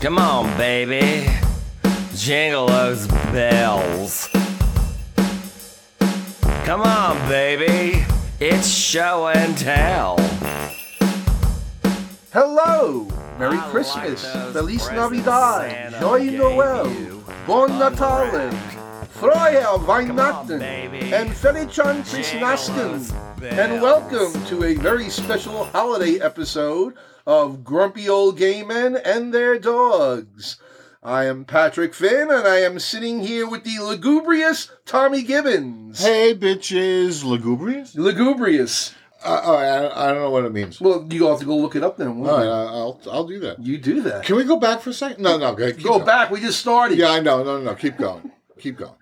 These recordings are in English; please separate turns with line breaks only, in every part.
Come on, baby. Jingle those bells. Come on, baby. It's show and tell.
Hello! Merry
I like
Christmas!
those
Feliz
presents
Navidad!
Santa
Joy
gave
Noel!
you.
Bon Natale! Frohe Weihnachten!
baby.
And Felichon Cisnasten! And welcome to a very special holiday episode of Grumpy Old Gay Men and Their Dogs. I am Patrick Finn, and I am sitting here with the lugubrious Tommy Gibbons.
Hey, bitches, lugubrious?
Lugubrious.
Uh, oh, I, I don't know what it means.
Well, you'll have to go look it up then.
All
won't
right,
you?
I- I'll I'll do that.
You do that.
Oh, Can we go back for a second? No, no, go, keep
Go
going.
back. We just started.
Yeah, I know. No, no, no. Keep going. Keep going.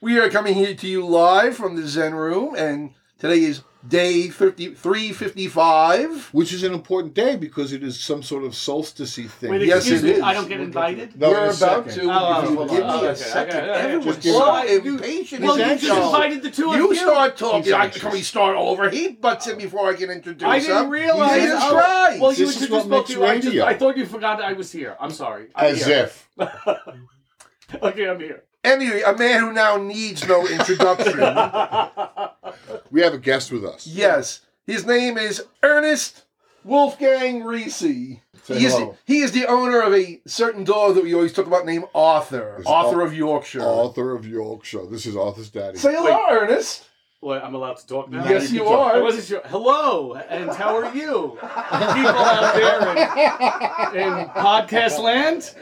We are coming here to you live from the Zen Room, and today is day 50, 355.
Which is an important day because it is some sort of solstice thing.
Wait,
Yes,
excuse
it
me,
is.
I don't get invited.
No, in a
We're about
second.
to.
Oh,
if
oh,
you
hold
give
on.
me
Oh,
a
okay,
second,
okay, okay.
everyone's
Just give
so
me-
impatient.
Well, you
He's
is
just
anxious.
invited the two of you.
You start talking.
He's
I,
anxious.
can we start over? He butts in before I can introduce
Oh. I didn't
him.
realize.
Jesus
oh,
Christ.
Well, you
This is
introduced
what
both
makes
you. I, just,
radio.
I thought you forgot I was here. I'm sorry. I'm
As
here.
if.
Okay, I'm here.
Anyway, a man who now needs no introduction.
We have a guest with us.
yes. His name is Ernest Wolfgang Reese.
Say
He is,
hello.
he is the owner of a certain dog that we always talk about named Arthur.
Is
Arthur
Ar-
of Yorkshire.
Author of Yorkshire. This is Arthur's daddy.
Say hello, Ernest.
Well, I'm allowed to talk now.
Yes,
you
you
can talk.
I
are.
wasn't sure. Hello, and how are you, people out there in, in podcast land?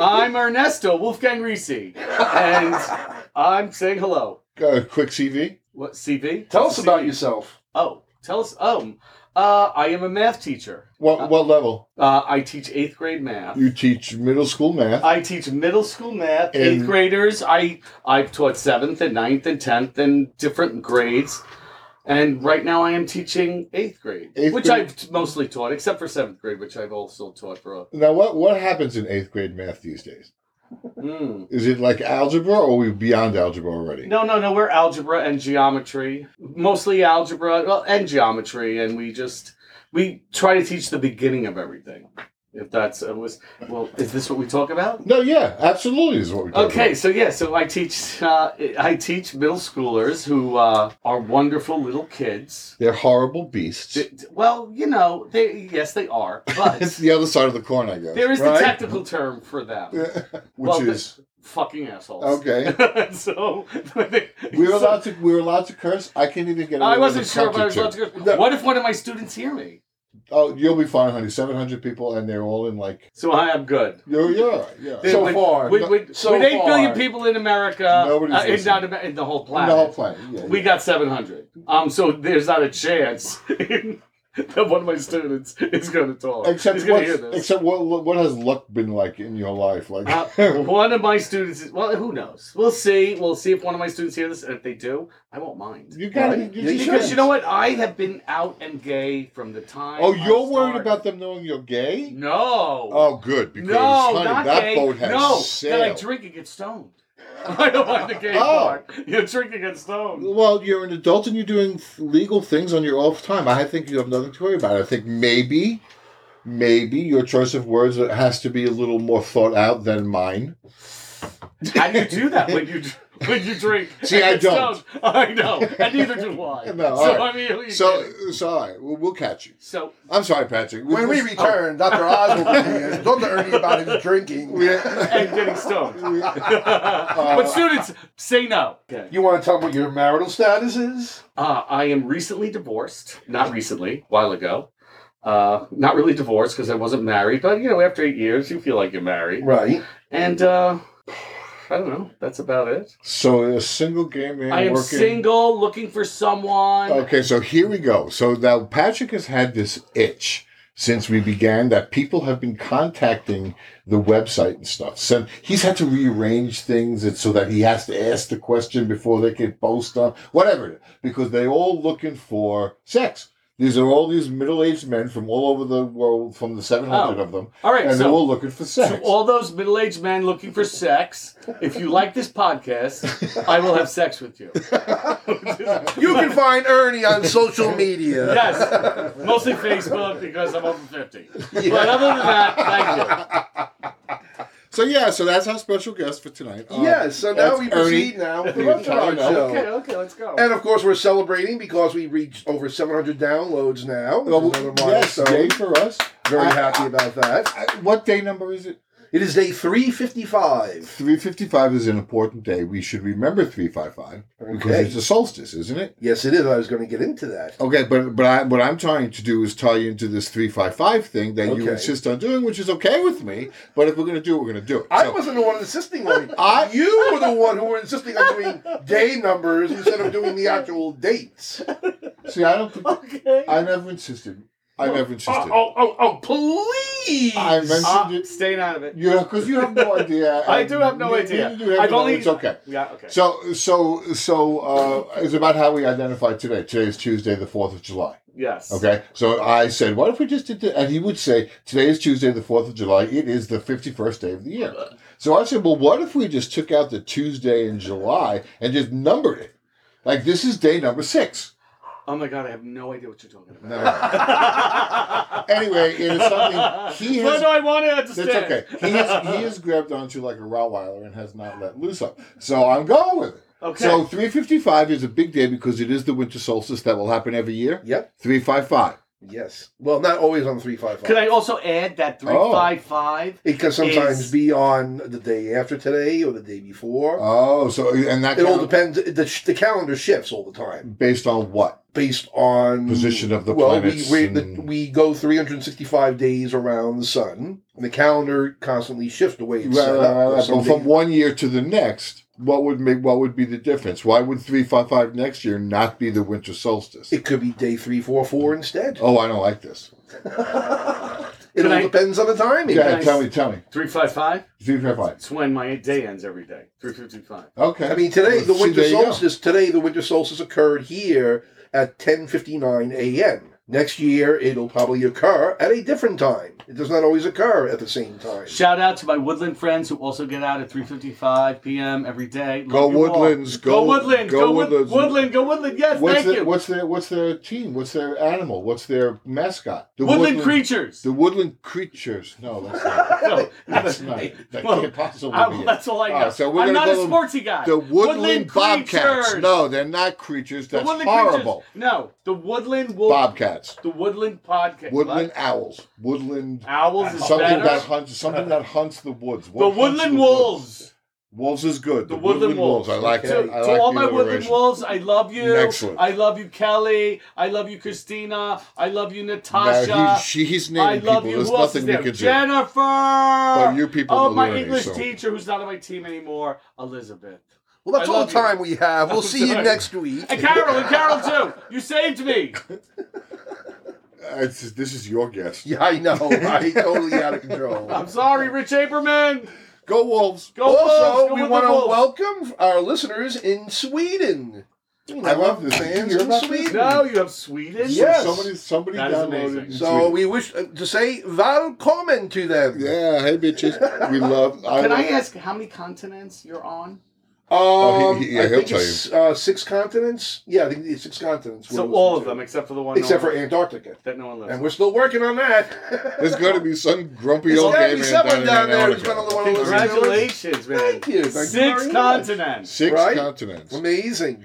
I'm Ernesto Wolfgang Risi, and I'm saying hello.
Uh, quick CV.
What CV?
Tell us
CV.
about yourself.
Oh, tell us. Oh, uh, I am a math teacher.
What what level?
Uh, I teach eighth grade math.
You teach middle school math.
I teach middle school math, eighth
And-
graders. I I've taught seventh and ninth and tenth and different grades, and right now I am teaching eighth grade,
Eighth
which
grade-
I've t- mostly taught, except for seventh grade, which I've also taught for. A,
now, what what happens in eighth grade math these days?
Mm.
Is it like algebra, or are we beyond algebra already?
No, no, no. We're algebra and geometry, mostly algebra well, and geometry, and we just we try to teach the beginning of everything. If that's it was well, is this what we talk about?
No, yeah, absolutely is what we. talk
Okay,
about.
so yeah, so I teach uh, I teach middle schoolers who uh, are wonderful little kids.
They're horrible beasts.
D- d- Well, you know, they yes they are, but
It's the other side of the coin, I guess.
there is
right?
the technical term for them,
Yeah. Which
Well,
is
fucking assholes.
okay.
so
We were allowed to. We were allowed to curse. I can't even get.
I
away with
wasn't sure if I was allowed to.
No.
What if one of my students hear me?
Oh, you'll be fine, honey. Seven hundred people, and they're all in like.
So I am good.
You're, you're all right. Yeah.
They-
So
So far,
with,
no-
with,
so
with eight
far.
billion people in America,
Nobody's
uh, in,
listening.
not, Amer- in the whole
the
planet,
whole plan. Yeah.
We
yeah.
got 700. Um, so there's not a chance that one of my students is going to talk.
Except
He's going to hear
what?
this.
Except what? What has luck been like in your life? Like.
Uh, one of my students is, well, who knows? We'll see. We'll see if one of my students hear this. And if they do, I won't mind.
you got.
Right.
You
Yeah,
just
Because
should.
you know what? I have been out and gay from the time.
Oh,
I
you're worried
started.
about them knowing you're gay?
No.
Oh, good. Because
no,
honey,
not
that
gay.
boat has
no,
sailed.
that I drink and get stoned. I don't want the gay
Oh.
part. You drink and get stoned.
Well, you're an adult and you're doing legal things on your off time. I think you have nothing to worry about. I think maybe, maybe your choice of words has to be a little more thought out than mine.
How do you do that when you when you drink?
See, I
It's
don't.
dumb. I know, and neither do I.
No, all
so
right.
I mean,
So, so all right, we'll, we'll catch you.
so
I'm sorry, Patrick. Oh.
When we return, Dr. Oz will be here. Talk to Ernie about his drinking.
we,
and getting stoned.
Uh,
but students, say no. Okay.
You want to tell me what your marital status is?
Uh, I am recently divorced. Not recently, a while ago. Uh, not really divorced because I wasn't married, but you know, after eight years, you feel like you're married.
Right.
And uh, I don't know. That's about it.
so a single gay man
I am
working.
single, looking for someone.
Okay, so here we go. So now Patrick has had this itch since we began that people have been contacting the website and stuff. So he's had to rearrange things and so that he has to ask the question before they can post on whatever, because they're all looking for sex. These are all these middle aged men from all over the world, from the 700
Oh.
of them.
All right,
And they're
so-
all looking for
To
sex.
all those middle aged men looking for sex, if you like this podcast, I will have sex with you.
You can find Ernie on social media.
Yes, mostly Facebook because I'm over 50. But other than that, thank you.
so, yeah, so that's our special guest for tonight. Um,
Uh, Yes, so now
that's
we
Ernie.
proceed now with the
Ernie.
restaurant
Okay.
show.
Okay, okay, let's go.
And of course, we're celebrating because we reached over 700 downloads now. which is
Well,
another
yes,
milestone.
day for us.
Very
I-
happy about that.
I- what day number is it?
It is day 355.
355 is an important day. We should remember 355 because
Okay.
it's a solstice, isn't it?
Yes, it is. I was going to get into that.
Okay, but but I, what I'm trying to do is tie you into this 355 thing that you
Okay.
insist on doing, which is okay with me. But if we're going to do it, we're going to do it.
I
So-
wasn't the one insisting on it.
I-
you were the one who were insisting on doing day numbers instead of doing the actual dates.
See, I don't think.
okay.
I never insisted. I never insisted.
Oh, oh, oh, please!
I mentioned
Uh,
it.
staying out of it.
You because you have no idea.
I do have no
Neither
idea.
do you have
I've
no-
only-
It's okay.
Yeah, okay.
So so so uh, it's about how we identify today. Today is Tuesday, the fourth of July.
yes.
Okay, so I said, "What if we just did?" The, and he would say, "Today is Tuesday, the fourth of July. It is the fifty-first day of the year." So I said, "Well, what if we just took out the Tuesday in July and just numbered it? Like this is day number six.
Oh my god, I have no idea what you're talking about.
No, no. anyway, it is something he
Why
has
do I want to understand?
That's okay. He has, he has grabbed onto like a Rottweiler and has not let loose of. So I'm going with it.
Okay.
So 355 is a big day because it is the winter solstice that will happen every year.
Yep,
355.
yes. Well, not always on
Could
355.
I also add that 355?
It can sometimes
Is-
be on the day after today or the day before.
Oh, so and that
it all
count-
depends. The, the calendar shifts all the time
based on what?
based on
Position of the
well,
planets
we we, the,
and-
we go 365 days around the sun. And the calendar constantly shifts the way it's
Right,
set
right,
up.
right, right.
Some
But uh, from
days-
one year to the next, what would make what would be the difference? Why would 355 next year not be the winter solstice?
it could be day 344 instead.
Oh, I don't like this.
it all
Can I-
depends on the timing.
Go ahead,
guys-
tell me, tell me.
Oh. 355?
355.
It's when my day ends every day. 355.
Okay.
I mean, today the
See,
winter
there you go.
solstice. Today the winter solstice occurred here at 10:59 a.m. Next year it'll probably occur at a different time. It does not always occur at the same time.
Shout out to my woodland friends who also get out at 3:55 p.m. every day. Love
Go
you all.
Woodlands,
Go,
go-
woodland.
go
Go, wood-
Woodlands.
Woodland. Go woodland. Yes,
What's
thank
their,
you.
what's their what's their team? What's their animal? What's their mascot? The
woodland, creatures.
The woodland creatures. No, that's not.
No,
That's not. That
Well,
can't possibly
I-
be. it.
that's all I know.
All right, so we're
I'm
gonna
not
go
a
with
sportsy guy.
The woodland, bobcats.
creatures.
No, they're not creatures.
The
That's
woodland
horrible.
creatures. No, the woodland wolf.
Bobcats.
The woodland podcast.
Woodland owls. Woodland.
owls is
Something
better.
that hunts. Something that hunts the woods. What
the
hunts
woodland
the
wolves.
Wolves is good.
The woodland wolves.
I like
Okay.
it. I
to
like
all
the
my woodland
alliteration.
wolves, I love you.
Excellent.
I love you, Kelly. I love you, Christina. I love you, Natasha.
Now, he, she, he's naming
I love
people.
you.
There's
Who else
nothing
is
we
there?
can do.
Jennifer.
But you people
Oh,
are
my
learning,
English
so-
teacher, who's not on my team anymore, Elizabeth.
Well, that's
I
all
love
the
you.
time we have. We'll
I'm
see you
sorry.
next week.
And Carol, and Carol too. You saved me.
Uh, it's- this is your guest.
Yeah, I know. I totally out of
I'm
control.
sorry, Rich Aberman.
Go wolves.
Go Wolves,
Also,
go
we
with the
want to
Wolves.
welcome our listeners in Sweden.
I love this.
fans
You're
in
about to-
Sweden.
No, you have Sweden.
Yes.
Somebody, somebody
That is
downloaded.
amazing.
and
So
tweeted.
we wish uh, to say "Välkommen" to them.
yeah, hey bitches, we love.
Can I ask how many continents you're on?
Um,
Oh, he- he- yeah,
I
he'll
think
tell
it's uh, six continents. Yeah, I think it's six continents.
So
We're
all of
listening
them, except for the one
to. except
no
for
one-
Antarctica,
that no one lives.
and we're still working on that.
There's going to be some grumpy
There's
old
gotta
gay
be
man
someone down there who's
Antarctica.
gonna wanna listen to us.
Congratulations, man.
Thank you. Thank you
Six
very much.
continents.
Six
Right?
continents.
Amazing.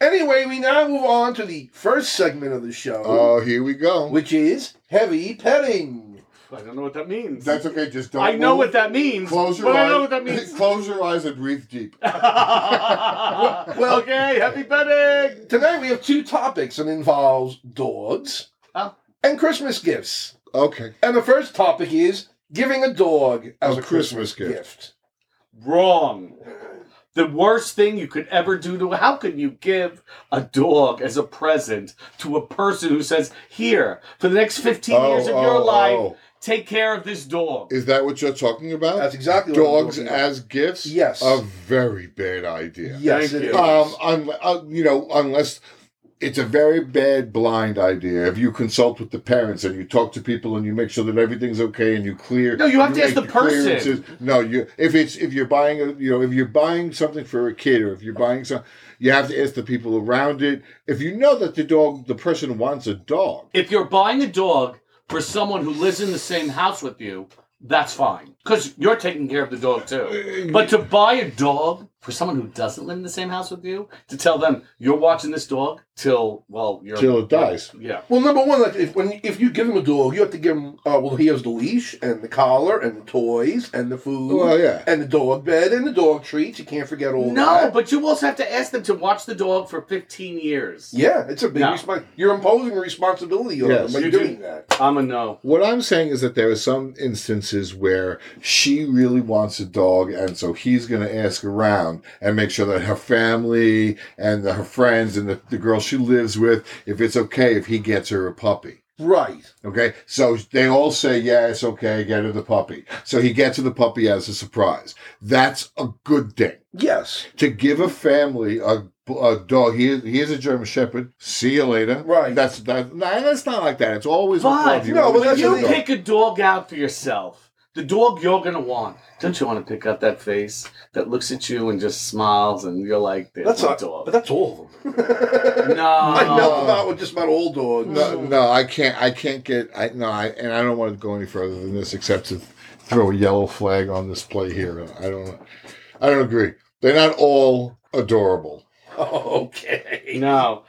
Anyway, we now move on to the first segment of the show,
Oh, here we go.
which is heavy petting.
I don't know what that means.
That's okay. Just don't.
I know
move.
what that means.
Close your
but
eyes.
I know what that means.
Close your eyes and breathe deep.
well, okay, happy betting.
Tonight we have two topics, and involves dogs
Oh.
and Christmas gifts.
Okay.
And the first topic is giving a dog as
A
a, Christmas,
Christmas gift.
gift.
Wrong. The worst thing you could ever do to how can you give a dog as a present to a person who says, "Here, for the next 15
Oh,
years of
oh,
your life,
oh.
take care of this dog."
Is that what you're talking about?
That's exactly what I'm
Dogs
talking about.
as gifts.
Yes.
A very bad idea.
Yes,
Thank
it
you.
is.
Um, un- uh, you know, unless it's a very bad blind idea. If you consult with the parents and you talk to people and you make sure that everything's okay and you clear.
No, you have to ask
make
the person.
clearances. No, you if it's if you're buying a, you know if you're buying something for a kid or if you're buying some, you have to ask the people around it. If you know that the dog, the person wants a dog.
If you're buying a dog for someone who lives in the same house with you, that's fine because you're taking care of the dog too. But to buy a dog for someone who doesn't live in the same house with you, to tell them you're watching this dog till well, you're
Till it dies.
Yeah,
Well, number one, like if when if you give him a dog, you have to give him. Uh, well, he has the leash and the collar and the toys and the food.
Well, yeah.
And the dog bed and the dog treats. You can't forget all
no,
that.
but you also have to ask them to watch the dog for 15 years.
Yeah, it's a big
No.
response. You're imposing responsibility on them
Yes.
by
You do.
doing that.
I'm a no.
What I'm saying is that there are some instances where she really wants a dog, and so he's going to ask around and make sure that her family and her friends and the, the girl she lives with, if it's okay if he gets her a puppy.
Right.
Okay, so they all say, yeah, it's okay, get her the puppy. So he gets her the puppy as a surprise. That's a good thing.
Yes.
To give a family a, a dog, he, he is a German Shepherd, see you later.
Right.
That's, that, nah, that's not like that. It's always
But
you
No,
want
but
to
that's
get
when you
the
a dog.
pick a dog out for yourself, the dog you're gonna want, don't you want to pick out that face that looks at you and just smiles and you're like, "There's
That's
my
not.
dog."
But that's all of them.
no,
I know about with just about all dogs.
Oh.
No, no, I can't. I can't get. I no, I, and I don't want to go any further than this, except to throw a yellow flag on this play here. I don't. I don't agree. They're not all adorable.
Okay.
no.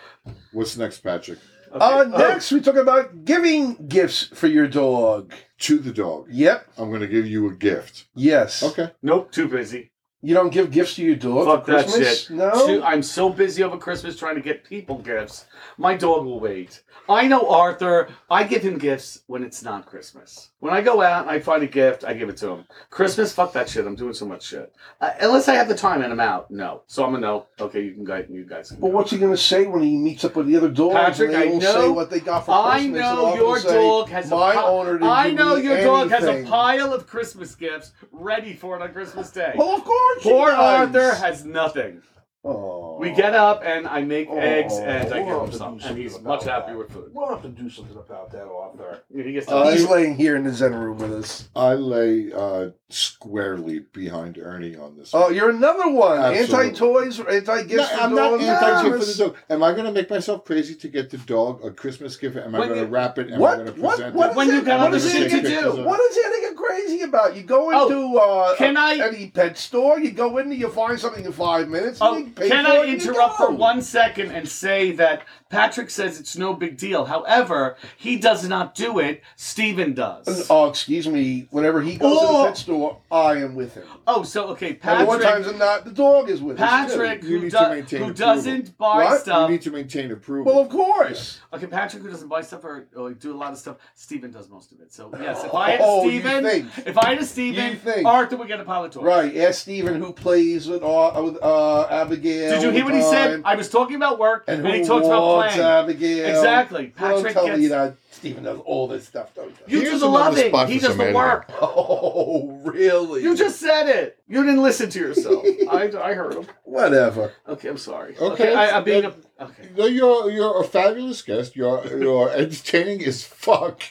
What's next, Patrick?
Oh.
Uh, next, we talk about giving gifts for your dog.
To the dog.
Yep.
I'm going to give you a gift.
Yes.
Okay.
Nope, too busy.
You don't give gifts to your dog
Fuck
for
that
Christmas?
shit.
No.
Too- I'm so busy over Christmas trying to get people gifts. My dog will wait. I know Arthur. I give him gifts when it's not Christmas. When I go out and I find a gift, I give it to him. Christmas, fuck that shit. I'm doing so much shit. Uh, unless I have the time and I'm out. No. So I'm a no. Okay, you can guys, you guys. Can
But
go.
what's he going to say when he meets up with the other dogs
Patrick,
and they
I
all
know-
say what they got for
I
Christmas? and
know
all
your
they say,
dog has a
My
pi-
owner didn't
I
give
know
me
your dog has a
anything."
pile of Christmas gifts ready for it on Christmas Day.
Well, of course.
Poor
he does.
Arthur has nothing.
Aw.
We get up and I make
Oh,
eggs and I
we'll
give
have
him
to
some,
do
and he's
something
much
about
happier
that.
with food.
We'll have to do something about that, Arthur.
He gets to
Uh,
He's
I-
laying here in the zen room with us.
I lay uh, squarely behind Ernie on this.
Oh, you're another one.
Absolutely.
Anti-toys, anti-gifts.
No,
for
I'm not
dogs.
anti for the dog. Am I going to make myself crazy to get the dog a Christmas gift? Am I
When
going to
you-
wrap it? Am
What?
I going to
What?
present
What?
it?
When
is
you
it-
got
what
other
is it
shit
you
to
get-
do.
What is it they get crazy about? You go into uh,
Oh, can I-
any pet store, you go in, you find something in five minutes. and
Oh,
you pay
can
for
I
it and you
interrupt for
go.
one second and say that Patrick says it's no big deal. However, he does not do it. Steven does.
Oh, excuse me. Whenever he goes to the
Oh.
pet store, I am with him.
Oh, so okay,
and more times
Patrick.
than not, the dog is with
Patrick,
You
who,
need
do-
to maintain
who
approval.
doesn't buy
What? You
You
stuff.
need to
us.
maintain
too. Well,
approval.
of course.
Okay, Patrick, who doesn't buy stuff or, or do a lot of stuff, Steven does most of it. So yes, if I had a
Oh, you
Steven,
think.
if I had a
You
Steven,
think.
Arthur would get a pile of toys.
Right. Ask Stephen who plays with, uh, with uh, Abigail.
Did you hear
all
what he
the
said?
time.
I was talking about work,
And
and,
who
he talks about
wants
playing.
Abigail?
Exactly.
I don't
Patrick
tell
gets.
you that Stephen does all this stuff, don't you?
You
Here's
do the
another
loving.
spot
He
for some
does the
editing.
work.
Oh, really?
You just said it. You didn't listen to yourself. I, I heard him.
whatever.
Okay, I'm sorry.
Okay,
I, I'm being a. Okay.
No, you're you're a fabulous guest. You're you're entertaining as fuck.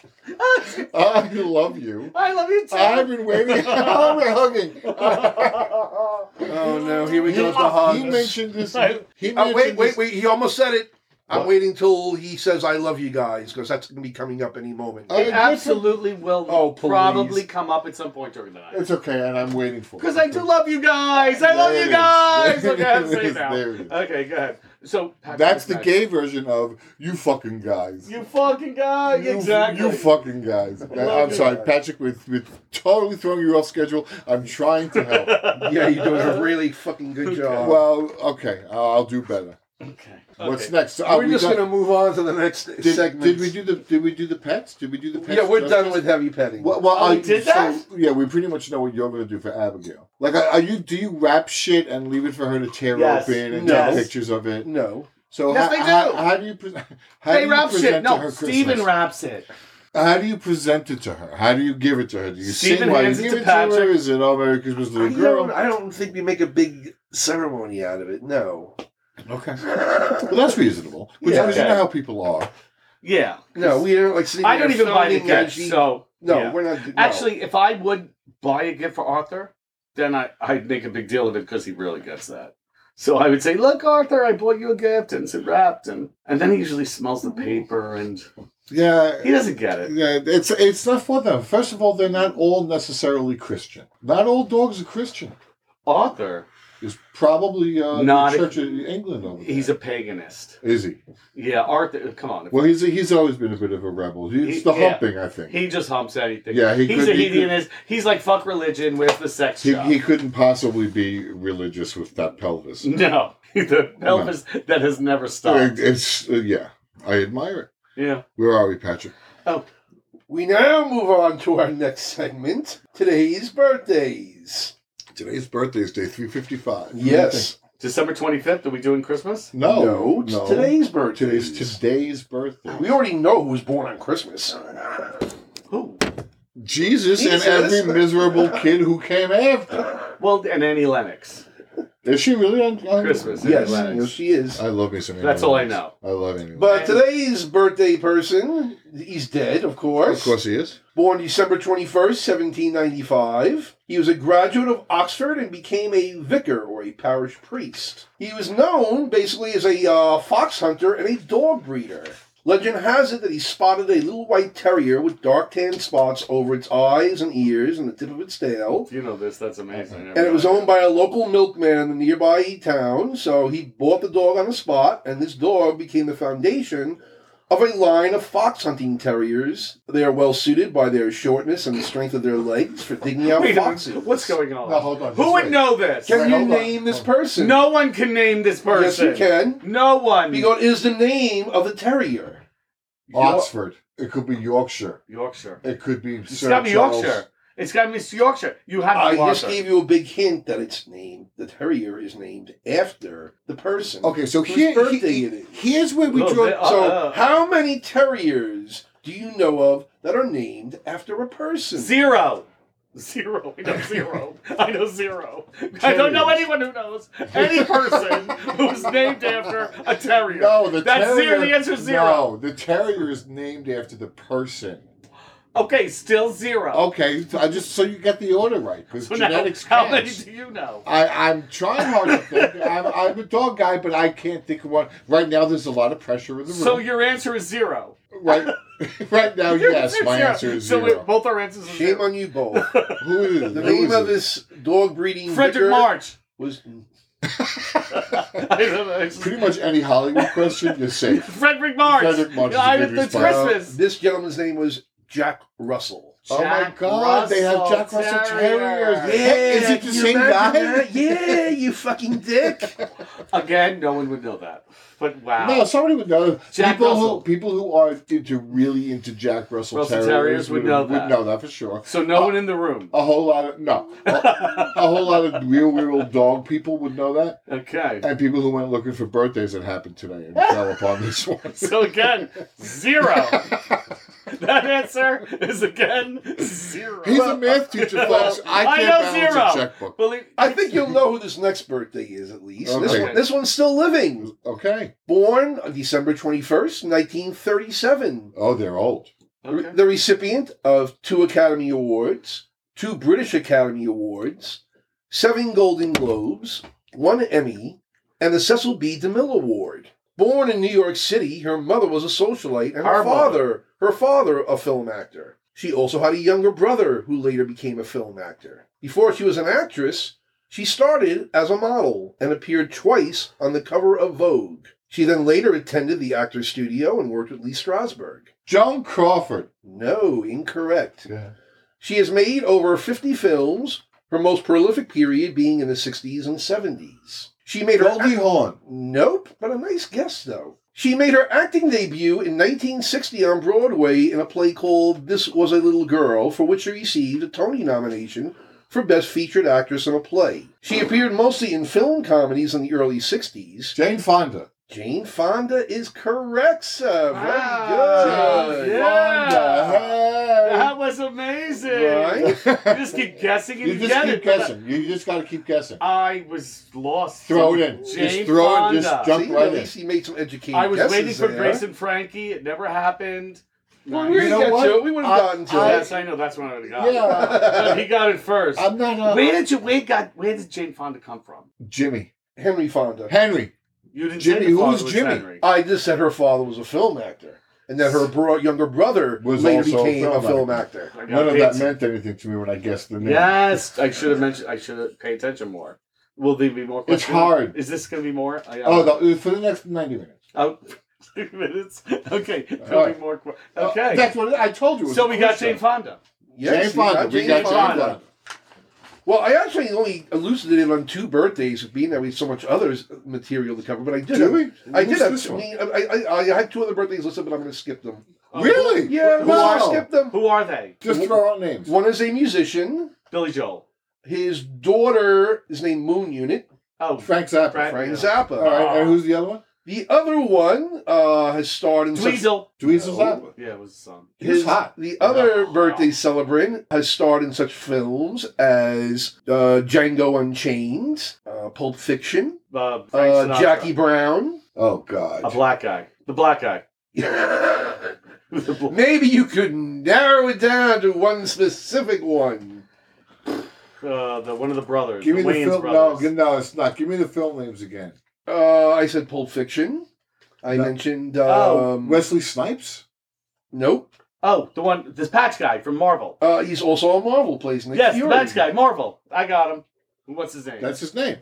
I love you.
I love you too.
I've been waiting. Oh, we're hugging.
Oh no, here we go with the
he
hugs.
mentioned this.
I-
He mentioned
Oh, wait,
this-
wait, wait! He almost said it. I'm
What?
waiting till he says "I love you guys" because that's gonna be coming up any moment.
Oh,
It absolutely will
Oh, please.
probably come up at some point during the night.
It's okay, and I'm waiting for.
Because
it.
I do love you guys. I love
There it
you
is.
guys.
There
Okay, I have
it
to say
is.
it now.
There it is.
Okay, go ahead. So Patrick
That's
is
the
back.
gay version of you fucking guys.
You fucking guy.
You-
exactly.
You fucking guys. I'm sorry, Patrick. With with totally throwing you off schedule. I'm trying to help.
yeah, you're doing a really fucking good job.
well, okay, I'll do better.
okay.
What's
Okay.
next? Are
We're
uh, we
just
done?
gonna move on to the next
Did,
segment.
did we do the Did we do the pets? Did we do the pets?
Yeah, we're done
justice?
with heavy petting.
Well, well
Oh, we
I-
did
so,
that?
Yeah, we pretty much know what you're going to do for Abigail. Like, are are you? Do you wrap shit and leave it for her to tear
Yes.
open and
Yes.
take pictures of it?
No.
So
Yes,
how,
they do.
How, how do you? Pre- how do
They
you
wrap
present
shit.
to
No,
her
Steven
Christmas?
wraps it.
How do you present it to her? How do you give it to her? Do you
Steven
sing while you
hands it
give
to
it to her?
Patrick.
Is it all Merry Christmas,
I
little
don't,
girl?
I don't think we make a big ceremony out of it. No.
Okay.
Well, that's reasonable. Which
Yeah,
is you
okay.
know how people are.
Yeah.
No, we don't like sitting
I don't
there
even buy the
finding that
gift,
she-
so
no,
yeah.
we're not. no.
Actually, if I would buy a gift for Arthur, then I, I'd make a big deal of it because he really gets that. So I would say, Look, Arthur, I bought you a gift and it's wrapped. And, and then he usually smells the paper and
Yeah.
he doesn't get it.
Yeah, it's it's not for them. First of all, they're not all necessarily Christian. Not all dogs are Christian.
Arthur,
It's probably uh, the
Not-
Church of England over there.
he's a paganist.
is he?
Yeah, Arthur, come on.
Well, he's he's always been a bit of a rebel. It's
He-
the
yeah.
humping, I think.
he just humps anything.
Yeah, he
he's
could-
a
he could-
hedonist. He's like, fuck religion, where's the sex
He,
shop?
he couldn't possibly be religious with that pelvis.
No, the Elvis that has never
It-
stopped.
It's uh, yeah, I admire it.
Yeah. Oh,
Where are we, Patrick?
we now move on to our next segment. Today's birthdays.
Today's birthday is day three fifty five.
Yes.
December 25th, are we doing Christmas?
No.
no, it's today's birthdays.
Today's today's birthday.
We already know who was born on Christmas.
Who?
Jesus,
Jesus.
and every miserable kid who came after.
Well, and Annie Lennox.
Is she really on, on
Christmas.
Yes,
Relax.
yes, she is.
I love me some. Amy
That's all I
Lennox.
know.
I love Amy.
But today's birthday person, he's dead, of
Lennox.
course.
of course he is.
Born December 21st, 1795. He was a graduate of Oxford and became a vicar or a parish priest. He was known basically as a uh, fox hunter and a dog breeder. Legend has it that he spotted a little white terrier with dark tan spots over its eyes and ears and the tip of its tail.
You know this. That's amazing.
And it was owned by a local milkman in a nearby town, so he bought the dog on the spot, and this dog became the foundation of a line of fox hunting terriers. They are well suited by their shortness and the strength of their legs for digging out
Wait a minute,
foxes.
What's going on?
No, hold on,
Who
just
would
wait.
know this?
Can
Wait,
you
hold on,
name this
hold on.
person?
No one can name
Yes,
this person.
you can.
No one.
Because it is the name of the terrier.
Oxford. It could be Yorkshire.
Yorkshire.
It could be.
It's
Sir
got to be
Charles.
Yorkshire. It's got to be Yorkshire. You have
I
to
just
Yorkshire.
gave you a big hint that it's named. The terrier is named after the person.
Okay, so
whose
here,
birthday
he-
it is.
here's where we
Little
draw.
bit up.
So,
Uh-huh.
Uh, uh.
how many terriers do you know of that are named after a person?
Zero. Zero. I know zero. I know zero. I don't know anyone who knows any person who's named after a terrier.
No, the
That's
terrier.
zero. The answer's zero.
No, the terrier is named after the person.
Okay, still zero.
Okay, so I just so you get the order right because
So now,
Oh, genetics
how many
counts.
do you know?
I, I'm trying hard to think. I'm, I'm a dog guy, but I can't think of one right now. There's a lot of pressure in the room.
So your answer is zero.
right, right now,
Your
Oh, yes,
answer's
my
zero.
answer is
so
zero.
we- both our answers are
Shame
zero.
on you both.
Who is it?
The
Who
name
is
of
it?
this dog breeding
Frederick
vicar
March.
was
I don't know. It's-
Pretty much any Hollywood question, you're safe.
Frederick March.
Frederick March is a
I,
good
it's
response.
uh,
Christmas.
this gentleman's name was Jack Russell.
oh my
Jack
God, they have
Russell
Jack Russell
Terrier.
Terriers.
Yeah,
Is it the same guy?
Yeah, you fucking dick.
Again, no one would know that. But wow.
No, somebody would know.
Jack
people
Russell.
who people who are into really into Jack Russell,
Russell
terriers,
Terriers would know that.
Would know that for sure.
so no one in the room.
A whole lot of no, a, a whole lot of real real dog people would know that,
Okay.
and people who went looking for birthdays that happened today and fell upon this one.
So again, zero. that answer is again zero.
He's a math teacher, folks. I
I
can't
know
balance
zero.
a checkbook.
Believe
I think you'll know who this next birthday is at least. This,
Okay.
one, this one's still living.
Okay.
Born on December 21st, 1937.
Oh, they're old.
Okay.
the recipient of two Academy Awards, two British Academy Awards, seven Golden Globes, one Emmy, and the Cecil B. DeMille Award. Born in New York City, her mother was a socialite and her,
Our
father, her father, a film actor. She also had a younger brother who later became a film actor. Before she was an actress, she started as a model and appeared twice on the cover of Vogue. She then later attended the Actors Studio and worked with Lee Strasberg.
Joan Crawford.
No, incorrect.
Yeah.
She has made over 50 films, her most prolific period being in the 60s and 70s. She made her.
Goldie Hawn.
nope, but a nice guess, though. She made her acting debut in 1960 on Broadway in a play called This Was a Little Girl, for which she received a Tony nomination for Best Featured Actress in a Play. She appeared mostly in film comedies in the early 60s.
Jane Fonda.
Jane Fonda is correct, sir. Very
Wow.
good.
Yeah.
Fonda. Hey.
That was was amazing.
Right?
You just keep guessing and
You
you,
just
get
keep
it. but
guessing. You just got to keep guessing.
I was lost.
Throw it in.
Jane
Just throw it.
Fonda.
Just jump eh?
See,
right
at
in.
least he made some educated
I was
guesses
waiting for
there.
Grace and Frankie. It never happened.
Well,
Nice.
we
You know
didn't get
what?
to it. We would
I-
have gotten to
I-
it.
yes, I know. That's what I got.
Yeah,
But he got it first.
I'm not.
where
Uh,
did you? Where got? Where did Jane Fonda come from?
Jimmy,
Henry Fonda.
Henry.
You didn't
Jimmy,
say
who
the father
was Jimmy?
Henry.
I just said her father was a film actor, and that her bro- younger brother
Was
later
also a
became a
film
film actor.
I got
None Oh, of
paid
that
to-
meant anything to me when I guessed the name.
Yes, I should have mentioned. I should have paid attention more. Will there be more?
It's
Questions?
hard.
Is this going to be more? I, uh,
Oh, no, for the next ninety minutes.
Oh, two minutes. Okay, there'll
Alright.
be more. que-
Uh,
Okay,
that's what I told you. it was
so we
a
got
quiz show.
Jane Fonda.
Yes,
Jane
he got
Fonda. We
Jane
got Jane
Fonda.
Fonda.
Well, I actually only elucidated on two birthdays, being that we have so much other material to cover. But I did.
Do
have-
we?
I did.
Who's
Have,
this
I,
one?
mean, I, I, I had two other birthdays listed, but I'm going to skip them.
Uh,
Really?
Yeah, I'm
Wow.
gonna skip them.
Who are they?
Just throw out names.
One is a musician.
Billy Joel.
His daughter is named Moon Unit.
Oh,
Frank Zappa.
Frank-
Frank
Yeah.
Zappa.
All right, and who's the other one?
The other one uh, has starred in such-
Dweezil. Oh,
Dweezil
No.
Zappa.
Yeah, it was some.
He was
His,
hot.
The other
No.
birthday celebrant has starred in such films as uh, Django Unchained, uh, Pulp Fiction,
Uh, Frank
uh,
Sinatra.
Jackie Brown.
Oh
A
God.
black guy. The black guy. The bl-
Maybe you could narrow it down to one specific one.
uh, the one of the brothers.
Give me
the
the
Wayans
film. No,
brothers.
gi- no, it's not. Give me the film names again.
Uh, I said Pulp Fiction. I
No.
mentioned.
Oh,
Um,
Wesley Snipes.
nope.
Oh, the one, this patch guy from Marvel.
Uh, he's also a Marvel plays Nick
yes,
Fury.
the patch guy, Marvel. I got him. What's his name?
That's his name.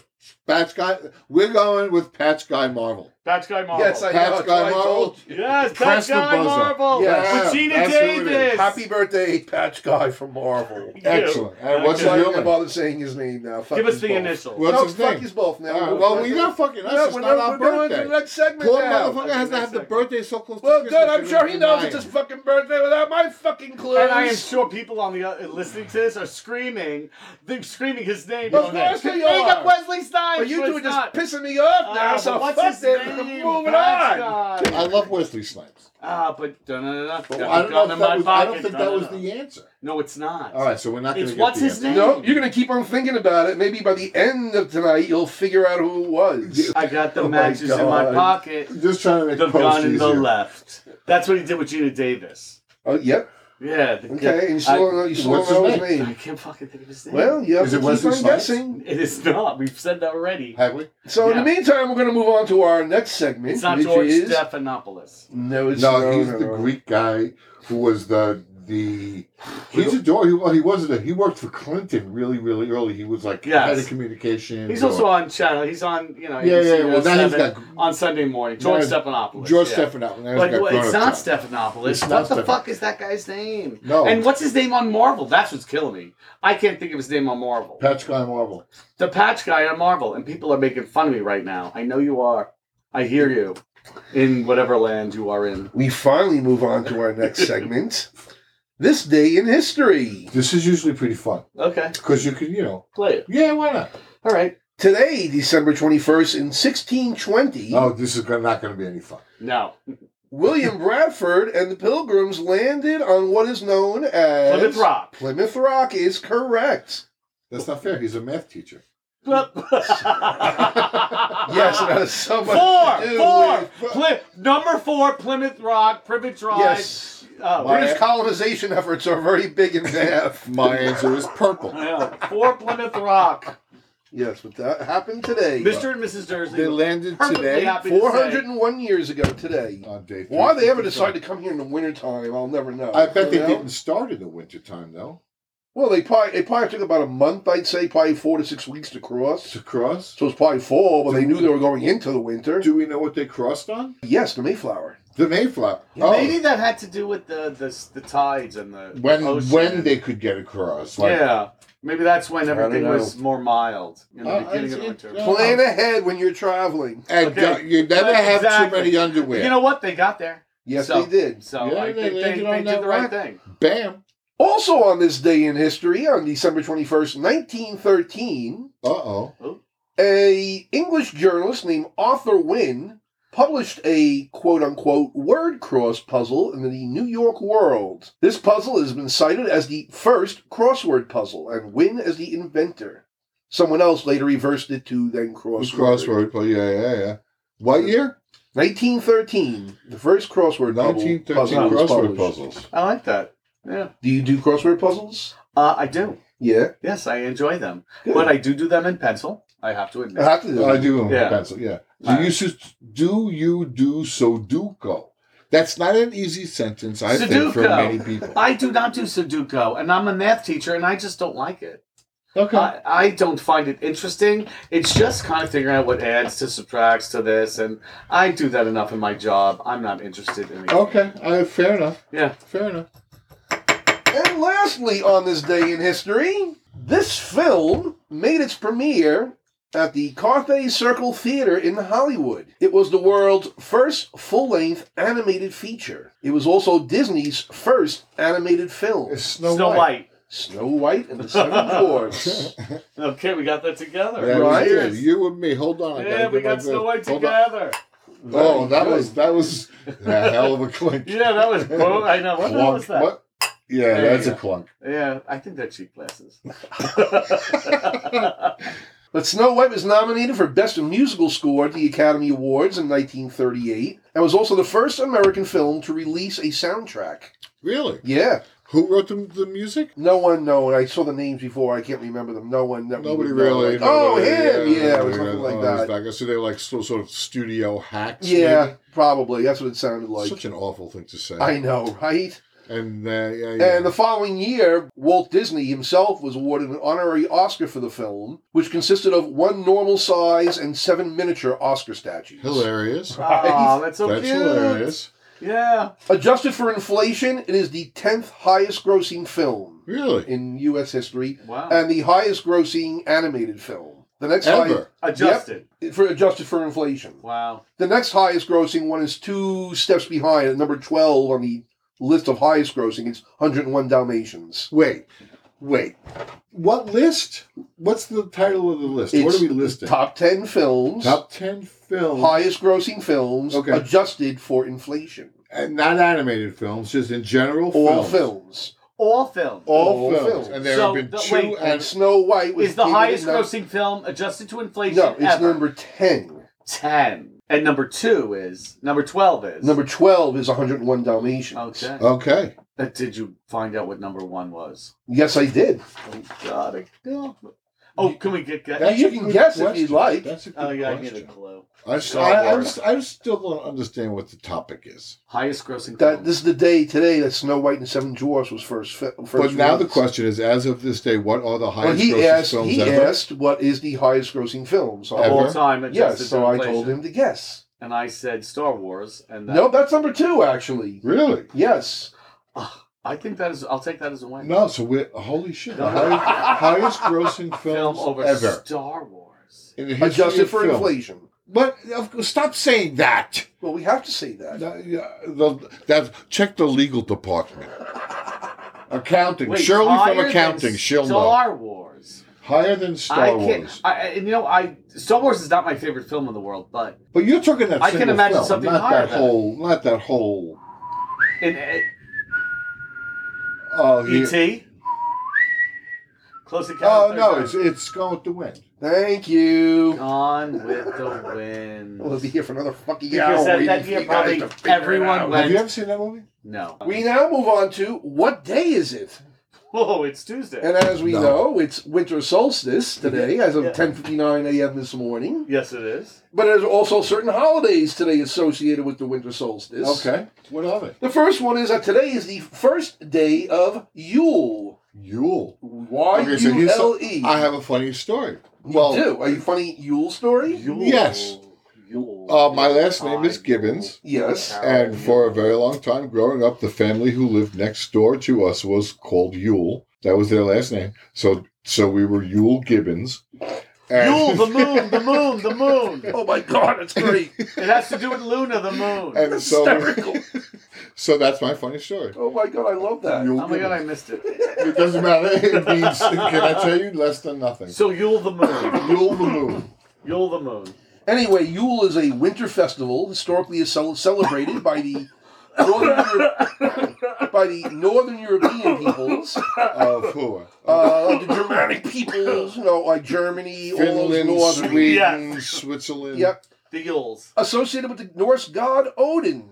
Patch Guy. We're going with Patch Guy Marvel.
patch guy Marvel.
Yes, I
Patch
know. that's
Guy
why I
Marvel.
told you.
Yes,
Press
patch
the
guy
buzzer.
Marvel.
Yeah,
with Gina
that's who it is.
Davis.
Happy birthday, Patch Guy from Marvel.
You.
Excellent. And what's
That's why
Okay.
I
his
didn't
name?
bother saying his name now. Fuck
Give us
yous
the
both.
initials.
Well,
no,
What's his
fuck
name?
yous both now.
All right, well, we're not fucking us. It's
we're
not
not,
our
we're going to
birthday.
the next segment
Poor
now.
motherfucker has to have the
Second.
birthday so close.
Well,
to
good.
Christmas,
I'm
they're
sure he
gonna
knows
deny
it's
it.
his fucking birthday without my fucking clues.
And I am sure people on the uh, listening to this are screaming, they're screaming his name.
Of course they
Make
are.
up Wesley Snipes.
But you
but
two are
it's
just
not.
pissing me off now,
Ah,
so
but
fuck
what's his
that. We're
name?
moving
Patch
on.
guy.
I love Wesley Snipes.
Ah, but dun, dun, dun, dun,
But I don't know
Gun
if that
in
was. I
my
don't
pocket,
think
dun,
that was
dun, dun.
the answer.
No, it's not.
All right, so we're not going
It's
to get
what's
the
his
answer.
name?
No, you're going to keep on thinking about it. Maybe by the end of tonight, you'll figure out who it was.
I got the
Oh my
matches in my
God. Oh,
pocket.
Just trying to make
The
the post
gun in
easier.
the left. That's what he did with Gina Davis.
Oh, yep.
Yeah. The,
Okay. And you still don't know, you still
What's
don't know
his
his
I, I
name.
can't fucking think of his name.
Well, you have
Is
to
it Wesley
keep on
Snipes?
guessing.
it is not. We've said that already.
Have we?
So in the
Yeah.
meantime, we're going to move on to our next segment,
It's not
which
George
is
Stephanopoulos.
no, it's
No, he's
no,
the
no.
Greek guy who was the the. He's a door. He, well, he wasn't. A, he worked for Clinton really, really early. He was like
Yes.
head of communications.
He's
or-
also on channel. He's on, you know,
Yeah,
ABC
yeah, yeah. Well, now he's
7
got-
on Sunday morning. George
Now-
Stephanopoulos.
George
yeah.
Stephanopoulos. Now he's
But
got
well, it's
grown-up time.
not Stephanopoulos.
It's
what
not
the
Stephan-
fuck is that guy's name?
No.
And what's his name on Marvel? That's what's killing me. I can't think of his name on Marvel.
Patch Guy Marvel.
the patch guy on Marvel, and people are making fun of me right now. I know you are. I hear you. In whatever land you are in.
we finally move on to our next segment. This day in history.
This is usually pretty fun
Okay,
because you can, you know,
play it.
yeah, why not?
All right.
Today, December 21st, in 1620,
No, Oh, this is gonna- not going to be any fun.
No.
William Bradford and the Pilgrims landed on what is known as
Plymouth Rock.
Plymouth Rock is correct.
That's not fair. He's a math teacher.
Well-
Yes, it has so much to do
Ah. Four.
with-
Four. Ply- number four, Plymouth Rock, Privet Drive.
Yes.
Oh,
My-
British colonization efforts are very big in half.
My answer is purple.
yeah, Four Plymouth Rock.
yes, but that happened today.
Mr. and Mrs. Dursley.
They landed
Perfectly
today.
happy to say.
401 years ago today.
On day
Why they ever
355.
decided to come here in the wintertime, I'll never know.
I bet they
You know?
didn't start in the wintertime, though.
Well, they probably, it probably took about a month, I'd say, probably four to six weeks to cross.
To cross?
So it's probably fall, but they knew they were going into the winter.
Do we know what they crossed on?
Yes, the Mayflower.
The Mayflower.
Maybe
Oh,
that had to do with the the, the tides and the
when
ocean.
when they could get across. Like,
Oh, yeah, maybe that's when
don't
everything
know.
was more mild in the
Uh,
beginning of
it's-
winter.
it's-
Plan ahead when you're traveling.
And
Okay.
uh, you never
Right,
have
exactly.
too many underwear.
You know what? They got there,
Yes,
So-
they did.
so
Yeah,
I
they
think they,
landed
they
on
did
that
the right
rock.
thing.
Bam.
Also on this day in history, on December 21st, 1913,
Uh oh.
a English journalist named Arthur Wynne published a quote unquote word cross puzzle in the New York World. This puzzle has been cited as the first crossword puzzle and Wynne as the inventor. Someone else later reversed it to then crossword.
Crossword. Well, yeah, yeah, yeah. What year?
1913, the first crossword puzzle.
1913
puzzle was
crossword
published.
puzzles.
I like that. Yeah.
Do you do crossword puzzles?
Uh, I do.
Yeah.
Yes, I enjoy them.
Good. Uh-huh.
But I do do them in pencil. I have to
I
admit.
have to do
I
it.
do them
Yeah.
with pencil. Yeah. Do
Alright.
you should, do you do Sudoku? That's not an easy sentence. I think for
Sudoku.
many people.
I do not do Sudoku, and I'm a math teacher, and I just don't like it.
Okay.
I, I don't find it interesting. It's just kind of figuring out what adds to subtracts to this, and I do that enough in my job. I'm not interested in it.
okay. I, fair enough.
Yeah.
Fair enough.
And lastly, on this day in history, this film made its premiere at the Carthay Circle Theater in Hollywood. It was the world's first full length animated feature. It was also Disney's first animated film
It's Snow,
Snow, White.
Snow White and the Seven Dwarfs.
Okay, we got that together.
That
Right.
was it. You and me. Hold on. I gotta
Yeah, we
get my
got Snow
breath.
White
Hold on.
together.
Oh, that
Very
was that was a hell of a clink.
Yeah, that was. Bo- I know. What the hell was that?
What? Yeah,
There
that's
you
a clunk.
Yeah, I think they're cheap glasses.
But Snow White was nominated for Best Musical Score at the Academy Awards in 1938 and was also the first American film to release a soundtrack.
Really?
Yeah,
Who wrote the, the music?
no one known. I saw the names before. I can't remember them. No one. That we
Nobody
would know,
really.
like, oh,
nobody,
him. Yeah, it was
nobody
something
really-
like
oh, it was
that.
I guess they were like so, sort of studio hacks.
Yeah,
maybe?
probably. That's what it sounded like.
Such an awful thing to say.
I know, right?
and uh, yeah, yeah.
And the following year, Walt Disney himself was awarded an honorary Oscar for the film, which consisted of one normal size and seven miniature Oscar statues.
hilarious.
Oh, that's so
that's
cute.
hilarious.
Yeah.
Adjusted for inflation, it is the 10th highest grossing film
Really?
in U.S. history
Wow.
and the highest grossing animated film. The next
Ever.
Adjusted.
high, for adjusted for inflation.
Wow.
The next highest grossing one is two steps behind at number 12 on the list of highest grossing. It's 101 Dalmatians.
Wait, wait. What list? What's the title of the list? what
It's
are we listing?
Top 10 films,
Top ten films,
highest grossing films,
Okay.
adjusted for inflation.
and not animated films, just in general.
All films.
All films.
All,
All
films.
films.
and there have
So,
been
the-
two.
wait.
And
and,
Snow White was
is the
given
highest
num-
grossing film adjusted to inflation
No, it's
ever.
number 10.
10. And number 2 is. Number 12 is.
Number 12 is 101 Dalmatians.
Okay.
okay,
Uh, did you find out what number 1 was?
Yes, I did.
Oh, God. I, oh. oh, can we get that?
That- you
a
can
good
guess if you'd like.
That's a good
Oh, yeah, I need a
question.
clue.
I,
Star
I, I'm, s-
Wars.
I still don't understand what the topic is.
Highest grossing
That
film.
This is the day today that Snow White and Seven Dwarfs was first. Fi- first
but now the
released.
question is, as of this day, what are the
Well,
highest
he
grossing
asked.
films
He
ever?
asked, "What is the highest grossing film?" So I-
Ever?
all time adjusted
yes,
to
so I
inflation.
told him to guess.
And I said Star Wars. And that,
No, that's number two, actually.
Really?
Yes,
I think that is. I'll take that as a win.
No. So we're holy shit. The
No.
highest, highest grossing
film
films
over
ever
Star Wars.
in the history
adjusted
of
for
film.
inflation.
But of course, stop saying that.
Well, we have to say that.
That, yeah, the, that check the legal department. Accounting.
Wait,
Surely
higher
from
than
accounting, she'll know.
Star Wars.
Higher than Star
I can.
Wars.
I, I- and you know, I Star Wars is not my favorite film in the world, but
But you're talking that.
I can
single
imagine
film,
something
not
higher
that
than
whole. Not that whole.
in uh,
Oh, he-
E.T. Close Encounter.
oh
of the Third
no,
Kind.
it's it's going with the wind.
Thank you.
Gone with the Wind.
We'll be here for another fucking hour.
because that,
waiting
that
for
year
you guys
probably
to figure it
everyone
out.
Have you
went.
ever seen that movie?
No.
We now move on to what day is it?
Whoa, Oh, it's Tuesday.
And as we
No.
know, it's winter solstice today, as of
Yeah.
10:59 a.m. this morning.
yes, it is.
But there's also certain holidays today associated with the winter solstice.
Okay, what are they?
The first one is that today is the first day of Yule.
Yule.
Y
Okay, so
U
here's
L E.
I have a funny story.
You
Well,
do. Are you funny Yule story?
Yes.
Yule.
Uh, my last name is Gibbons.
Yes.
And for a very long time growing up, the family who lived next door to us was called Yule. That was their last name. So so we were Yule Gibbons. And-
Yule, the moon, the moon, the moon.
Oh my God, that's great.
It has to do with Luna, the moon.
and so,
Hysterical.
so that's my funny story.
oh my God, I love that.
Yule
Oh my god, I
Gibbons.
missed it.
It doesn't matter. It means, can I tell you, less than nothing.
So Yule the moon.
Yule the Moon.
Yule the moon.
Anyway, Yule is a winter festival historically is cel- celebrated by the northern Euro- by the northern European peoples,
Of who?
uh, the Germanic peoples, you know, like Germany, all those
Finland,
northern.
Sweden,
Yes.
Switzerland.
Yep,
The Yules.
associated with the Norse god Odin,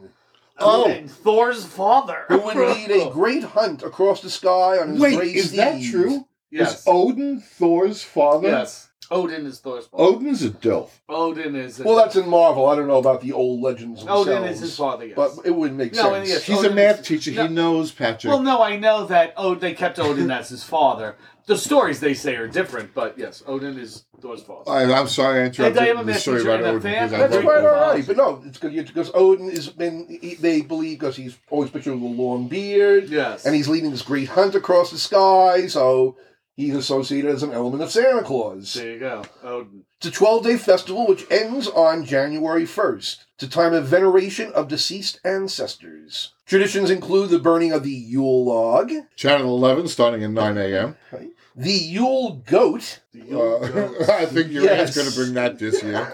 Oh,
Thor's father.
who would lead a great hunt across the sky on his
wait,
gray
is that
steed.
true?
Yes.
Is Odin Thor's father?
yes. Odin is Thor's father.
Odin's a dilf.
Odin is.
Well, that's in Marvel. I don't know about the old legends themselves.
Odin is his father. Yes.
But it wouldn't make
No, and
sense.
yes.
He's a
Odin's-
math teacher.
No.
He knows Patrick.
well, no, I know that. Oh, they kept Odin as his father. The stories they say are different, but yes, Odin is Thor's father.
I, I'm sorry I interrupted
I am a
the
math
story
teacher
about
and a
Odin.
fan.
because I
That's
like
Great
quite all
mythology.
right, but no, it's good because Odin has been. He, they believe because he's always pictured with a long beard,
Yes.
and he's leading this great hunt across the sky. So he's associated as an element of Santa Claus.
There you go, Odin.
It's a 12-day festival which ends on January 1st. It's a time of veneration of deceased ancestors. Traditions include the burning of the Yule log,
Channel 11 starting at 9 a.m.
the Yule goat,
The Yule
Uh,
goats.
I think your
Yes.
aunt's going to bring that this year.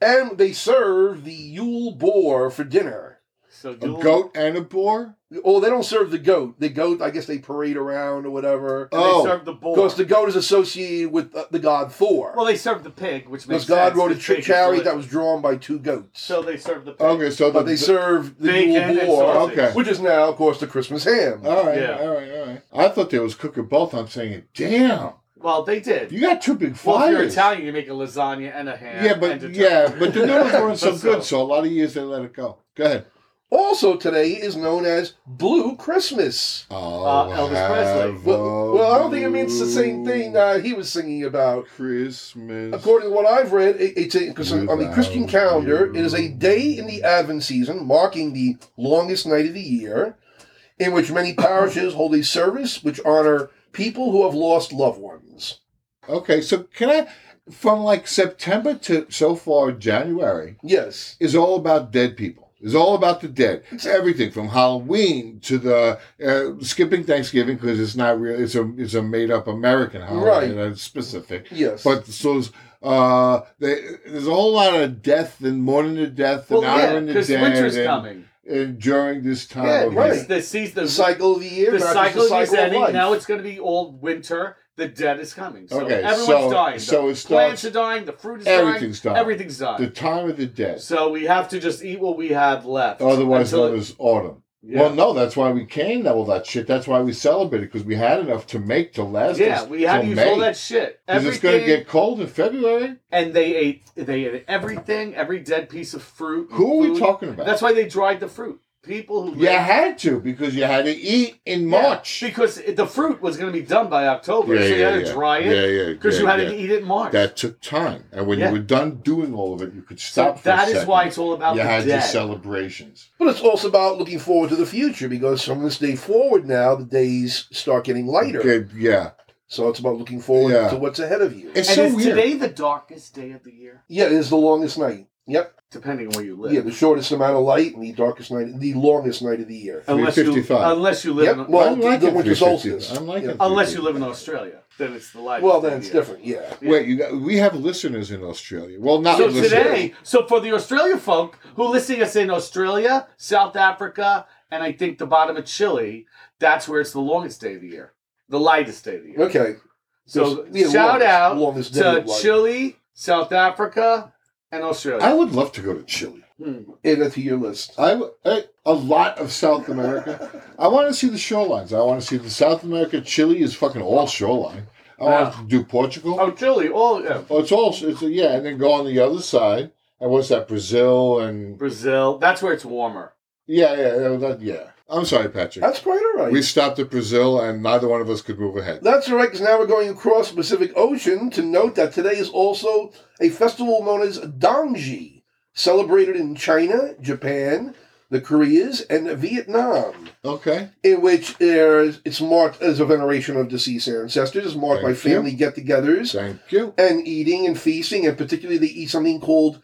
and they serve the Yule boar for dinner.
so
A
Yule-
goat and a boar?
Well, they don't serve the goat. The goat, I guess they parade around or whatever.
and
Oh,
they serve the boar.
Because the goat is associated with uh, the, the god Thor.
well, they served the pig, which makes
because God
sense,
rode a
because
tri-
pig is
chariot that
religious.
was drawn by two goats.
So they served the pig.
Okay, so
but
the,
they serve the
Bacon
Yule
and
boar,
sausage.
Okay.
which is now, of course, the Christmas ham.
All right,
Yeah.
all right, all right. I thought they was cooking both. I'm saying, damn,
Well, they did.
you got two big
well, if you're
fires.
Italian, you make a lasagna and a ham.
yeah,
and a
but
turkey.
yeah, but the noodles weren't so
So-
good, so a lot of years they let it go. Go ahead.
also, today is known as Blue Christmas.
Oh,
Elvis Presley.
Uh, Well, well, I don't think it means the same thing uh, he was singing about.
Christmas.
According to what I've read, it, it's a, 'cause on on the Christian
Without
calendar,
you.
it is a day in the Advent season, marking the longest night of the year, in which many parishes hold a service which honor people who have lost loved ones.
Okay, so can I, from like September to so far January,
Yes.
is all about dead people. It's all about the dead. It's everything from Halloween to the uh, skipping Thanksgiving because it's not real. It's a it's a made up American holiday
Right.
that's specific.
Yes.
But so uh, they, there's a whole lot of death and mourning the death and
Well, yeah,
honoring the
because
dead.
winter's
and,
coming.
and during this time,
Yeah,
of
right.
year.
The season,
the cycle of the year,
the
matches
cycle
the
is
cycle of
ending.
life.
Now it's going to be all winter. The dead is coming. So
Okay,
everyone's
so-
dying.
so
The
it starts-
plants are dying. The fruit is
Everything's
dying.
dying.
Everything's dying.
the time of the dead,
So we have to just eat what we have left.
otherwise
until
known
it-
as autumn.
yeah.
Well, no, that's why we canned all that shit. That's why we celebrated because we had enough to make to last.
yeah,
us
we had to
till
use
May.
all that shit.
Because
Everything,
it's going to get cold in February.
and they ate they ate everything, every dead piece of fruit.
Who are we
food.
talking about?
That's why they dried the fruit. People who
you
lived-
had to because you had to eat in
Yeah,
March.
because it- the fruit was going to be done by October, so you had to dry
Yeah,
it
yeah.
because
yeah,
you had
yeah.
to eat it in March.
That took time, and when
Yeah.
you were done doing all of it, you could
so
stop. for
that
a
is
second.
why it's all about
you
the
had your
dead.
celebrations.
But it's also about looking forward to the future because from this day forward now, the days start getting lighter.
Good, yeah.
So it's about looking forward
Yeah.
to what's ahead of you.
It's
and
so
is
weird.
today the darkest day of the year,
yeah, it is the longest night. Yep.
depending on where you live?
Yeah, the shortest amount of light and the darkest night, the longest night of the year.
unless you
355.
unless you live
Yep,
in,
well,
I'm liking
the winter
350.
solstice.
I'm liking
Yeah.
350.
unless you live in Australia, then it's the light.
Well, then it's different. Yeah.
Wait, you got, we have listeners in Australia. Well, not
So
listeners.
today, so for the Australia folk who are listening to us in Australia, South Africa, and I think the bottom of Chile, that's where it's the longest day of the year, the lightest day of the year.
Okay.
So
Yeah,
shout
longest-
out
longest day
to
of life.
Chile, South Africa, and
I
Australia.
would love to go to Chile.
Hmm.
Add that to your list.
I, I a lot of South America. I want to see the shorelines. I want to see the South America. Chile is fucking all shoreline. I want to do Portugal.
Oh, Chile, all yeah.
Oh, it's all it's yeah, and then go on the other side. And what's that? Brazil and
Brazil. That's where it's warmer.
yeah, yeah, yeah. That, yeah. I'm sorry, Patrick.
That's quite all right.
We stopped at Brazil, and neither one of us could move ahead.
That's all right, because now we're going across the Pacific Ocean to note that today is also a festival known as Dongji, celebrated in China, Japan, the Koreas, and Vietnam,
Okay.
in which there's, it's marked as a veneration of deceased ancestors, it's marked by
Thank you.
family get togethers,
Thank you.
and eating and feasting, and particularly they eat something called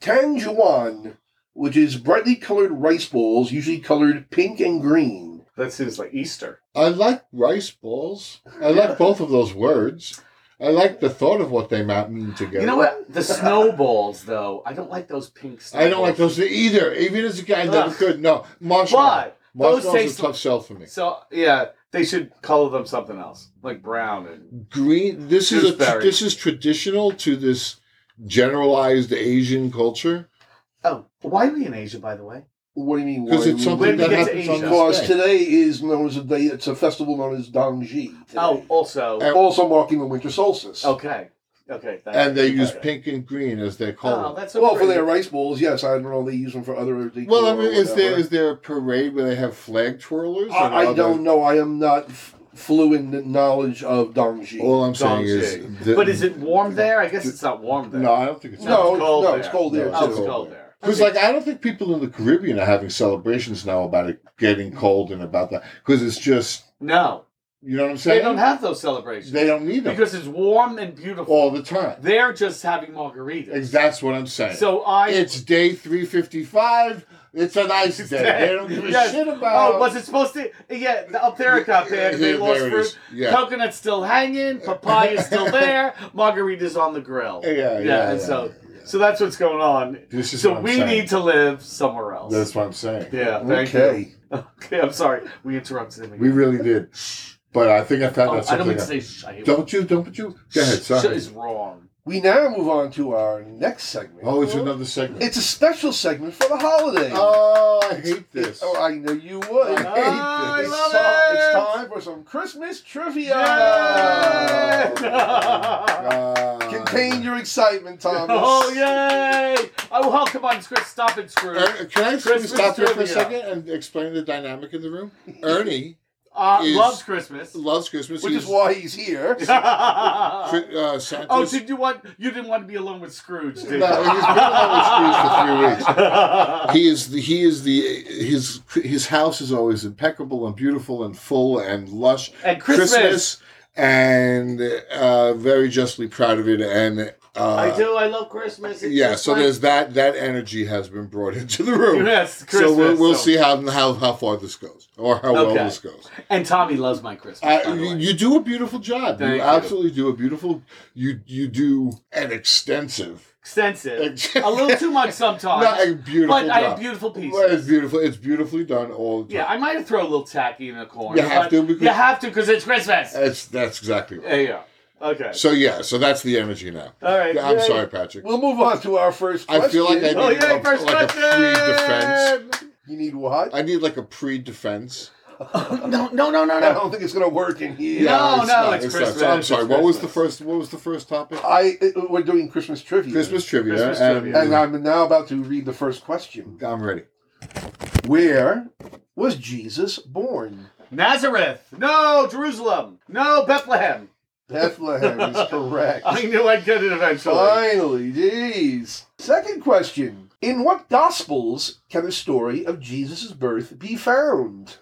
tanjuan, which is brightly colored rice balls, usually colored pink and green.
That seems like Easter.
I like rice balls. I like both of those words. I like the thought of what they might mean together.
You know what? The snowballs, though. I don't like those pink snowballs.
I don't like those either. Even as a guy, never
Ugh.
could. No, marshmallow.
Why? Those
Marshmallow's
taste
a tough sell for me.
So yeah, they should color them something else, like brown and
Green. This is a,
Gooseberry.
this is traditional to this generalized Asian culture
oh, why are we in Asia, by the way?
What do you mean?
because
why
it's
we-
something
When we
that
get to
happens on
Asia.
this
Because
day.
today is known as a day. It's a festival known as Dangji.
Oh, also
And-
also marking the winter solstice.
okay, okay. Thank
And they
you.
use
Okay.
pink and green as their
Oh,
color.
that's so
Well, for
pretty.
their rice bowls, yes. I don't know. They use them for other. decor
well, I
or
mean, is there
whatever.
is there a parade where they have flag twirlers? and
I, I
other-
don't know. I am not f- fluent in knowledge of Dongji.
All I'm saying
Dong
is,
Ji. but is it warm there? I guess it's not warm there.
No, I don't think it's.
no, it's-
cold
no,
there.
it's cold there
oh, it's
too.
cold there.
Because like I don't think people in the Caribbean are having celebrations now about it getting cold and about that because it's just
No,
you know what I'm saying.
they don't have those celebrations
They don't need them
because it's warm and beautiful.
all the time.
They're just having margaritas.
Ex- That's what I'm saying.
So I.
it's day 355. It's a nice day. They don't give a
Yes.
shit about.
Oh, was it supposed to? Yeah, the up there it got bad. They
Here,
lost
there it
fruit.
is. Yeah.
Coconut's still hanging. Papaya's still there. Margarita's on the grill.
Yeah, yeah,
and
yeah,
so, so that's what's going on.
This is
so
what I'm
we
saying.
need to live somewhere else.
That's what I'm saying.
yeah. Thank
Okay.
You. Okay. I'm sorry. We interrupted him. Again.
We really did. But I think I found
Oh,
out
I don't
something.
mean to say shh. I hate
don't you? Don't you? Go ahead.
Shh
Sorry.
is wrong.
We now move on to our next segment.
Oh, it's another segment.
It's a special segment for the holiday.
oh, I hate this.
Oh, I know you would.
I hate
I
this.
love
so, It's
it.
time for some Christmas trivia.
Yay!
Oh, God.
Contain your excitement, Thomas.
Oh yay! Oh, well, come on, Chris. Stop it, Scrooge.
Er- can I
Christmas
stop here for
trivia.
a second and explain the dynamic in the room? Ernie
Uh,
is-
loves Christmas.
loves Christmas.
Which
He's
is why he's here.
oh,
Cri- uh, Santa's.
did you want? You didn't want to be alone with Scrooge, did you?
No, he's been on the streets for three weeks. He is the, he is the his his house is always impeccable and beautiful and full and lush.
And Christmas.
and uh, very justly proud of it. And uh,
I do. I love Christmas. It's
Yeah,
just
so
like-
there's that. That energy has been brought into the room.
Yes, Christmas.
so we'll, we'll see how, how how far this goes or how well
Okay.
this goes.
And Tommy loves my Christmas.
I,
by the
Uh, you,
way.
you do a beautiful job.
Thank
you
you.
absolutely do a beautiful. You you do an extensive,
Extensive. a little too much sometimes.
not a beautiful
but I have
job.
beautiful pieces.
Well, it's beautiful. It's beautifully done all the
yeah,
time.
I might throw a little tacky in the corner.
You have
but
to because-
you have to because it's Christmas.
That's that's exactly right.
yeah, yeah. Okay.
So yeah, so that's the energy now.
All right.
Yeah, I'm
yay.
sorry, Patrick.
We'll move on to our first question.
I feel like I need
Oh yay!
a,
First
like a pre-defense.
question.
You need what?
I need like a pre-defense.
No, no, no, no,
I
no.
don't think it's going to work in here.
No,
Yeah,
no,
not-
it's
not.
Christmas,
I'm
it's
sorry. What was the
Christmas. Mm.
first? What was the first topic?
I it- we're doing Christmas trivia.
Christmas trivia.
Christmas
and,
trivia.
And I'm now about to read the first question.
I'm ready.
Where was Jesus born?
Nazareth. No, Jerusalem. No, Bethlehem.
Bethlehem is correct.
I knew I'd get it eventually.
Finally, geez. Second question. In what Gospels can the story of Jesus' birth be found?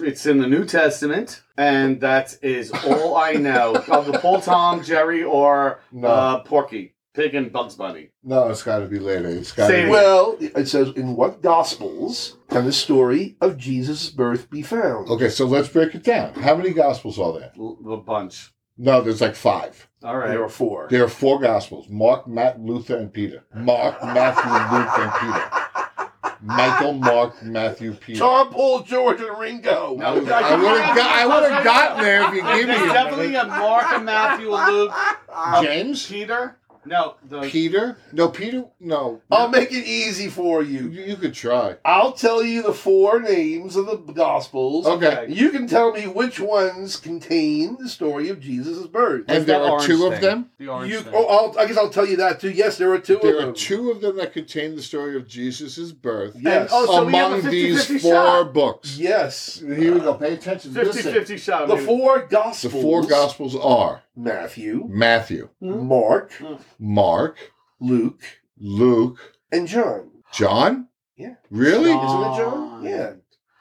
It's in the New Testament, and that is all I know of the Paul, Tom, Jerry, or
No.
uh, Porky, Pig, and Bugs Bunny.
No, it's got to be later. It's got to
Say
be.
it.
Well, it says, in what Gospels can the story of Jesus' birth be found?
Okay, so let's break it down. How many gospels are there?
L- a bunch.
No, there's like five.
All right.
There are four.
There are four gospels: Mark, Matt, Luther, and Peter. Mark, Matthew, Luke, and Peter. Michael, Mark, Matthew, Peter.
John, Paul, George, and Ringo.
I would have got, I would have gotten there if you give me
There's
a
definitely
minute.
a Mark, a Matthew, a Luke,
James,
Peter. No, the
Peter. No, Peter. No,
I'll
Um,
make it easy for
you,
you.
you could try.
I'll tell you the four names of the Gospels.
Okay,
You can tell me which ones contain the story of Jesus' birth.
and there
that
are
orange
two of
thing?
them.
the orange.
You,
thing.
oh, I'll, I guess I'll tell you that too. Yes, there are two of
There
them.
are two of them that contain the story of Jesus' birth
Yes.
And- oh, so we have a
among
50-50
these four
shot.
books.
Yes.
Here we go. Pay attention.
50
Listen.
50 shot.
The
maybe.
four Gospels.
The four Gospels are
Matthew,
Matthew,
Hmm?
Mark,
Mark,
Luke,
Luke,
and John.
John.
Yeah.
Really?
John.
Isn't it John?
John.
Yeah.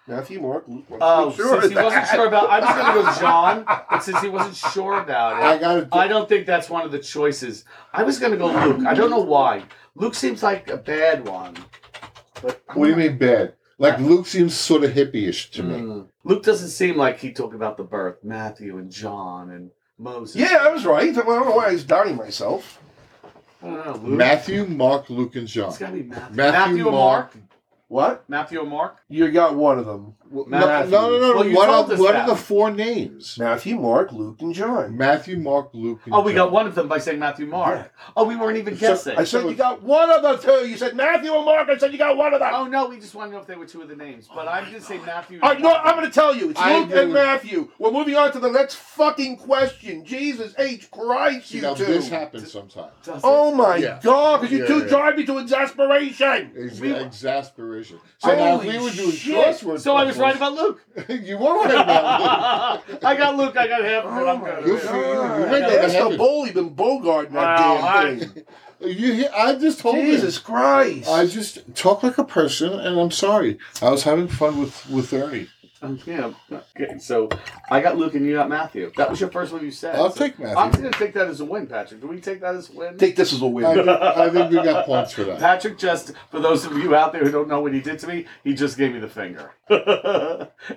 Matthew, Mark, Luke. Mark.
Oh,
I'm sure
since he
of
wasn't
that.
sure about, I was going to go John, but since he wasn't sure about it,
I got it.
I don't think that's one of the choices. I was going to go Luke. I don't know why. Luke seems like a bad one. But
What do you mean bad? Like Luke seems sort
hmm.
of hippie-ish to me.
Mm. Luke doesn't seem like he talked about the birth, Matthew and John and Moses.
Yeah, I was right. I don't know why I was doubting myself.
I don't know, Luke.
Matthew, Mark, Luke, and John.
It's gotta be Matthew.
Matthew,
or
Mark.
What?
Matthew or Mark?
You got one of them.
No, no,
Matthew.
no, no.
Well, you
what
told
are,
us
what
that.
are the four names?
Matthew, Mark, Luke, and John.
Matthew, Mark, Luke, and
Oh, we
John.
got one of them by saying Matthew Mark. Oh, we weren't even guessing.
I said you got one of the two. You said Matthew and Mark. I said you got one of them.
oh no, we just want to know if they were two of the names. But I'm gonna say Matthew.
All right, no, I'm going to tell you. It's
I
Luke
agree
and
with-
Matthew. We're moving on to the next fucking question. Jesus H. Christ, you
Now,
two.
this happens sometimes.
Does
oh, my
Yeah.
God, because you
Yeah,
two
yeah.
drive me to exasperation.
Ex-
We-
exasperation. So now, if
Holy
we were doing
shit.
short
it?
word
So I was right
puzzles-
about Luke.
you were right about Luke.
I got Luke. I got him. and I'm
Oh,
good.
my
Good for you. You
God.
made that
That's the
happen.
bull you've been bogarting that
Wow, I-
damn thing.
You, hear- I just told
Jesus
him.
Christ.
I just talk like a person, and I'm sorry. I was having fun with with Ernie.
Um, yeah. Okay. So I got Luke and you got Matthew. That was your first one you said.
I'll
So
take
I'm
Matthew.
gonna take that as a win, Patrick. Do we take that as a win?
think this is a
I
win.
think, I think we got points for that.
Patrick just, for those of you out there who don't know what he did to me, he just gave me the finger,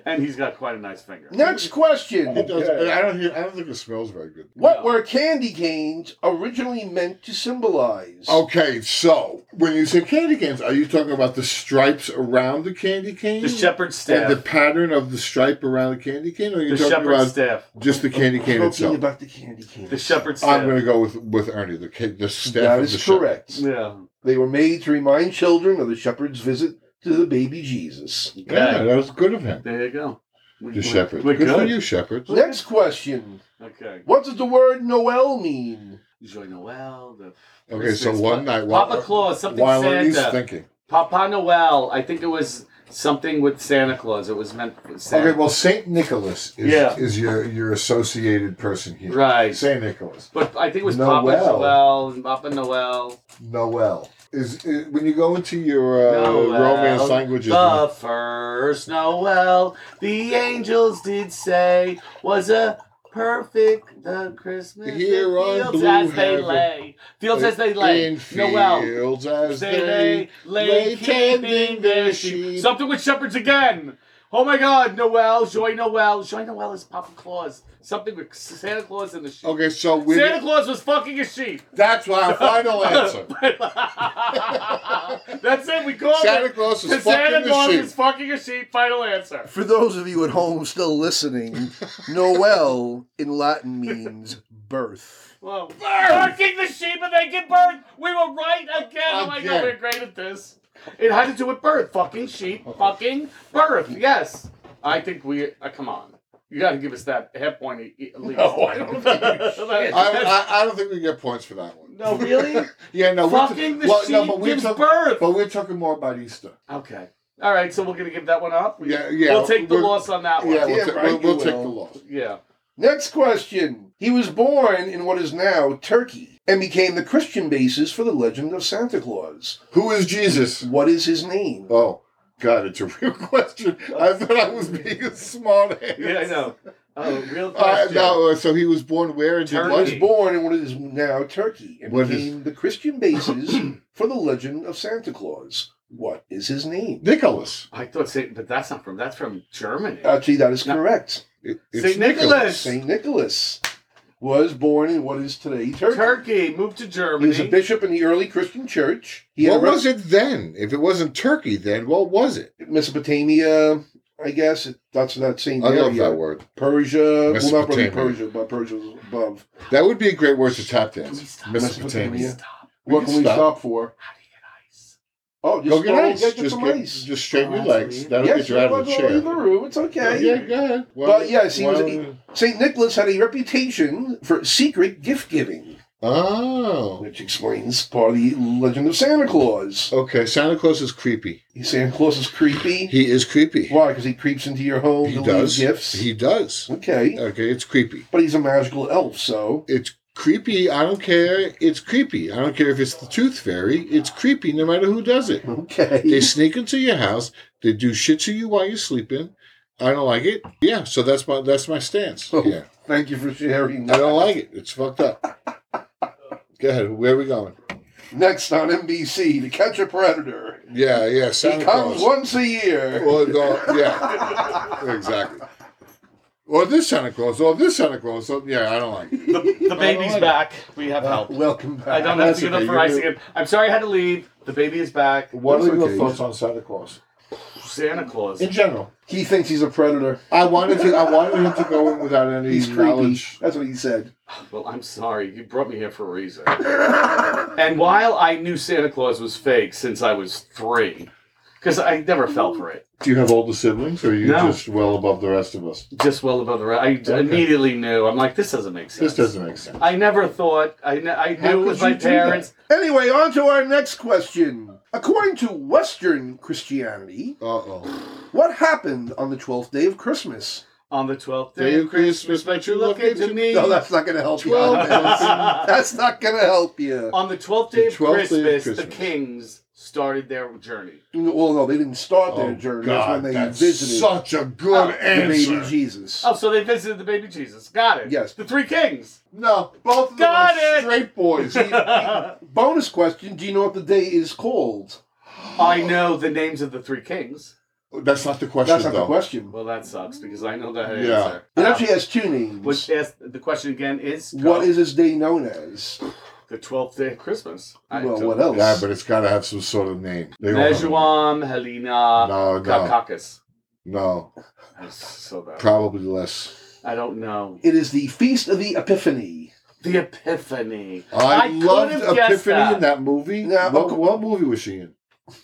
and he's got quite a nice finger.
Next question.
It does, I don't hear. I don't think it smells very good.
What
No.
were candy canes originally meant to symbolize?
Okay, so when you say candy canes, are you talking about the stripes around the candy cane?
The shepherd's staff.
And the pattern of the stripe around the candy cane, or are you
the
talking
shepherd's
about
staff.
just the candy cane
Talking
itself?
about the candy canes.
The shepherd's staff.
I'm going to go with with Ernie, the ca- the staff.
that
of
is
the shepherd.
correct.
yeah.
They were made to remind children of the shepherd's visit to the baby Jesus.
Yeah,
Okay.
that was good of him.
There you go. We,
The
we-
shepherd.
We're
Good for
good.
you, shepherd.
Next question.
Okay.
What does the word Noel mean?
Joy Noel. The
Okay, so
Christmas,
one
but-
night while
Papa Claus. Something
while Ernie's
Santa.
thinking.
Papa Noel. I think it was something with Santa Claus. It was meant for Santa.
Okay, well Saint Nicholas is
Yeah.
is your your associated person here.
Right.
Saint Nicholas.
But I think it was Papa
Noel.
Noel and Papa Noel.
Noel. Is, is when you go into your uh,
Noel,
romance languages.
The first Noel, the angels did say, was a perfect the Christmas
Here
in
on
fields
blue
as they
heaven.
lay. Fields as they lay.
In
Noel.
fields as
They lay, lay, tending their sheep. Something with shepherds again. Oh my God, Noel, Joy Noel. Joy Noel is Papa Claus. Something with Santa Claus and the sheep.
Okay, so we
Santa Claus was fucking a sheep.
that's our final answer.
That's it. We called
Santa
it.
Claus
The
is
Santa
fucking
Claus
the
is
sheep.
fucking a sheep. Final answer.
For those of you at home still listening, Noel in Latin means birth.
Whoa. Fucking the sheep and they give birth. We were right again. Oh my
Again.
god, we're great at this. It had to do with birth. Fucking sheep.
Uh-huh.
Fucking birth. Yes. I think we. Uh, come on. You got to give us that half point e- e- at least.
No, I don't think
I, I, I don't think we get points for that one.
no, really?
Yeah, no. we're t-
Fucking the
well,
sheep
no, but we're
gives
talk-
birth.
But we're talking more about Easter.
Okay. All right. So we're gonna give that one up. We-
Yeah, yeah,
We'll take the
we're-
loss on that one.
Yeah, we'll,
Yeah,
ta-
right,
we'll,
you
we'll take the
will.
loss.
yeah.
Next question. He was born in what is now Turkey and became the Christian basis for the legend of Santa Claus.
Who is Jesus?
What is his name?
Oh, God, it's a real question. I thought I was being a smart ass.
Yeah, I know. Oh, real
Uh,
question.
no, uh, so he was born where in
Turkey.
was born in what is now Turkey and
What is-
became the Christian basis for the legend of Santa Claus. What is his name?
Nicholas.
I thought Saint, but that's not from. That's from Germany.
Uh,
Actually, that is
No.
correct.
It-
Saint Nicholas.
St. Nicholas was born in what is today Turkey.
Turkey moved to
He
Germany.
was a bishop in the early Christian church. He
What
had a
was it then? If it wasn't Turkey, then what was it?
re- Mesopotamia, I guess. It, that's that same
I
area.
love that word.
Persia. Well, not really
Mesopotamia.
Persia, but Persia was above.
That would be a great word to tap
Can we
dance.
stop? Can we
Mesopotamia.
Mesopotamia.
stop?
We
what
can
can we
stop.
stop, for?
How do you get ice?
Oh, just
Go get ice.
Get,
Just,
some
get,
ice.
just straighten your
Oh, that's
legs.
weird.
That'll
yes,
get you out of the
well, leave the
chair.
room. It's okay.
Yeah, go ahead. Why
But
don't-
yes, he
why
was-
don't-
St. Nicholas had a reputation for secret gift giving,
Oh.
which explains part of the legend of Santa Claus.
Okay, Santa Claus is creepy.
Santa Claus is creepy.
He is creepy.
Why? Because he creeps into your home
He
to
does.
leave gifts.
He does.
okay,
Okay, it's creepy.
but he's a magical elf, so
It's creepy. I don't care. It's creepy. I don't care if it's the tooth fairy. It's creepy no matter who does it. They
okay.
sneak into your house. They do shit to you while you're sleeping. I don't like it. Yeah, so that's my that's my stance.
Oh.
Yeah.
Thank you for sharing.
I
That.
don't like it. It's fucked up. Go ahead. Where are we going?
Next on NBC, to catch a predator.
Yeah, yeah. Santa
he comes
Claus.
once a year.
Well, no, yeah, exactly. or this Santa Claus, or this Santa Claus. So, yeah, I don't like it.
The, the baby's
like it.
back. We have help.
Welcome back.
I don't have
that's
to get up
okay.
for
You're
icing
good.
him. I'm sorry I had to leave. The baby is back.
What are
That's
your
okay.
thoughts on Santa Claus
Santa Claus.
in general?
He thinks he's a predator.
I wanted to. I wanted him to go in without any
He's creepy.
knowledge.
That's what he said.
Well, I'm sorry. You brought me here for a reason. and while I knew Santa Claus was fake since I was three, because I never fell for it,
Do you have older siblings, or are you
No.
just well above the rest of us?
just well above the rest, I immediately knew. I'm like, this doesn't make sense.
This doesn't make sense.
I never thought. I, kn- I
How
knew it
could
was my
you do that?
parents.
Anyway, on to our next question. According to Western Christianity,
Uh oh.
what happened on the 12th day of Christmas?
On the 12th day,
Day of Christmas, my true love came to me.
No, that's not going to help you. on
12
this. That's not going to help you.
on the 12th day,
The
of,
12th day of
Christmas, the
Christmas.
kings started their journey.
Well, no, they didn't start their
Oh,
journey. that's when
God,
they
that's
visited Uh,
such a
Oh,
good
the
the baby
answer.
Jesus.
Oh, so they visited the baby Jesus. Got it.
Yes.
The three kings.
No, both of them
Got
are
it.
straight boys.
Bonus question Do you know what the day is called?
I know the names of the three kings.
That's not the question.
That's not
though. uh,
the question.
Well, that sucks because I know that
Yeah.
answer.
It actually has two names.
Which asked the question again is
what is this day known as?
the twelfth day of Christmas?
Well,
don't-
what else?
Yeah, but it's got to have some sort of name. They don't have a name.
Mejuam, Helena,
No, no,
Kakakis.
no.
That's so bad.
Probably less.
I don't know.
It is the Feast of the Epiphany.
The Epiphany.
I,
I
loved
could've guessed
Epiphany
that.
in that movie.
Now,
what,
okay.
what movie was she in?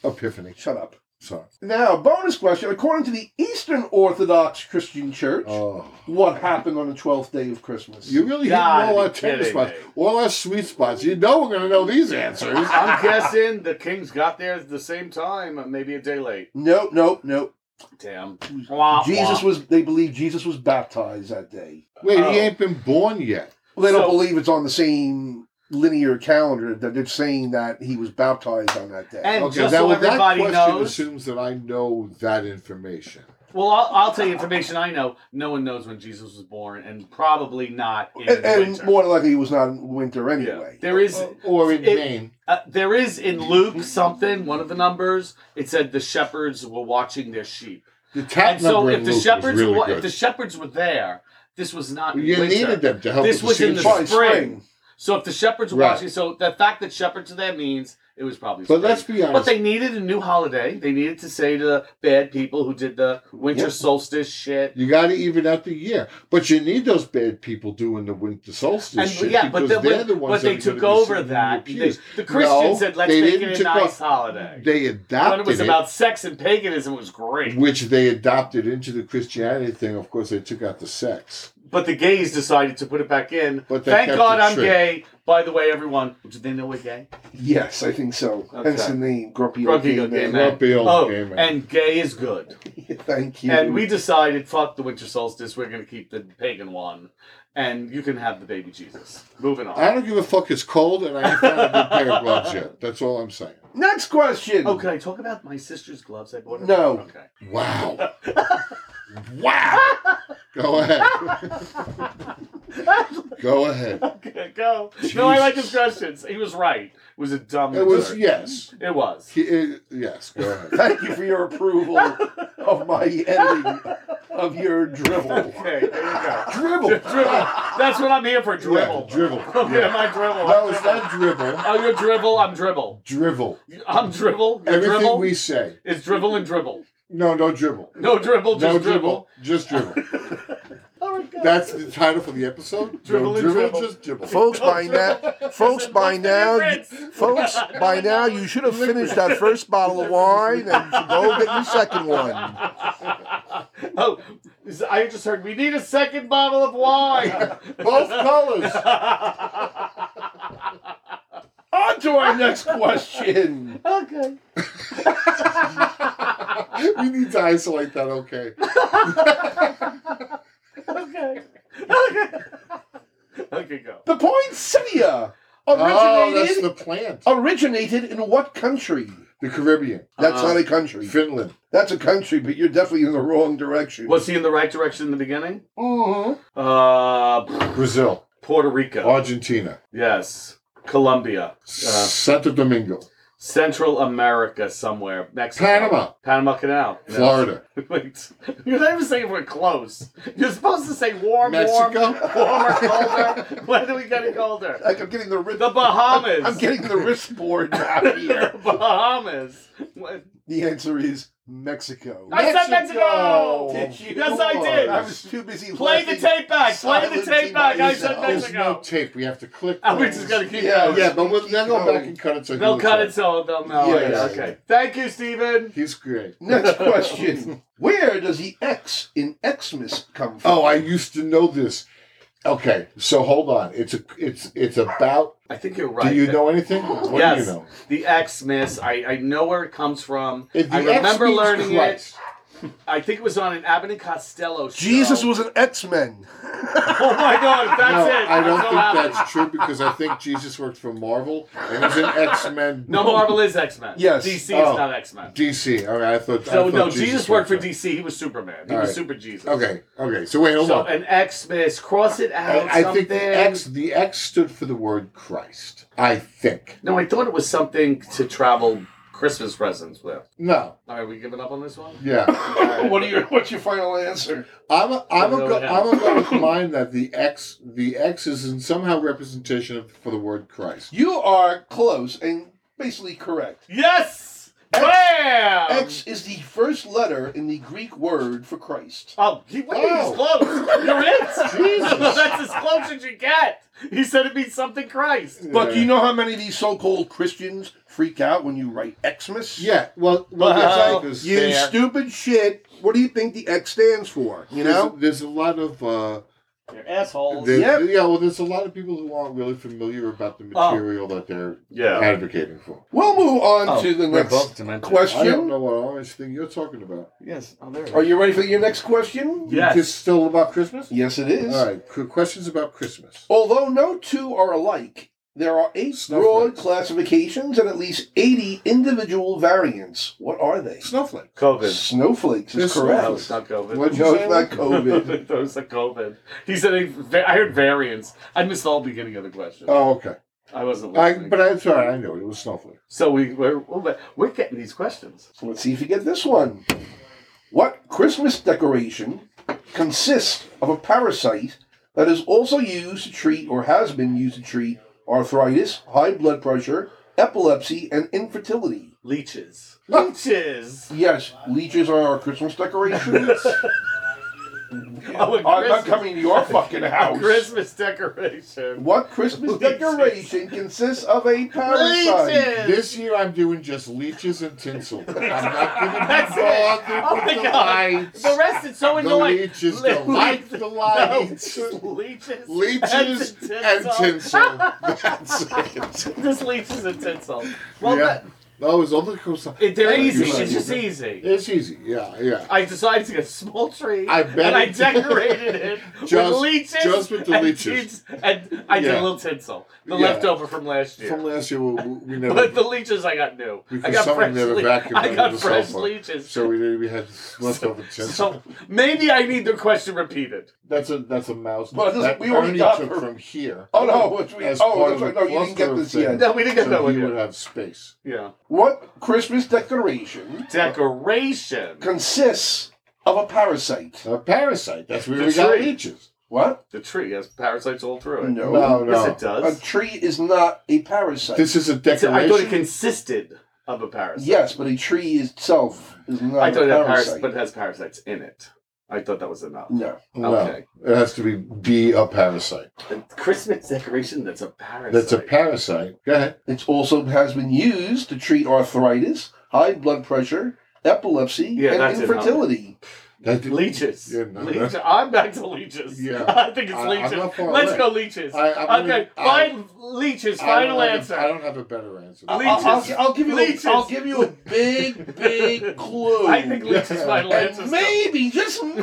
Epiphany.
Shut up.
Sorry.
Now, bonus question. According to the Eastern Orthodox Christian Church,
Oh,
what happened on the 12th day of Christmas?
you really hit
Gotta
all
be
our tender
kidding
spots,
me.
all our sweet spots. You know we're gonna know these answers.
I'm guessing the kings got there at the same time, maybe a day late.
Nope, nope, nope.
Damn. Wah,
Jesus
wah.
was, they believe Jesus was baptized that day.
Wait,
Oh.
he ain't been born yet.
Well, they don't
So-
believe it's on the same linear calendar. That They're saying that he was baptized on that day.
And
Okay,
just
that,
so
that
everybody
question
knows,
assumes that I know that information.
well, I'll, I'll tell you information I know. No one knows when Jesus was born, and probably not in
and, and
winter.
more than likely, he was not in winter
Yeah.
anyway.
There is
Or in
It-
Maine.
Uh, there is in Luke something, one of the numbers. It said the shepherds were watching their sheep.
The tap
and so
number
if
in
the
Luke was
shepherds
really
were, if
good.
the shepherds were there, this was not in
you
winter.
needed them to help.
This
with
was in the
decision.
Probably
spring. So if the shepherds were
Right.
watching, so the fact that shepherds are there means it was probably.
But
spring.
let's be honest.
But they needed a new holiday. They needed to say to the bad people who did the winter
Yeah.
solstice shit.
You got to even out the year, but you need those bad people doing the winter solstice
And
shit
yeah, but,
because
the,
they're
but,
the ones
but
that
they
are
took
gonna be
over
sitting in
that.
the
They-
pews.
the Christians
No,
said, "Let's
they
make
didn't
it a
took
nice
off-
holiday."
They
when
adopted
it was
it,
about sex and paganism, it was great.
which they adopted into the Christianity thing. Of course, they took out the sex.
But the gays decided to put it back in.
But they
Thank
kept
God
it
I'm
straight.
gay. By the way, everyone, did they know we're gay?
Yes, I think so. Hence the name, Grumpy, Old
Grumpy
Gay
Old Gay
Man.
Man.
Grumpy old
oh,
gay man.
and gay is good.
Thank you.
And we decided, fuck the winter solstice. We're going to keep the pagan one, and you can have the baby Jesus. Moving on.
I don't give a fuck. It's cold, and I ain't found a good pair of gloves yet. That's all I'm saying.
Next question.
Oh, can I talk about my sister's gloves I bought? her?
No.
Okay.
Wow. wow. Go ahead. Go ahead.
Okay, go. No, I like his
Jesus.
questions. He was right. It was a dumb.
It was
jerk.
yes.
It was.
He- it- yes. Go ahead.
Thank you for your approval of my editing of your dribble.
Okay, there you go.
Dribble.
dribble. That's what I'm here for. Dribble.
Yeah, dribble.
Okay,
Yeah.
my dribble.
No, it's not dribble.
Oh, you're dribble. I'm dribble.
Drivel.
I'm dribble. You're
Everything
dribble
we say.
is dribble and dribble.
No, no dribble.
No dribble, just
no
dribble.
dribble. Just dribble. That's the title for the episode.
Dribble
no
and
dribble,
dribble.
just dribble.
Folks, by now, folks, by now, folks, by now, you should have finished that first bottle of wine and you should go get your second one.
Oh, is- I just heard we need a second bottle of wine.
Both colors.
On to our next question.
okay.
we need to isolate that. Okay.
Okay. Okay. Okay, go.
The poinsettia
Oh, that's
originated
the plant.
originated in what country?
The Caribbean,
That's
Uh,
not a country.
Finland.
That's a country, but you're definitely in the wrong direction.
Was he in the right direction in the beginning?
Mhm.
Uh,
Brazil,
Puerto Rico.
Argentina,
Yes. Colombia. Uh,
Santo Domingo,
Central America somewhere. Mexico.
Panama.
Panama Canal. No.
Florida.
Wait, you're not even saying we're close. You're supposed to say warm,
Mexico?
warm, warmer, colder. when do we get it colder?
Like I'm getting the wrist.
The Bahamas.
I'm getting the wristboard out here.
the Bahamas. What-
The answer is Mexico.
I said Mexico!
Did you?
Oh, Yes, I did.
Oh, I was too busy.
Play the
laughing.
tape back. Play the
Silence in
tape
my
back. I said
ears.
There's no
Mexico.
tape. We have to click.
Oh, we
those.
just gotta keep
Yeah,
going.
Yeah, but we'll, they'll go back and cut it. So he
They'll
looks
cut
like-
it so they'll know.
Yes.
Yeah, okay. Thank you, Steven.
He's great.
Next question. Where does the X in Xmas come from?
Oh, I used to know this. Okay, so hold on. It's a. It's it's about.
I think you're right.
Do you know anything? What
yes.
do you know?
The X miss. I, I know where it comes from.
If the
I
X
remember
means
learning
Christ,
it. I think it was on an Abbott and Costello show.
Jesus was an X-Men.
Oh my god, that's
No,
it.
I don't
I'm so
think
happy.
that's true because I think Jesus worked for Marvel and he's an X Men.
No, Marvel is X Men.
Yes.
DC
Oh.
is not X Men.
DC. All right, I thought. I
So
thought
no, Jesus, worked for
there.
DC. He was Superman. He
All
was
right.
Super Jesus.
Okay, okay. So wait, hold
So
on.
an X miss. Cross it out.
I, I think the
something.
X the X stood for the word Christ. I think.
No, I thought it was something to travel Christmas presents with.
No.
All right, we giving up on this one?
Yeah.
what are your What's your final answer?
I'm a, I'm a,
Go
go,
ahead.
I'm a go with mine that the X the X is in somehow representation of, for the word Christ.
You are close and basically correct.
Yes! Bam!
X is the first letter in the Greek word for Christ.
Oh, he, wait,
Oh.
he's close. You're it.
Jesus.
That's as close as you get. He said it means something Christ.
Look,
Yeah.
you know how many of these so-called Christians freak out when you write Xmas?
Yeah. Well, well,
Well,
that's right, 'cause
You
there-
stupid shit. What do you think the X stands for? You
there's-
know?
there's, a lot of uh,
You're assholes.
there-
Yep.
yeah. Well, there's a lot of people who aren't really familiar about the
Oh.
material that they're
yeah.
advocating for.
We'll move on
Oh,
to the
We're
next
both demented.
I don't
question.
know what orange thing you're talking about.
Yes. Oh, there.
Are you ready for your next question?
Yes.
It's still about Christmas.
Yes, it is.
All right. qu- Questions about Christmas.
Oh,
Although no two are alike, there are eight
Snowflakes.
broad classifications and at least 80 individual variants. What are they?
Snowflake.
COVID.
Snowflakes is
There's
correct.
No, it's not COVID.
What'd you
No,
say?
it's not COVID.
that was like COVID. He said, a va- I heard variants. I missed the whole beginning of the question.
Oh, okay.
I wasn't
I,
listening.
but I'm sorry. I know it, it was snowflake.
so we, we're, we're, we're getting these questions.
Let's see if you get this one. What Christmas decoration consists of a parasite that is also used to treat or has been used to treat arthritis, high blood pressure, epilepsy, and infertility?
Leeches. Leeches.
Yes, leeches are our Christmas decorations.
Oh, a
I'm not
Christmas-
coming to your fucking
a
house.
Christmas decoration.
What Christmas
Leeches.
decoration consists of a parasite?
This year I'm doing just leeches and tinsel. I'm not giving
That's
people
it.
all
Oh
the,
my
the
god.
lights.
The rest is so
The
annoying.
leeches
Le-
don't like the lights.
No, leeches.
Leeches
and
and
tinsel.
tinsel. That's it.
Just leeches and tinsel. Well,
Yeah.
that,
No, it's all the cool stuff.
it, they're easy.
It's
It's just
easy.
easy.
It's easy. Yeah, yeah.
I decided to get a small tree,
I bet
and I
it-
decorated it
Just-
with leeches,
just with the
and
leeches.
tins- and I did
Yeah.
a little tinsel, the
Yeah.
leftover from last year.
From last year, we, we never.
but the leeches I got new. I
Because
got
someone
fresh.
never
le-
vacuumed
I
under
got
the
fresh
sofa.
leeches.
so we we had leftover tinsel.
So maybe I need the question repeated.
that's a that's a mouse.
Well, this-
that
we already
Ernie
got
took
her-
from here.
Oh no! Which we,
As
oh,
part
that's right.
of the
No, you didn't get
cluster
this
of
yet.
things.
No, we didn't get that
So
one
he would
yet.
have space.
Yeah.
What Christmas decoration
Decoration.
consists of a parasite?
A parasite. Oh, That's where
The
we got
tree.
leeches.
What?
The tree has parasites all through it.
No.
No, no.
Yes, it
A
does.
tree is not a parasite.
This is a
It's- I
decoration.
thought it consisted of a parasite.
yes, but a tree itself is not
I thought
a
it had
parasite.
parasites, but it has parasites in it. I thought that was enough.
no.
no,
Okay.
it has to be be a parasite.
A Christmas decoration that's a parasite.
That's a parasite. Go ahead.
It also has been used to treat arthritis, high blood pressure, epilepsy,
Yeah,
and
that's it, huh?
infertility.
That did-
Leeches.
Yeah, no,
Leech-
no.
I'm back to leeches.
Yeah.
I think it's
I- I'm
leeches.
not far
Let's
away.
go leeches.
I- I'm gonna-
okay,
I-
fine. leeches.
I don't
Final
have a-
answer.
I don't have a better answer.
Leeches.
I'll, I'll- I'll give you.
Leeches.
A, I'll give you a big, big clue.
I think leeches. Final answer.
and maybe, just maybe,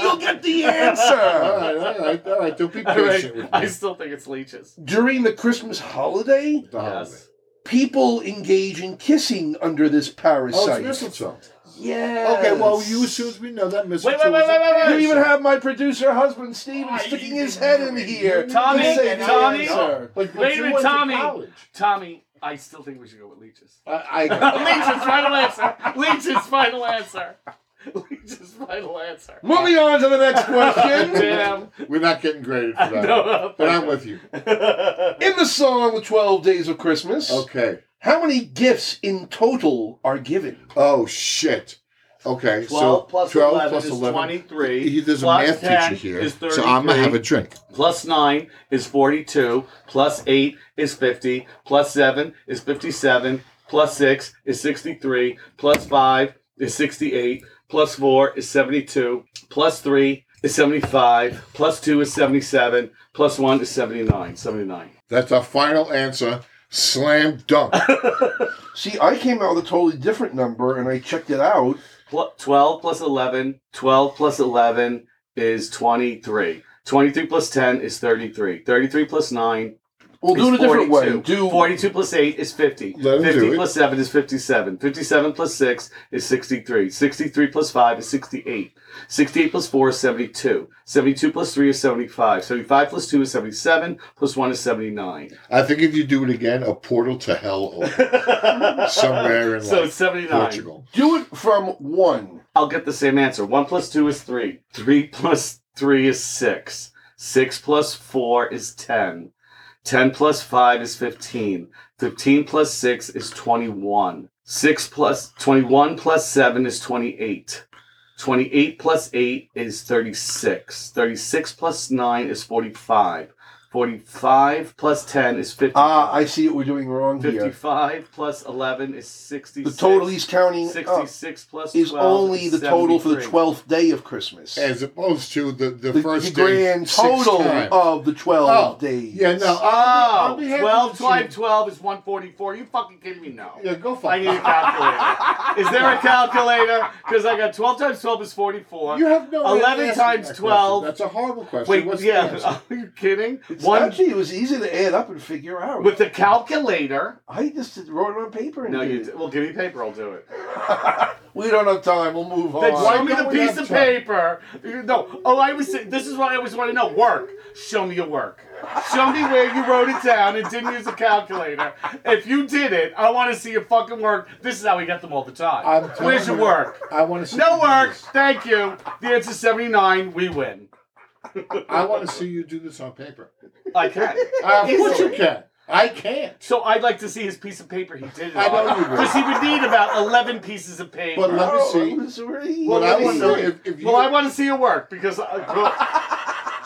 you'll get the answer.
all right, all right, all right. Don't be
All right,
patient with
I
me.
still think it's leeches.
During the Christmas holiday,
The holiday.
Yes.
people engage in kissing under this
Oh,
parasite.
it's mistletoe.
Yes.
Okay, well, you assumed we know that mistletoe.
Wait, wait, wait,
was a-
wait, wait,
You
wait.
even have my producer husband Steven sticking his head in here. to
Tommy,
say the
Tommy,
answer.
Like, but
Wait a
you
minute,
went to
Tommy.
college.
Tommy, I still think we should go with leeches.
I, I
Leech's final answer. Leech's final answer. Leech's final answer.
Moving on to the next question.
Damn.
we're not getting graded for that.
No.
But I'm with you.
In the song "The Twelve Days of Christmas,"
Okay.
how many gifts in total are given?
Oh shit. Okay.
12
so
plus
12
11
plus
is
11.
23.
He- There's a
Plus
math
10
teacher here,
is
so I'm gonna have a
33.
drink.
Plus 9 is 42. Plus 8 is 50. Plus 7 is 57. Plus 6 is 63. Plus 5 is 68. Plus 4 is 72. Plus 3 is 75. Plus 2 is 77. Plus 1 is 79. 79.
That's our final answer. Slam dunk.
See, I came out with a totally different number, and I checked it out.
Pl- 12 plus 11. 12 plus 11 is 23. 23 plus 10 is 33. 33 plus 9
We'll do it a
is
different way.
42.
Do
42 plus 8 is 50.
Let him
50
do it.
plus 7 is 57. 57 plus 6 is 63. 63 plus 5 is 68. 68 plus 4 is 72. 72 plus 3 is 75. 75 plus 2 is 77. Plus 1 is 79.
I think if you do it again, a portal to hell opens somewhere in
So
like
it's 79.
Portugal.
do it from one.
I'll get the same answer. One plus two is three. Three plus three is six. Six plus four is ten. Ten plus five is fifteen. Fifteen plus six is twenty-one. Six plus twenty-one plus seven is twenty-eight. Twenty-eight plus eight is thirty-six. Thirty-six plus nine is forty-five. Forty-five plus ten is fifty.
Ah, I see what we're doing wrong here.
Fifty-five plus eleven is
The
sixty-six.
total he's counting up
66 plus
is
12
only the total for the
73.
twelfth day of Christmas.
As opposed to the, the,
the, the
first day
grand
six
total
times.
of the 12
Oh,
days.
Yeah, no. I'll
Oh,
be- I'll be happy
12
to-
times 12 is 144. You fucking kidding me? No.
Yeah, go
I
fuck.
need a calculator. is there a calculator? Because I got 12 times 12 is 44.
You have no. way of
11
answering
times
that
12.
question. That's a horrible question.
Wait,
What's the
yeah.
answer?
Are you kidding?
It's
One
actually, it was easy to add up and figure out.
with the calculator.
I just did- wrote it on paper. And
No,
did
you.
it.
d- Well, give me paper. I'll do it.
We don't have time. We'll move
Then
on.
show me
Oh, don't
the
we
piece
have
of
time?
paper. You- No. Oh, I was. saying- This is what I always want to know. Work. Show me your work. Show me where you wrote it down and didn't use a calculator. If you did it, I want to see your fucking work. This is how we get them all the time.
I'm
Where's
telling
your
you.
work?
I want to see.
No
you do
work.
this.
Thank you. The answer's 79. We win.
I want to see you do this on paper.
I can.
Uh, of course you can. I can't.
So I'd like to see his piece of paper he did it
I know you would.
Because he would need about 11 pieces of paper.
But let me
Oh,
see.
it was really
What I
easy.
want to know if, if you.
Well, I want to see your work because uh, well,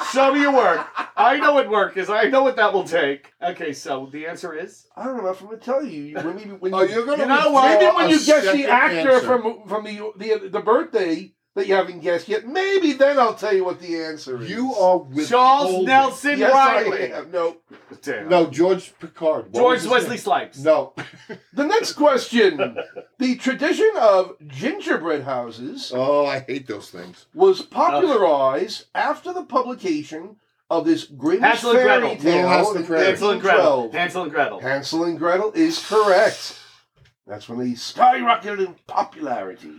show me your work. I know what work is. I know what that will take. Okay, so the answer is
I don't know if I'm going to tell you. You- When you, when
Oh,
you,
you're gonna.
You know
withdraw
what?
maybe when
a
you guess the
second
actor
answer.
from from the, the the birthday that you haven't guessed yet, maybe then I'll tell you what the answer is.
You are with
Charles Nelson
Yes, I
Riley.
am. No.
Damn.
No, George Picard. What
George
was his
Wesley
name?
Slipes.
No,
The next question. the tradition of gingerbread houses
Oh, I hate those things.
was popularized after the publication of this greatest
Hansel and
fairy
Gretel.
tale
Little House on
in
the Prairie.
Hansel and Gretel.
1812.
Hansel and Gretel.
Hansel and Gretel is correct. That's when they skyrocketed in popularity.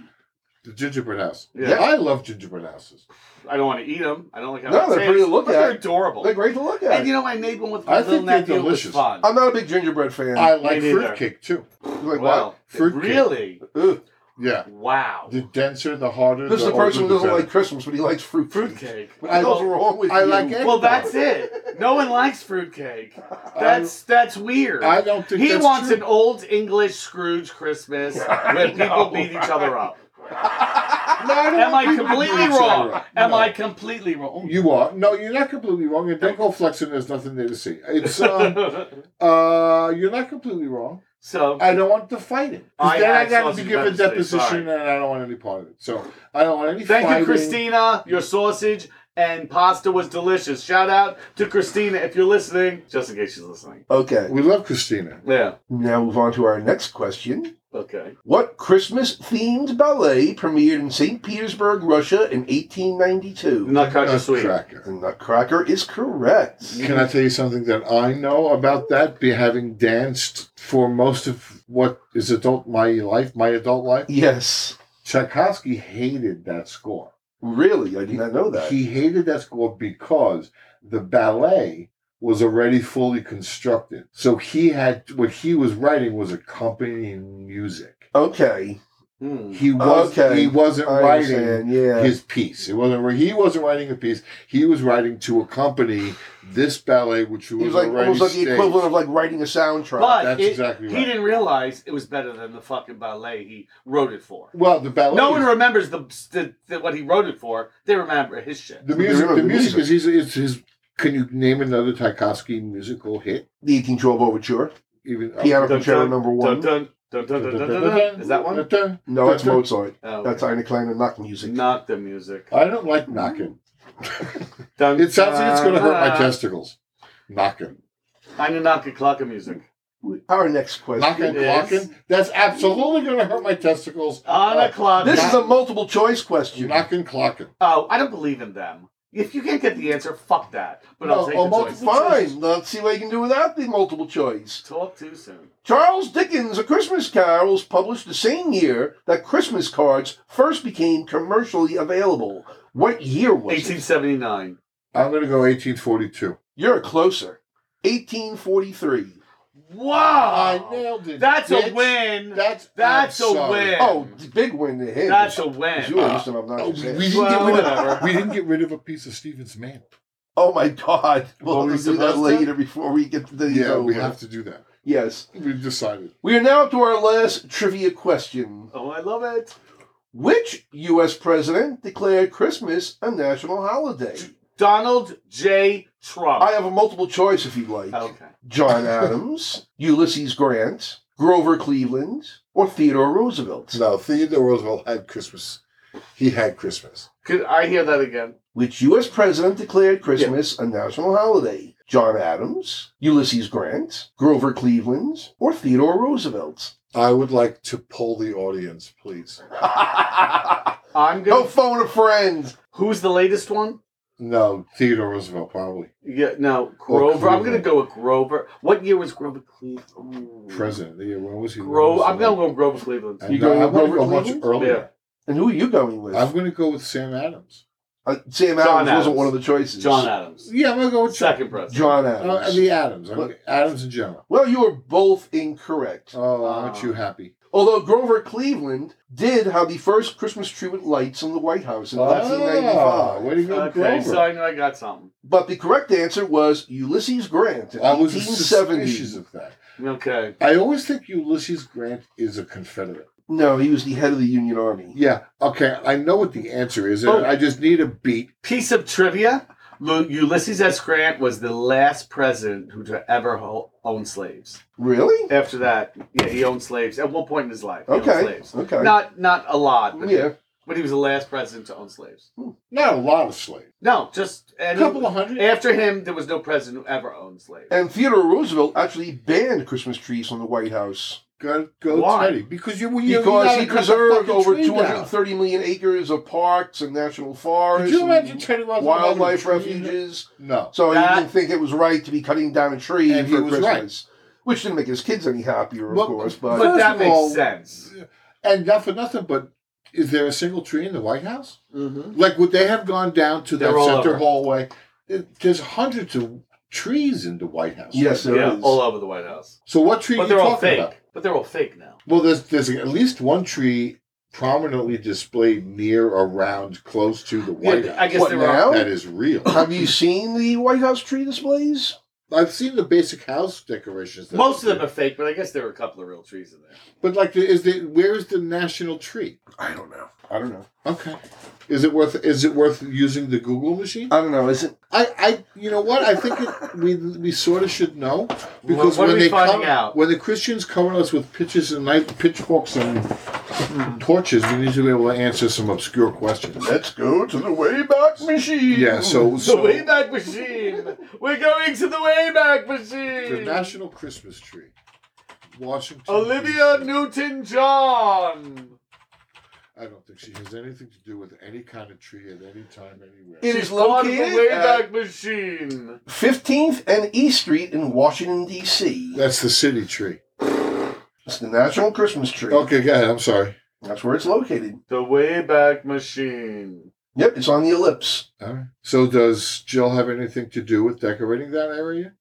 The gingerbread house.
Yeah.
I love gingerbread houses.
I don't want to eat them. I don't like how
No,
they
they're pretty to look
but they're
at.
adorable.
They're great to look at.
and you know, I made one with
I
my little
think they're
nephew. It was
delicious.
fun.
I'm not a big gingerbread fan.
I like
neither.
fruitcake too.
You're like,
wow.
Fruitcake.
Really?
what? Ugh.
Yeah.
Wow.
The denser, the harder.
This is the
older,
person who doesn't
better.
like Christmas, but he likes fruit.
Fruitcake.
What the hell's
Well,
wrong with
I
you?
like it.
Well, that's it. No one likes fruitcake. That's that's weird.
I don't think
He
that's
wants
true.
an old English Scrooge Christmas where people beat each other up.
No, I don't
Am I
think we
completely
do each other
wrong?
up.
Am
No.
I completely wrong?
You are. No, you're not completely wrong. And don't go flexing. There's nothing there to see. It's um, uh, you're not completely wrong.
so
I don't want to fight it. 'Cause
I-
then
I
I got
sausage
to give a
Wednesday,
deposition,
sorry.
and I don't want any part of it. So I don't want any.
thank
fighting.
you, Christina. Your sausage and pasta was delicious. Shout out to Christina if you're listening, just in case she's listening.
Okay.
We love Christina.
Yeah.
Now move on to our next question.
Okay.
What Christmas themed ballet premiered in St. Petersburg, Russia in 1892?
Nutcracker sweet.
Nutcracker.
The Nutcracker is correct.
Can I tell you something that I know about that? Be having danced for most of what is adult my life, my adult life.
Yes.
Tchaikovsky hated that score.
Really? I did not know that.
He hated that score because the ballet was already fully constructed. So he had what he was writing was accompanying music.
Okay.
Hmm.
He was
Okay,
he wasn't
I
writing
understand. Yeah.
his piece. It wasn't where he wasn't writing a piece. He was writing to accompany this ballet, which was,
he was like
already
almost like the
staged.
equivalent of like writing a soundtrack.
But
That's
it-
exactly
he
right.
didn't realize it was better than the fucking ballet he wrote it for.
Well, the ballet.
No one remembers the, the, the what he wrote it for. They remember his shit.
the music.
remember the
The music
music.
is his, is his. Can you name another Tchaikovsky musical hit?
the 1812 Overture,
Even oh.
Piano
Dun,
Concerto
dun,
Number One.
Dun, dun, dun, dun, dun, dun, dun, dun. Is that one?
No, it's
Dun, dun.
Mozart.
Oh,
That's
okay.
Eine kleine Nacht music.
not the music.
I don't like knocking.
Dun,
Uh, It sounds like it's going to hurt my
dun,
testicles. Knocking,
I did not get clock of music.
Our next
knocking,
question.
It is.
clocking. That's absolutely going to hurt my testicles. Uh,
On a clock.
This is a multiple choice question.
Knocking, clocking.
Oh, I don't believe in them. If you can't get the answer, fuck that. But I'll
No,
take
oh,
the
multiple-
choice.
Fine. Let's see what you can do without the multiple choice.
Talk too soon.
Charles Dickens' A Christmas Carol was published the same year that Christmas cards first became commercially available. What year was it?
1879.
I'm going to go 1842.
You're closer. 1843.
I
Wow.
nailed it.
Oh, That's a
bitch.
win.
That's
That's
I'm
a
sorry.
win.
Oh, the big win to hit.
That's
was-
a
was
win.
yours, and I'm not
Oh,
gonna
we,
say it.
we didn't
Well,
get rid
whatever.
of, we didn't get rid of a piece of Steven's man.
Oh my God!
Were
We'll
we
have to do that
supposed to?
later before we get to the.
Yeah,
over.
we have to do that.
Yes,
We've decided.
we are now up to our last trivia question.
Oh, I love it.
Which U.S. president declared Christmas a national holiday?
Donald J. Trump.
I have a multiple choice if you'd like.
okay.
John Adams, Ulysses Grant, Grover Cleveland, or Theodore Roosevelt.
No, Theodore Roosevelt had Christmas. He had Christmas.
Could I hear that again?
Which U.S. president declared Christmas a national holiday? John Adams, Ulysses Grant, Grover Cleveland, or Theodore Roosevelt?
I would like to poll the audience, please.
I'm
Go
gonna.
phone a friend.
Who's the latest one?
No, Theodore Roosevelt probably
Yeah, no, Grover. I'm gonna
Cleveland.
go with Grover. What year was Grover Cleveland?
president. Yeah, when was he?
Gro-
when was
I'm
he?
gonna go with Grover Cleveland.
And
You going
I-
with
I'm going to
Grover
go much
Cleveland?
earlier.
And who are you going with?
I'm going to go with Sam Adams.
Uh, Sam Adams,
John
wasn't
Adams.
one of the choices.
John Adams.
Yeah, I'm going to go with
Second president.
John
Uh,
Adams.
the Adams. I'm- Adams and Jenna.
well, you were both incorrect.
Oh,
Ah.
aren't you happy?
Although Grover Cleveland did have the first Christmas tree with lights in the White House in 1995.
Ah, Way to go,
Okay,
Grover.
so I know I got something.
But the correct answer was Ulysses Grant in
I was
1870.
suspicious of that.
Okay.
I always think Ulysses Grant is a Confederate.
No, he was the head of the Union Army.
Yeah, okay, I know what the answer is. and
Oh.
I just need a beat.
Piece of trivia: Lu- Ulysses S. Grant was the last president who to ever ho- own slaves.
Really?
After that, yeah, he owned slaves at one point in his life. He owned
Okay.
slaves.
Okay.
Not not a lot, but,
yeah.
but he was the last president to own slaves.
Not a lot of slaves.
No, just
A
and
couple of hundred.
after him, there was no president who ever owned slaves.
And Theodore Roosevelt actually banned Christmas trees from the White House
Go, go
Why?
Teddy. Because you, you
because
you
he
gotta cut the
preserved
fucking
over
tree down.
230 million acres of parks and national forests.
Could
and
you imagine Teddy Roosevelt
wildlife
having a tree?
refuges?
No.
So
That-
he didn't think it was right to be cutting down a tree
And he
for
was
Christmas,
right.
which didn't make his kids any happier, of
Well,
course.
But,
But,
First
that
of
makes
all-
sense.
And not for nothing, but is there a single tree in the White House?
Mm-hmm.
Like, would they have gone down to
They're
that
all
center
over.
hallway? It- There's hundreds of trees in the White House.
yes, there is.
Yeah, all over the White House.
So what tree are
But
you
they're all
talking
fake.
about?
But they're all fake now.
Well, there's there's at least one tree prominently displayed near, around, close to the White
Yeah, I
House.
guess
What
they're
now?
all.
That is real.
Have you seen the White House tree displays?
I've seen the basic house decorations. that-
Most of them are fake, but I guess there were a couple of real trees in there.
But like, is the where is the national tree?
I don't know. I don't know.
Okay. Is it worth is it worth using the Google machine?
I don't know. Is it?
I, I you know what I think it, we we sort of should know because
What- what are
when
we
they
finding
come
out?
when the Christians come at us with pitches and knife, pitchforks and torches, we need to be able to answer some obscure questions.
Let's go to the Wayback Machine.
Yeah, so
The
so
Wayback Machine. We're going to the Wayback Machine.
the national Christmas tree, Washington.
Olivia
DC.
Newton John.
I don't think she has anything to do with any kind of tree at any time anywhere.
It is
She's part of the
eh?
located at
Wayback Machine.
15th and E Street in Washington, D.C.
That's the city tree.
It's the National Christmas Tree.
Okay, go ahead. I'm sorry.
That's where it's located.
The Wayback Machine.
Yep, it's on the ellipse.
All right. So does Jill have anything to do with decorating that area?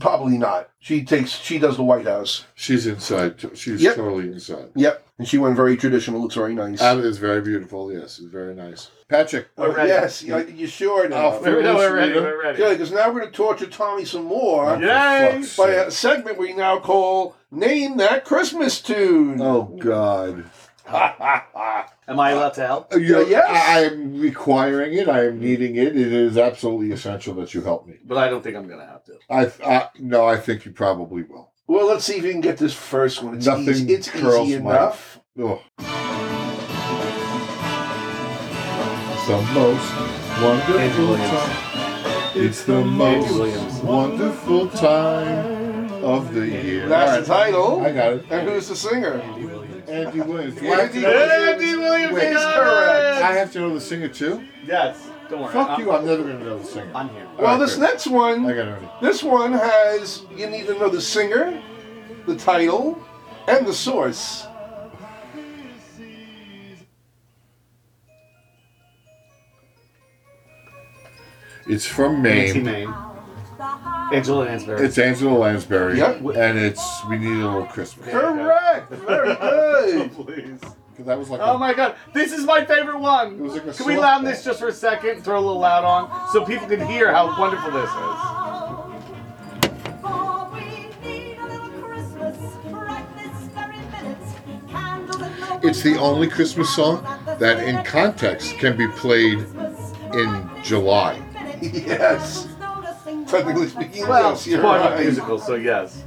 Probably not. She takes she does the White House.
She's inside. to- She's
Yep.
totally inside.
Yep, and she went very traditional. Looks very nice.
That is very beautiful. Yes, it's very nice. Patrick.
Oh,
Alright.
yes, you, you sure now.
Oh,
We're, no, we're ready. We're
Good,
ready.
because now we're going to torture Tommy some more
Yay!
For uh, fuck's
by
sake.
a segment we now call "Name That Christmas Tune."
Oh God!
Am I allowed to help?
Uh, You-
yes.
I am requiring it. I am needing it. It is absolutely essential that you help me.
But I don't think I'm gonna have to.
I, I no, I think you probably will.
Well, let's see if we can get this first one. It's
Nothing
easy, it's
curls
easy
my-
enough.
Ugh. It's the most
Andy
wonderful
Williams.
time. It's the most
Williams.
wonderful time of the year.
That's the
All right.
title.
I got it.
And who's the singer?
Andy Williams. Do I have to
Andy
know the singer?
Andy Williams
Wait,
is
is
correct.
I have to know the singer too.
Yes. Don't worry.
Fuck
I'm,
you! I'm never gonna know the singer.
I'm here.
Well, this
Alright,
next
I
one,
got it.
this one has you need to know the singer, the title, and the source.
It's from
Nancy
Maine.
Maine. Angela Lansbury.
It's Angela Lansbury,
Yep.
and it's "We Need a Little Christmas."
Correct. Very good.
Oh, Please.
'Cause That was like,
Oh
a-
my god, this is my favorite one.
was like a
can we
softball.
loud this just for a second? Throw a little loud on so people can hear how wonderful this is.
It's the only Christmas song that, in context, can be played in July.
Yes. Technically speaking,
Well,
yes, you're
part of
right.
a musical, so yes.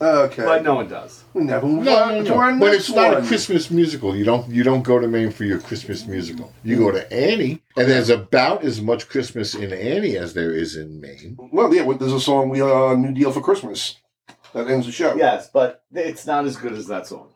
Okay.
But no one does.
we never move
No,
on
no,
to our
no.
next
But it's
one.
not a Christmas musical. You don't you don't go to Maine for your Christmas musical. You go to Annie, and there's about as much Christmas in Annie as there is in Maine.
Well, yeah, well, there's a song we uh, New Deal for Christmas that ends the show.
Yes, but it's not as good as that song.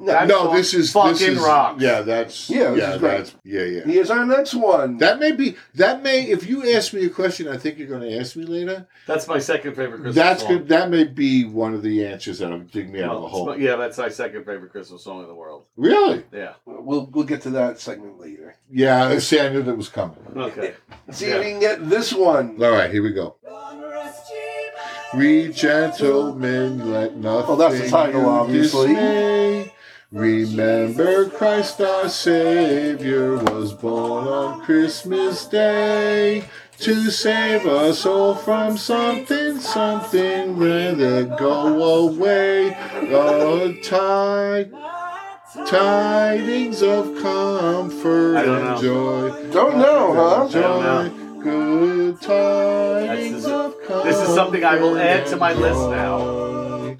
No.
That
no,
song
this is
fucking
this is,
rocks.
Yeah, that's
Yeah,
yeah,
this
yeah,
is great.
that's yeah, yeah.
Here's our next one.
That may be that may if you ask me a question I think you're going to ask me later.
That's my second favorite Christmas
that's
song.
good. That may be one of the answers that'll dig me out of
Well,
the
it's
hole.
my- yeah, that's my second favorite Christmas song in the world.
Really?
Yeah.
we'll we'll get to that segment later.
Yeah, see, I knew that was coming.
Okay.
See
Yeah.
if we can get this one.
All right, here we go. We gentlemen, let nothing.
Well, that's the title,
you
obviously.
dismay. Remember, Christ our Savior was born on Christmas Day to save us all from something, something rather go away. Oh, tide, tidings of comfort
I don't
and
know.
joy.
Don't know, huh?
I don't
Joy, good tidings
That's-
of
this is something I will add to my
comfort and
list now.
joy.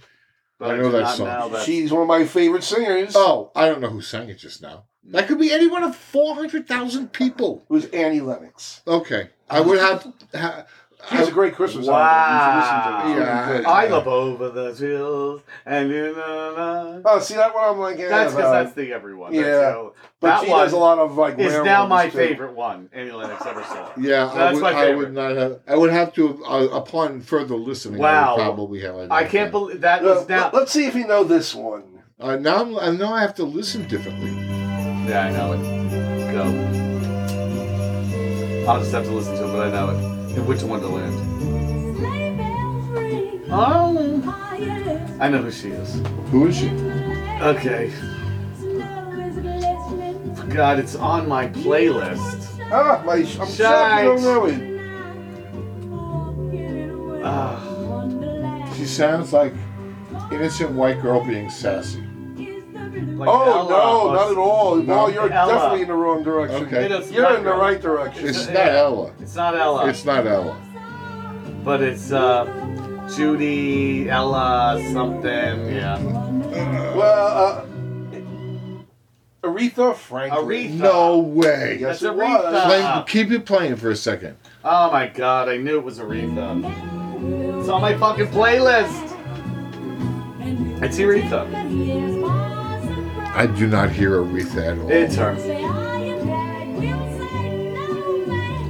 But
I know
do
that
not
song.
know that-
She's one of my favorite singers.
Oh, I don't know who sang it just now. That could be any one of 400,000 people.
It was Annie Lennox.
Okay. I would have. Ha,
She has a great Christmas
Wow.
album. You should listen to it. It's really good.
I love over the hills and you know.
Oh, see that one? I'm like, yeah,
That's
but-
because that's the everyone. That's
Yeah.
how-
but
that
she
one
does a lot of like.
is now
werewolves,
my
too.
favorite one Annie Lennox ever saw.
yeah, I
That's
would,
my
I would
favorite.
not have. I would have to, uh, upon further listening, I
Wow.
would probably have.
I can't believe that
Uh,
is now.
let- Let's see if you know this one.
Uh, now, I'm, I know I have to listen differently.
Yeah, I know it. Go. I'll just have to listen to it, but I know it. In Which Wonderland? Oh. I know who she is.
Who is she?
Okay. God, it's on my playlist.
Ah, my, I'm shocked you don't know it.
Ah,
She sounds like innocent white girl being sassy.
like
Oh
Ella
no,
was-
not at all. No,
No.
you're
Ella.
definitely in the wrong direction.
Okay.
It is
You're
not
in the
wrong.
right direction.
It's uh, not Ella.
It's not Ella.
It's not Ella.
But it's uh, Judy, Ella, something. Yeah.
well, uh, Aretha Franklin.
Aretha.
No way.
Yes,
That's
it was.
Aretha.
Play- keep it playing for a second.
Oh my god, I knew it was Aretha. It's on my fucking playlist. It's Aretha.
I do not hear Aretha at all.
It's her.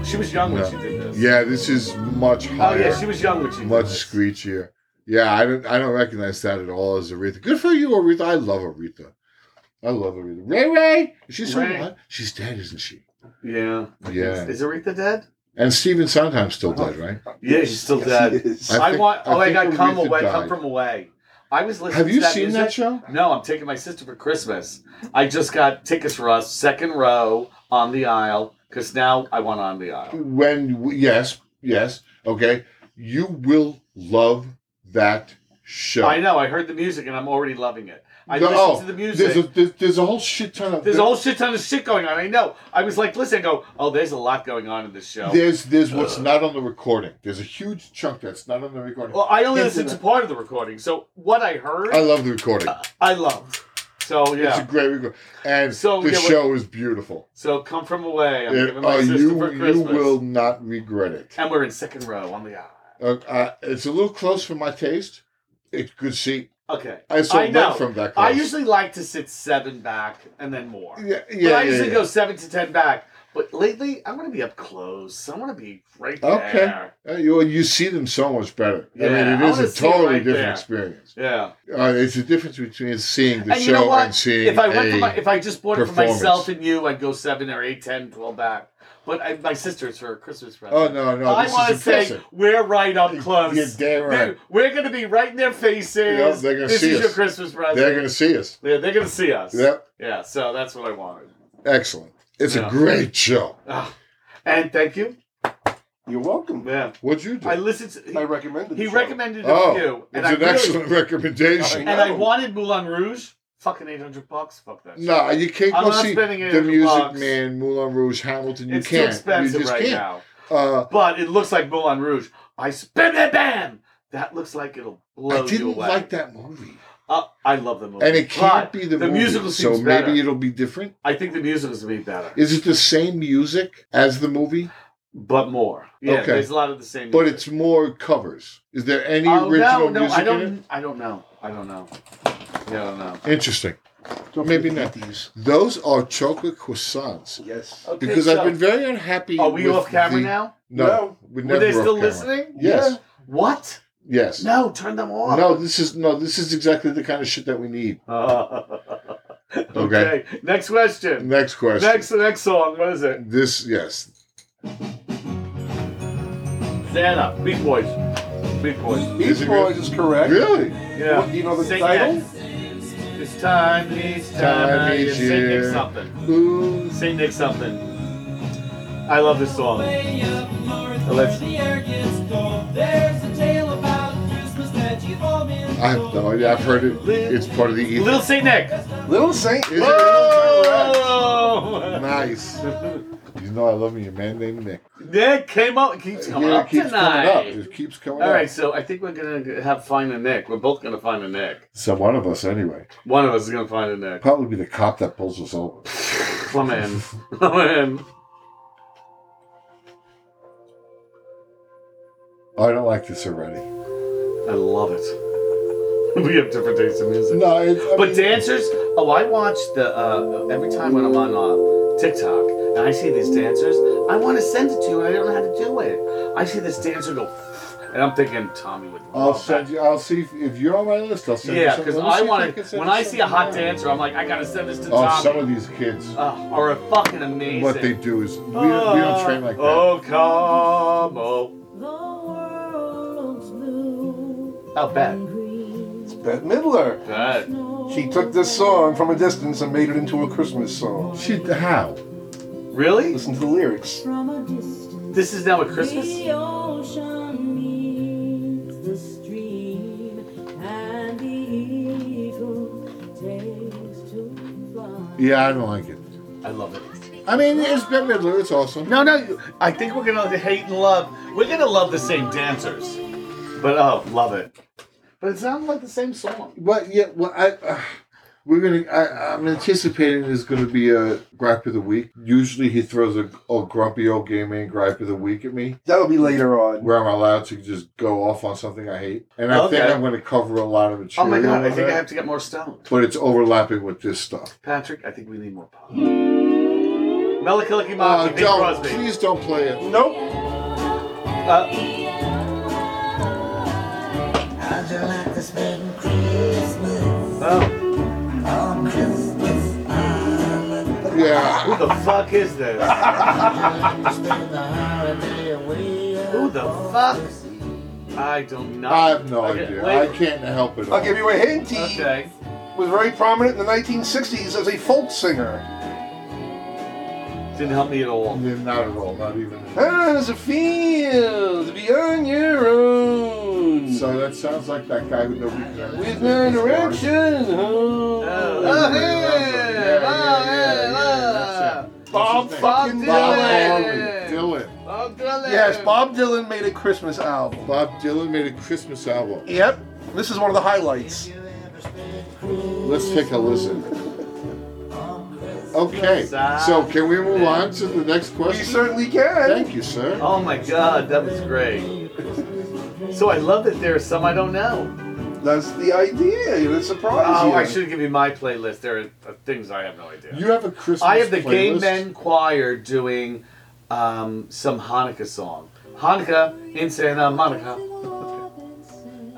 She was young when
No.
she did this.
Yeah, this is much
Oh
higher,
yeah, she was young when she
much
did this.
screechier. Yeah, I don't, I don't recognize that at all as Aretha. Good for you, Aretha. I love Aretha. I love Aretha. Ray Ray, she's so
Ray.
hot. She's dead, isn't she?
Yeah.
Yeah.
Is Aretha dead? Oh.
And Steven Sondheim's still dead, right?
Yeah, she's still
Yes,
dead.
he is.
I
I,
think-
want.
I
Oh, I
think
got come
Aretha
away. Come
died.
from away. I was listening.
Have
to
you
that
seen
music.
that show?
No, I'm taking my sister for Christmas. I just got tickets for us, second row on the aisle, because now I want on the aisle.
When w- yes, yes, okay, you will love that show.
I know. I heard the music, and I'm already loving it. I
No, oh,
listened to the music.
There's a, there's, there's a whole shit ton of
There's a whole shit ton of shit going on. I know. I was like, listen, I go, oh, there's a lot going on in this show.
there's there's what's not on the recording. There's a huge chunk that's not on the recording.
well, I only
There's a-
listened to part of the recording, so what I heard,
I love the recording.
I loved. So
It's a
yeah.
great recording, and
So,
the
yeah, what-
show is beautiful.
So come from away. I'm
It-
giving my
uh,
sister
you
for Christmas.
you will not regret it.
And we're in second row on the aisle.
Uh, uh, it's a little close for my taste. It's good seat.
Okay.
I saw
I know.
Red from that close.
I usually like to sit seven back and then more.
yeah,
but
yeah,
I
yeah,
usually
yeah.
go seven to ten back. But lately, I want to be up close. I want to be right
Okay.
there.
Uh, you, well, you see them so much better. I
Yeah,
mean,
I
it is
wanna
a
see 'em
totally
right
different
there.
experience.
Yeah.
Uh, it's the difference between seeing the
and you know
show
what?
and seeing
If I went
a,
for my, if I just bought it for
performance.
myself and you, I'd go seven or eight, ten, twelve back. But I, my sister's for a Christmas present.
Oh no, no,
I
this
wanna
is
say
impressive.
we're right up close.
You're damn right.
Dude, We're going to be right in their faces.
Yeah, they're gonna
this
see
is
us.
your Christmas present.
They're going to see us.
Yeah, they're gonna see us.
Yep,
Yeah, so that's what I wanted.
excellent. It's
Yeah.
a great show.
Ah, And thank you.
You're welcome.
Yeah,
What'd you do?
I listened. To, he,
I recommended the
he
show.
recommended it
oh,
to you,
it's
I
an
really-
excellent recommendation.
I
And I
know.
wanted Moulin Rouge. Fucking eight hundred bucks. Fuck that. shit.
No, you can't
I'm
go
not
see
spending it
the
in the
Music
box.
Man, Moulin Rouge, Hamilton. You
it's
can't.
too expensive
you just
right
can't.
now.
Uh,
But it looks like Moulin Rouge. I spin it, bam. That looks like it'll blow
I
you
didn't
away.
like that movie,
Uh, I love the movie,
and it can't
but
be the,
the
movie,
musical.
So
seems
maybe
better.
it'll be different.
I think the musicals will be better,
Is it the same music as the movie,
but more. Yeah,
Okay.
there's a lot of the same.
but
music.
it's more covers? Is there any
Oh,
original
no, no,
music
I don't.
in it?
I don't know. I don't know. Yeah, I don't know.
Interesting.
Don't
Maybe
forget
not.
these.
Those are chocolate croissants
Yes.
Okay,
because
so-
I've been very unhappy.
Are we
with
off camera
the-
now?
No,
No.
we're
Were
never
they
off
still
camera.
listening?
Yes,
What?
yes.
No, turn them off.
No, this is no. This is exactly the kind of shit that we need.
okay. Next question.
Next question.
Next, next song. What is it?
This yes.
Stand up. Beach Boys. Beach Boys.
Is
Beach
it
Boys is correct.
Really?
Yeah.
What, do you know the
Sing
title?
it. It's time. It's time.
Time
I
is
just Saint Nick
here.
something.
Ooh.
Saint Nick something. I love this song.
Way up north
Now let's-
where the air gets cold. There's a tale about Christmas that you've all been
I have no idea. I've heard it. It's part of the ether.
Little Saint Nick.
Little Saint.
Is it-
Whoa!
Nice. You know I love me, your man named Nick.
Nick came up, keeps coming
Yeah,
up
it keeps
tonight.
coming up. It keeps coming
All
up.
right, so I think we're gonna have find a Nick. We're both gonna find a Nick.
So one of us anyway.
One of us is gonna find a Nick.
Probably be the cop that pulls us over.
Come in, come in.
I don't like this already.
I love it. we have different tastes in music.
No, it's, I
But
mean-
dancers, oh, I watch the uh, every time when I'm on uh, TikTok and I see these dancers, I want to send it to you and I don't know how to do it. I see this dancer go, and I'm thinking Tommy would.
I'll
love that.
send you. I'll see if, if you're on my list. I'll send you.
Yeah,
something. Let
because
me
I
see if
want
can
to.
send
When
you
I see a
something.
hot dancer, I'm like, I gotta send this to
Oh, some
Tommy.
of these kids.
Uh, are fucking amazing.
What they do is we, don't we don't train like that.
Oh, come on.
The world's blue
I'll bet.
and green.
Bette Midler.
Bet.
She took this song from a distance and made it into a Christmas song.
She how?
Really?
Listen to the lyrics.
From a distance,
This is now a Christmas?
the ocean meets the stream, and the eagle takes to fly.
Yeah, I don't like it.
I love it.
I mean, it's Bette Midler. It's awesome.
No, no, I think we're gonna hate and love. We're gonna love the same dancers. But oh, love it. But it sounds like the same song.
What? Yeah. Well, I. Uh, we're gonna. I, I'm anticipating there's gonna be a gripe of the week. Usually he throws a, a grumpy old gay man gripe of the week at me,
That'll be later on.
where I'm allowed to just go off on something I hate, and I think
Okay.
I'm gonna cover a lot of
Oh
material.
my god, I
with
think I
that,
have to get more stoned.
But it's overlapping with this stuff.
Patrick, I think we need more pop. Melikaliki
Uh,
Maki, Bing
don't
Crosby.
please don't play it.
Nope.
Uh,
How'd you like to spend Christmas
oh.
on Christmas Island?
Yeah,
Who the fuck is this?
Spend the holiday away.
Who the fuck? I don't know.
I have no
Okay,
idea.
wait.
I can't help it.
I'll give you a hint. He
Okay.
was very prominent in the 1960s as a folk singer.
Didn't help me at all.
Yeah, not at all. Not even.
How does it feel to be on your own?
So that sounds like that guy with no weakness.
With no direction.
Oh, hey,
Yeah,
wow,
yeah,
hey,
yeah,
wow.
that's it. What's
Bob
his name?
fucking
Bob
Dylan.
Marley. Dylan.
Oh, Dylan.
Yes, Bob Dylan made a Christmas album.
Bob Dylan made a Christmas album.
Yep, this is one of the highlights.
Let's take a listen. Okay, so can we move on to the next
You
question?
certainly can.
Thank you, sir.
Oh my god, that was great. So I love that there are some I don't know.
That's the idea. You're surprised.
Oh,
you.
I should give you my playlist. There are uh, things I have no idea.
You have a Christmas.
I have the
playlist?
Gay Men Choir doing um, some Hanukkah song. Hanukkah in Santa Monica.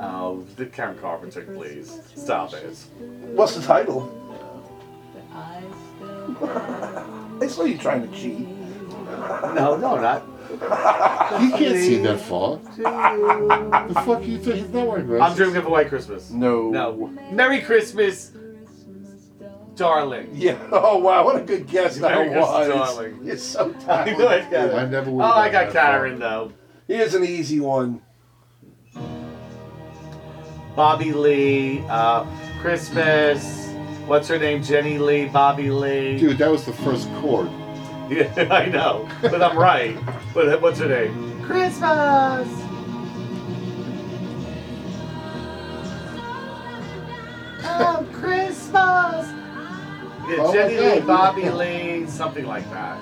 oh, the Karen Carpenter, please. Stop it.
What's the title? I saw you trying to cheat.
No, no, not.
You can't see that far. the fuck you think? It's not like that.
I'm dreaming of a white Christmas.
No.
No. Merry Christmas, darling.
Yeah. Oh wow, what a good guess that
Very good,
was.
darling.
You're so
I knew
talented.
it.
I never
Oh,
would.
I got Karen though.
Here's an easy one.
Bobby Lee, uh, Christmas. What's her name? Jenny Lee, Bobby Lee.
Dude, that was the first chord.
Yeah, I know, but I'm right. But what's her name? Christmas. Oh, Christmas. Yeah,
Oh my
Jenny Lee,
God.
Bobby Lee, something like that.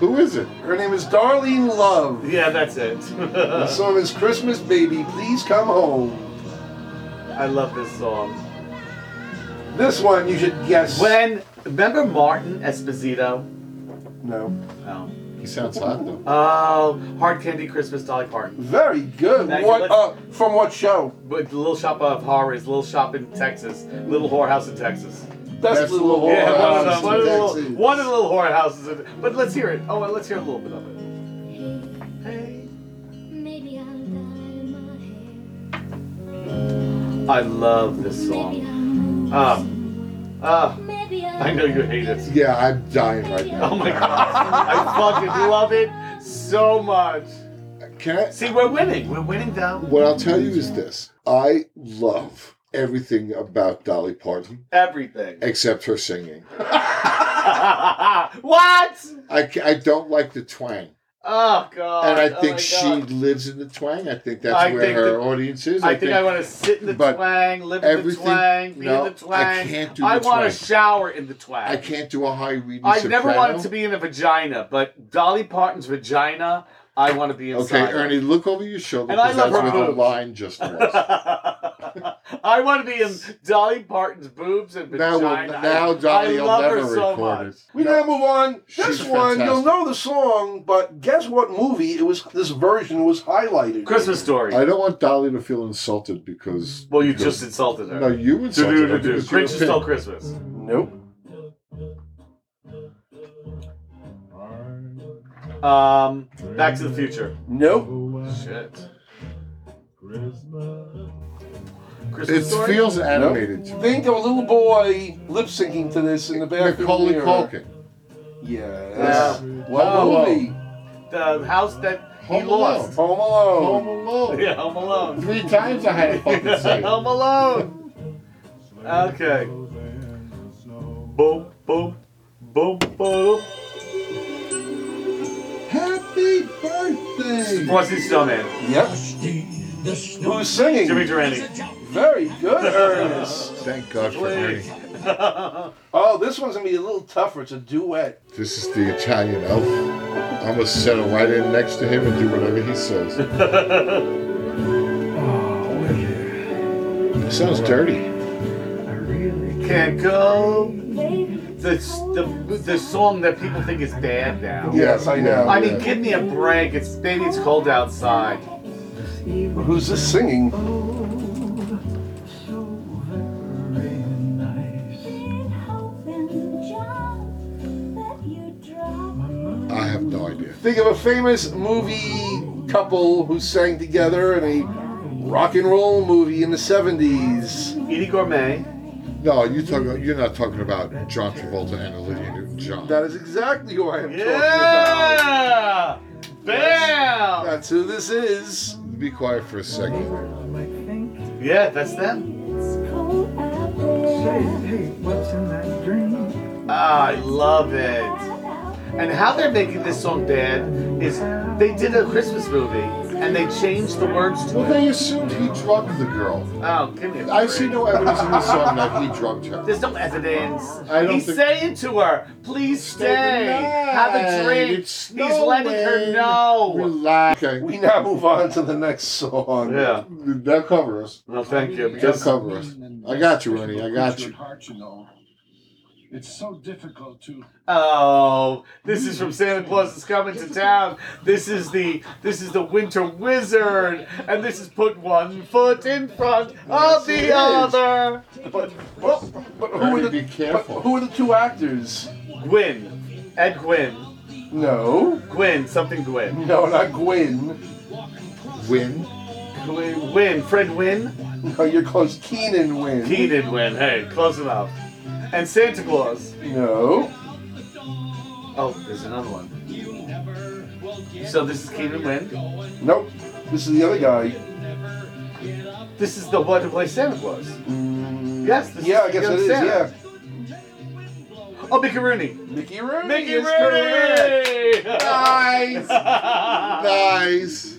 Who is it?
Her name is Darlene Love.
Yeah, that's it.
The song is Christmas Baby, Please Come Home.
I love this song.
This one you should guess.
When remember Martin Esposito?
No.
No.
He sounds hot though.
Oh, Hard Candy Christmas, Dolly Parton.
Very good.
Thank you.
What
Let's-
uh from what show?
But Little Shop of Horrors, Little Shop in Texas, Little Whorehouse in Texas.
That's
Best
Little
Little
Horror
Yeah, one of,
House
the,
Whorehouse
in
one, of the little,
Texas.
one of the little whorehouses. in- But let's hear it. Oh, and let's hear a little bit of it. Hey.
Maybe I'll dye my hair.
I love this
Maybe
song.
I'll
Ah, ah,
Maybe I'll
I know you hate it.
Yeah, I'm dying right now.
Oh my god, I fucking love it so much.
Can I?
See, we're winning. We're winning though.
What I'll tell you is this: I love everything about Dolly Parton
Everything.
except her singing.
what?
I, ca- I don't like the twang,
Oh god.
and I
Oh,
think
my
she
God.
lives in the twang. I think that's
I
where
think
her
that-
audience is.
I think I want to sit in the
but
twang, live in the
everything-
twang, be
no,
in the twang.
I can't do
I
the
want
twang.
to shower in the twang.
I can't do a high reading.
I never
soprano.
wanted to be in a vagina, but Dolly Parton's vagina, I want to be
Okay,
inside.
Ernie, look over your shoulder
And I
because
love
that's
her
where the
boobs.
line just was.
I want to be in Dolly Parton's boobs and
Now
vagina.
we'll- now Dolly
I
will
love
never
her so
record
much.
it.
We now move on. This
She's
one, you'll
fantastic.
know the song, but guess what movie it was this version was highlighted. in?
Christmas story.
I don't want Dolly to feel insulted because.
well, you
because-
just insulted her.
No, you insulted her.
do do do.
because you're a
Christmas till
pig.
Christmas.
Nope.
Um, Back to the Future.
Nope.
Shit. Christmas
It
story?
feels animated to me.
Think of a little boy lip syncing to this in the bathroom.
Macaulay
mirror.
Culkin.
Yes.
Yeah.
What
Home
movie?
the house that he
Home
lost.
Home Alone.
Home Alone.
Yeah, Home Alone.
Three times I had to fucking say it.
Home Alone. Okay. Boom, boom, boom, boom.
Happy birthday.
Frosty Snowman.
Yep. Who's singing?
Jimmy Durante.
Very good, Ernest.
Thank God for Ernie.
Oh, this one's gonna be a little tougher. It's a duet.
This is the Italian elf. I'm gonna settle right in next to him and do whatever he says. It sounds dirty.
Can't go.
Baby,
The, the, the song that people think is bad now.
Yes, I know.
I mean, give me a break. It's baby, it's cold outside.
Who's this singing?
hope and joy that you
idea.
Think of a famous movie couple who sang together in a rock and roll movie in the 70s.
Edie Gourmet.
No, you talk. You're not talking about John Travolta and Olivia Newton-John.
That is exactly who I am talking about.
Yeah! Bam!
That's who this is.
Be quiet for a second.
Yeah, that's them. Ah, I love it. And how they're making this song bad is they did a Christmas movie and they changed the words to
Well,
it.
they assumed he drugged the girl.
Oh, give me a
I
break.
see no evidence in this song that he drugged her.
There's no evidence.
I don't
He's
think-
saying to her, please
Stay the
stay, have a drink.
night. It's
He's letting her
snowing.
know.
Relax. Okay,
We now move on to the next song.
Yeah.
they'll cover us.
Well, thank you.
They'll
Because
cover us. I got you, Ernie. I got you.
Oh, this is from Santa Claus is coming to town. This is the this is the Winter Wizard, and this is put one foot in front of the other.
But, but, but who,
Ernie,
are the,
be careful.
but who are the two actors?
Gwyn, Ed Gwyn,
No.
Gwyn, something Gwyn,
No, not Gwyn.
Win.
Gwyn, Gwyn, Fred Wynn,
No, you're close. Keenan Wynn.
Keenan Wynn. Hey, close enough. And Santa Claus.
No.
Oh, there's another one. So this is Keenan Wynn.
Nope. This is the other guy.
This is the one who plays Santa Claus. Yes. This
Mm. Yeah, I
is
guess it
Young
is.
Santa.
Yeah.
Oh, Mickey Rooney.
Mickey Rooney
Mickey
is correct.
Rooney.
Nice. nice.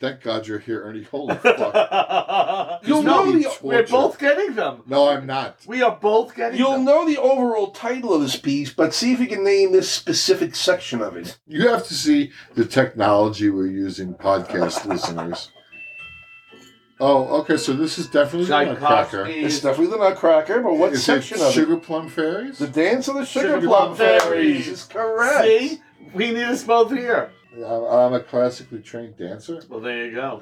Thank God you're here, Ernie. Holy fuck.
You'll know
not being
the
tortured.
We're both getting them.
No, I'm not.
We are both getting
you'll
them.
know the overall title of this piece, but see if you can name this specific section of it.
You have to see the technology we're using, podcast listeners. Oh, okay. So this is definitely not a cracker.
Tchaikovsky's
It's definitely the Nutcracker, but what
Is it
section of
Sugar
it?
Plum Fairies?
The Dance of the Sugar,
Sugar
Plum
Plum
Fairies.
Fairies.
is correct.
See? We need us both here.
I'm I'm a classically trained dancer.
Well, there you go.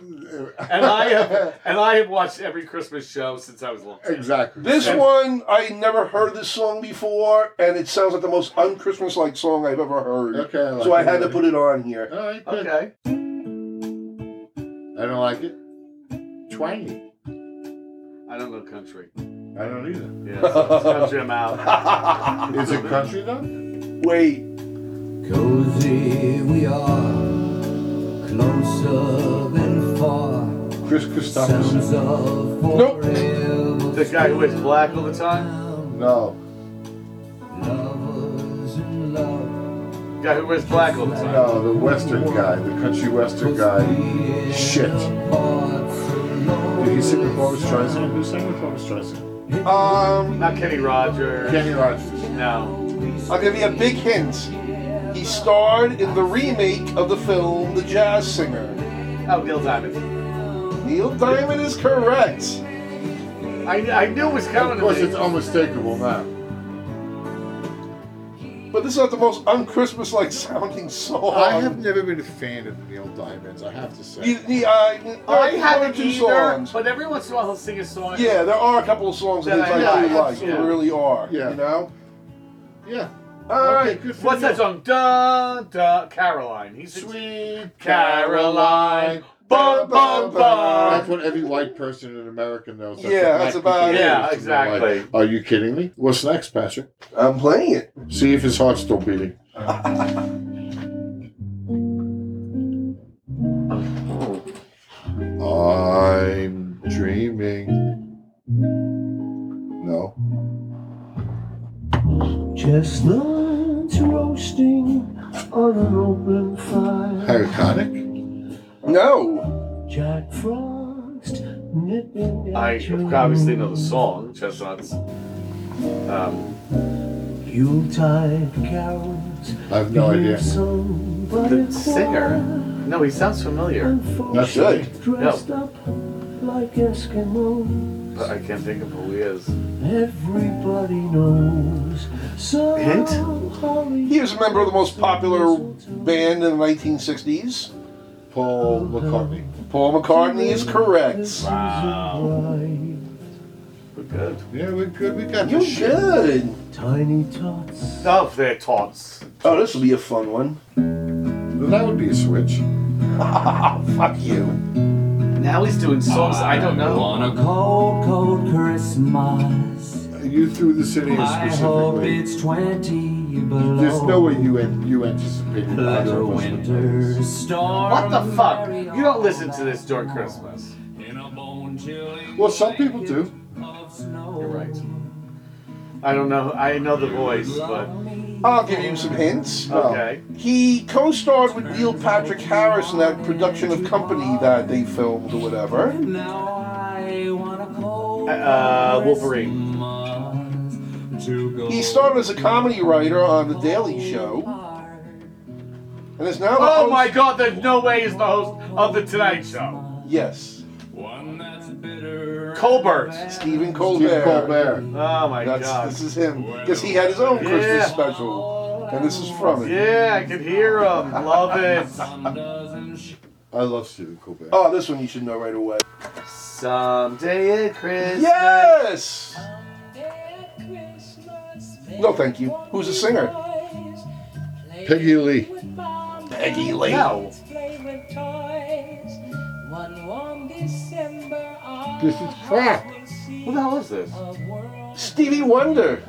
And I have and I have watched every Christmas show since I was little.
Exactly.
This
And-
one, I never heard this song before, and it sounds like the most un-Christmas-like song I've ever heard.
Okay. I like
so I
it
had to
already.
put it on here.
All right. Good.
Okay.
I don't like it. Twangy.
I don't know country.
I don't either.
Yeah, so it's country I'm out.
Is it country though?
Wait,
Cozy we are, closer than far.
Chris
Sounds
Christopherson.
of
Nope.
forever
The guy who wears black all the time.
No.
Lovers in love.
The guy who wears black all the time.
No, the Western guy, the country Western guy. Shit. Did he sing with Boris Streisand? Who sang with Boris Streisand?
um,
Not Kenny Rogers.
Kenny Rogers.
No.
I'll give you a big hint. He starred in the remake of the film The Jazz Singer.
Oh, Gil Diamond.
Neil Diamond is correct.
I, I knew it was
Of
coming
course,
to
it's
me.
unmistakable now.
But this is not the most un-Christmas-like sounding song.
I have never been a fan of Neil Diamond. I have to
You,
say.
the, uh,
I haven't
two
either,
songs.
but every once in a while he'll sing a song.
Yeah, there are a couple of songs that,
That I
I do
like,
like. There
yeah.
really are.
Yeah.
You know.
Yeah.
All right.
good for
What's
you.
that song? Da da Caroline. He's
Sweet
Caroline. Bum bum
That's
bum.
what every white person in America knows.
Uh, Yeah,
what
that's
black
about
people
it.
use
Yeah,
in their
exactly.
life. Are you kidding me? What's next, Patrick?
I'm playing it.
See if his heart's still beating. I'm dreaming. No.
Chestnuts roasting on an open fire.
Hyaconic?
No.
Jack Frost nipping
I
at your
obviously know the song, Chestnuts. Um,
Yuletide carols.
I have no idea.
sung by
the
a
singer.
choir.
No, he sounds familiar,
That's good.
Dressed up like Eskimos.
but I can't think of who he is.
Everybody knows. So
Hint?
holly-
He was a member of the most popular band in the 1960s.
Paul McCartney.
Paul McCartney is correct.
Wow. We're good.
Yeah, we're good. We got
You
this shit.
should.
tiny tots.
Of their tots.
Oh, this will be a fun one.
That would be a switch.
Fuck you.
Now he's doing songs I don't know.
On a cold, cold Christmas,
You threw this in here
I hope
specifically.
it's 20 below.
There's no way you an- you anticipated
Like
either
a
of us would do
winter
this.
storm.
What the fuck? You don't listen to this during Christmas.
In a bone chilling
Well, some people do.
of snow.
You're right. I don't know. I know the voice, but
I'll give you some hints.
okay.
He co-starred with Neil Patrick Harris in that production of Company that they filmed or whatever.
Now I want a cold
Uh, Wolverine.
Christmas to go.
He started as a comedy writer on The Daily Show. And is now the
Oh
host-
my God! There's no way he's the host of the Tonight Show.
Yes,
One that's bitter.
Colbert.
Stephen Colbert.
Steve Colbert.
Oh my
That's
God.
this is him because he had his own Christmas
Yeah.
special, and this is from it.
Yeah, I can hear him. Love it.
I love Stephen Colbert.
Oh, this one you should know right away.
Someday at Christmas.
Yes. No, thank you. Who's a singer?
Peggy Lee.
Peggy Lee.
No.
This is crap.
Who the hell is this?
Stevie Wonder.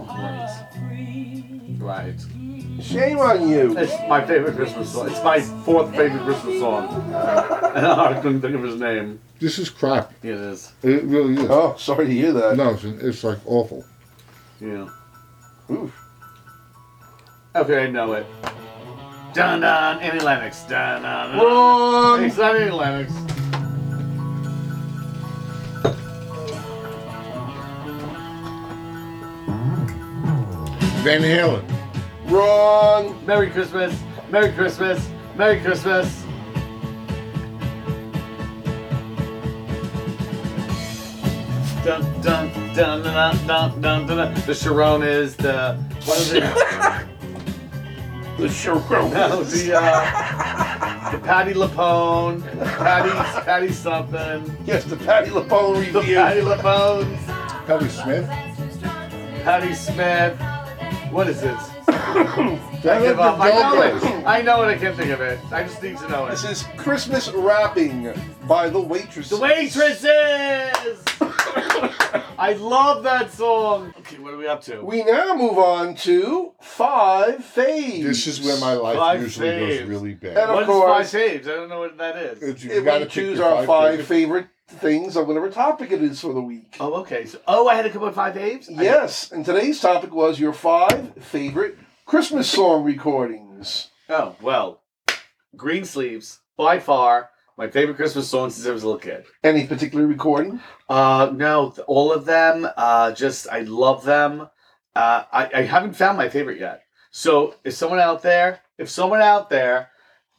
Right.
Shame on you.
It's my favorite Christmas song. It's my fourth favorite Christmas song. And I couldn't think of his name.
This is crap.
It is.
It really is.
Oh, sorry to hear that.
No, it's, it's like awful.
Yeah.
Oof.
Okay, I know it. Dun dun, Annie Lennox. Dun dun. dun.
Wrong.
It's not Annie Lennox.
Van Halen.
Wrong.
Merry Christmas. Merry Christmas. Merry Christmas. Dun dun dun dun dun dun dun. dun. The Sharon is the what is it?
The show broke.
no, the uh, the Patty Lapone. Patty Patty something.
Yes, the Patty LaPone
The
review.
Patty Lapones.
Patti Smith.
Patty Smith. What is this?
I
I give
love
up.
the
I know it.
Go-Go's.
I know it. I can't think of it. I just need to know it.
This is Christmas Wrapping by The Waitress.
The waitresses. I love that song. Okay, what are we up to?
We now move on to Five Faves.
This is where my life
Five
usually
faves.
goes really
And
bad.
of
What's five
course-
faves? I don't know what that is.
It's- you
If
gotta
we
pick
choose
your
our five
favorite-
favorite things on whatever topic it is for the week.
Oh, okay. So, oh, I had to come up with five faves. I-
Yes, and today's topic was your five favorite Christmas song recordings.
oh well, Green Sleeves by far my favorite Christmas song since I was a little kid.
Any particular recording?
Uh, no, th- all of them. Uh, just I love them. Uh, I, I haven't found my favorite yet. So if someone out there, if someone out there,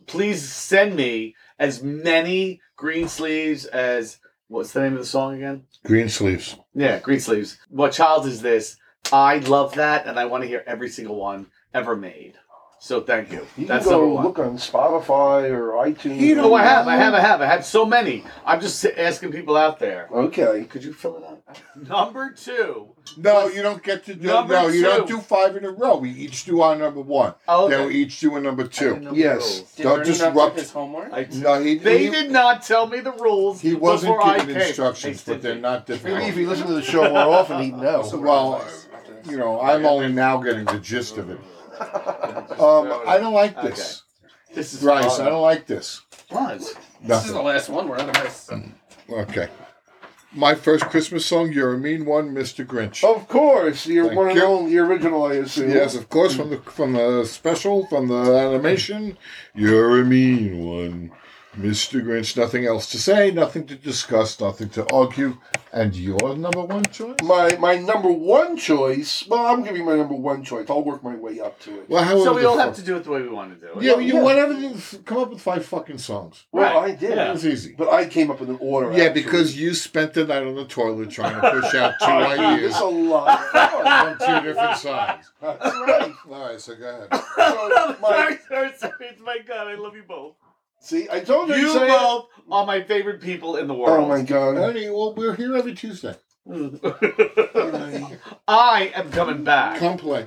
please send me as many green sleeves as what's the name of the song again?
Green sleeves.
Yeah, green sleeves. What child is this? I love that, and I want to hear every single one ever made. So thank you.
You
That's
can
number
go
one.
look on Spotify or iTunes.
You
oh, I have, I have, I have, I have so many. I'm just asking people out there.
Okay.
Could you fill it out? Number two.
No, you don't get to do.
Number
No, you don't
two.
do five in a row. We each do our number one.
Oh,
Then
okay.
we each do a number two.
Yes.
Did
Don't
Ernie
disrupt-
not do his homework?
I t-
No, he,
they
he,
did not tell me the rules.
he wasn't
before I
giving
came.
instructions,
They
but they're
didn't.
not
Maybe if
difficult.
you listen to the show more often, he'd know.
Well, you know, I'm only now getting the gist of it. Um, I don't like this.
This is
Rice, I don't like this.
What?
This is the
Nothing.
last one. We're out of ice.
Okay. My first Christmas song, You're a Mean One, Mr. Grinch.
Oh,
Of course, you're
Thank
one and
you.
only original, I assume.
Yes, of course, from the from the special, from the animation. You're a mean one, Mr. Grinch. Nothing else to say, nothing to discuss, nothing to argue. And your number one choice?
My my number one choice. Well, I'm giving you my number one choice. I'll work my way up to it.
Well, however
So we
the
all have
fuck-
to do it the way we want to do it.
Yeah, you
Yeah.
whatever. you- Come up with five fucking songs.
Well,
Right,
I did,
yeah.
That's easy.
but I came up with an order.
Yeah,
actually.
because you spent the night on the toilet trying to push out
Oh,
two
It's
ideas
a lot.
on two different sides.
That's right.
All right, so go ahead.
So, my,
Sorry, sorry, sorry. It's my God. I love you both.
see, I told you.
You
say it.
both are my favorite people in the world.
Oh my god.
Ernie, well, we're here every Tuesday.
I am coming back.
Come play.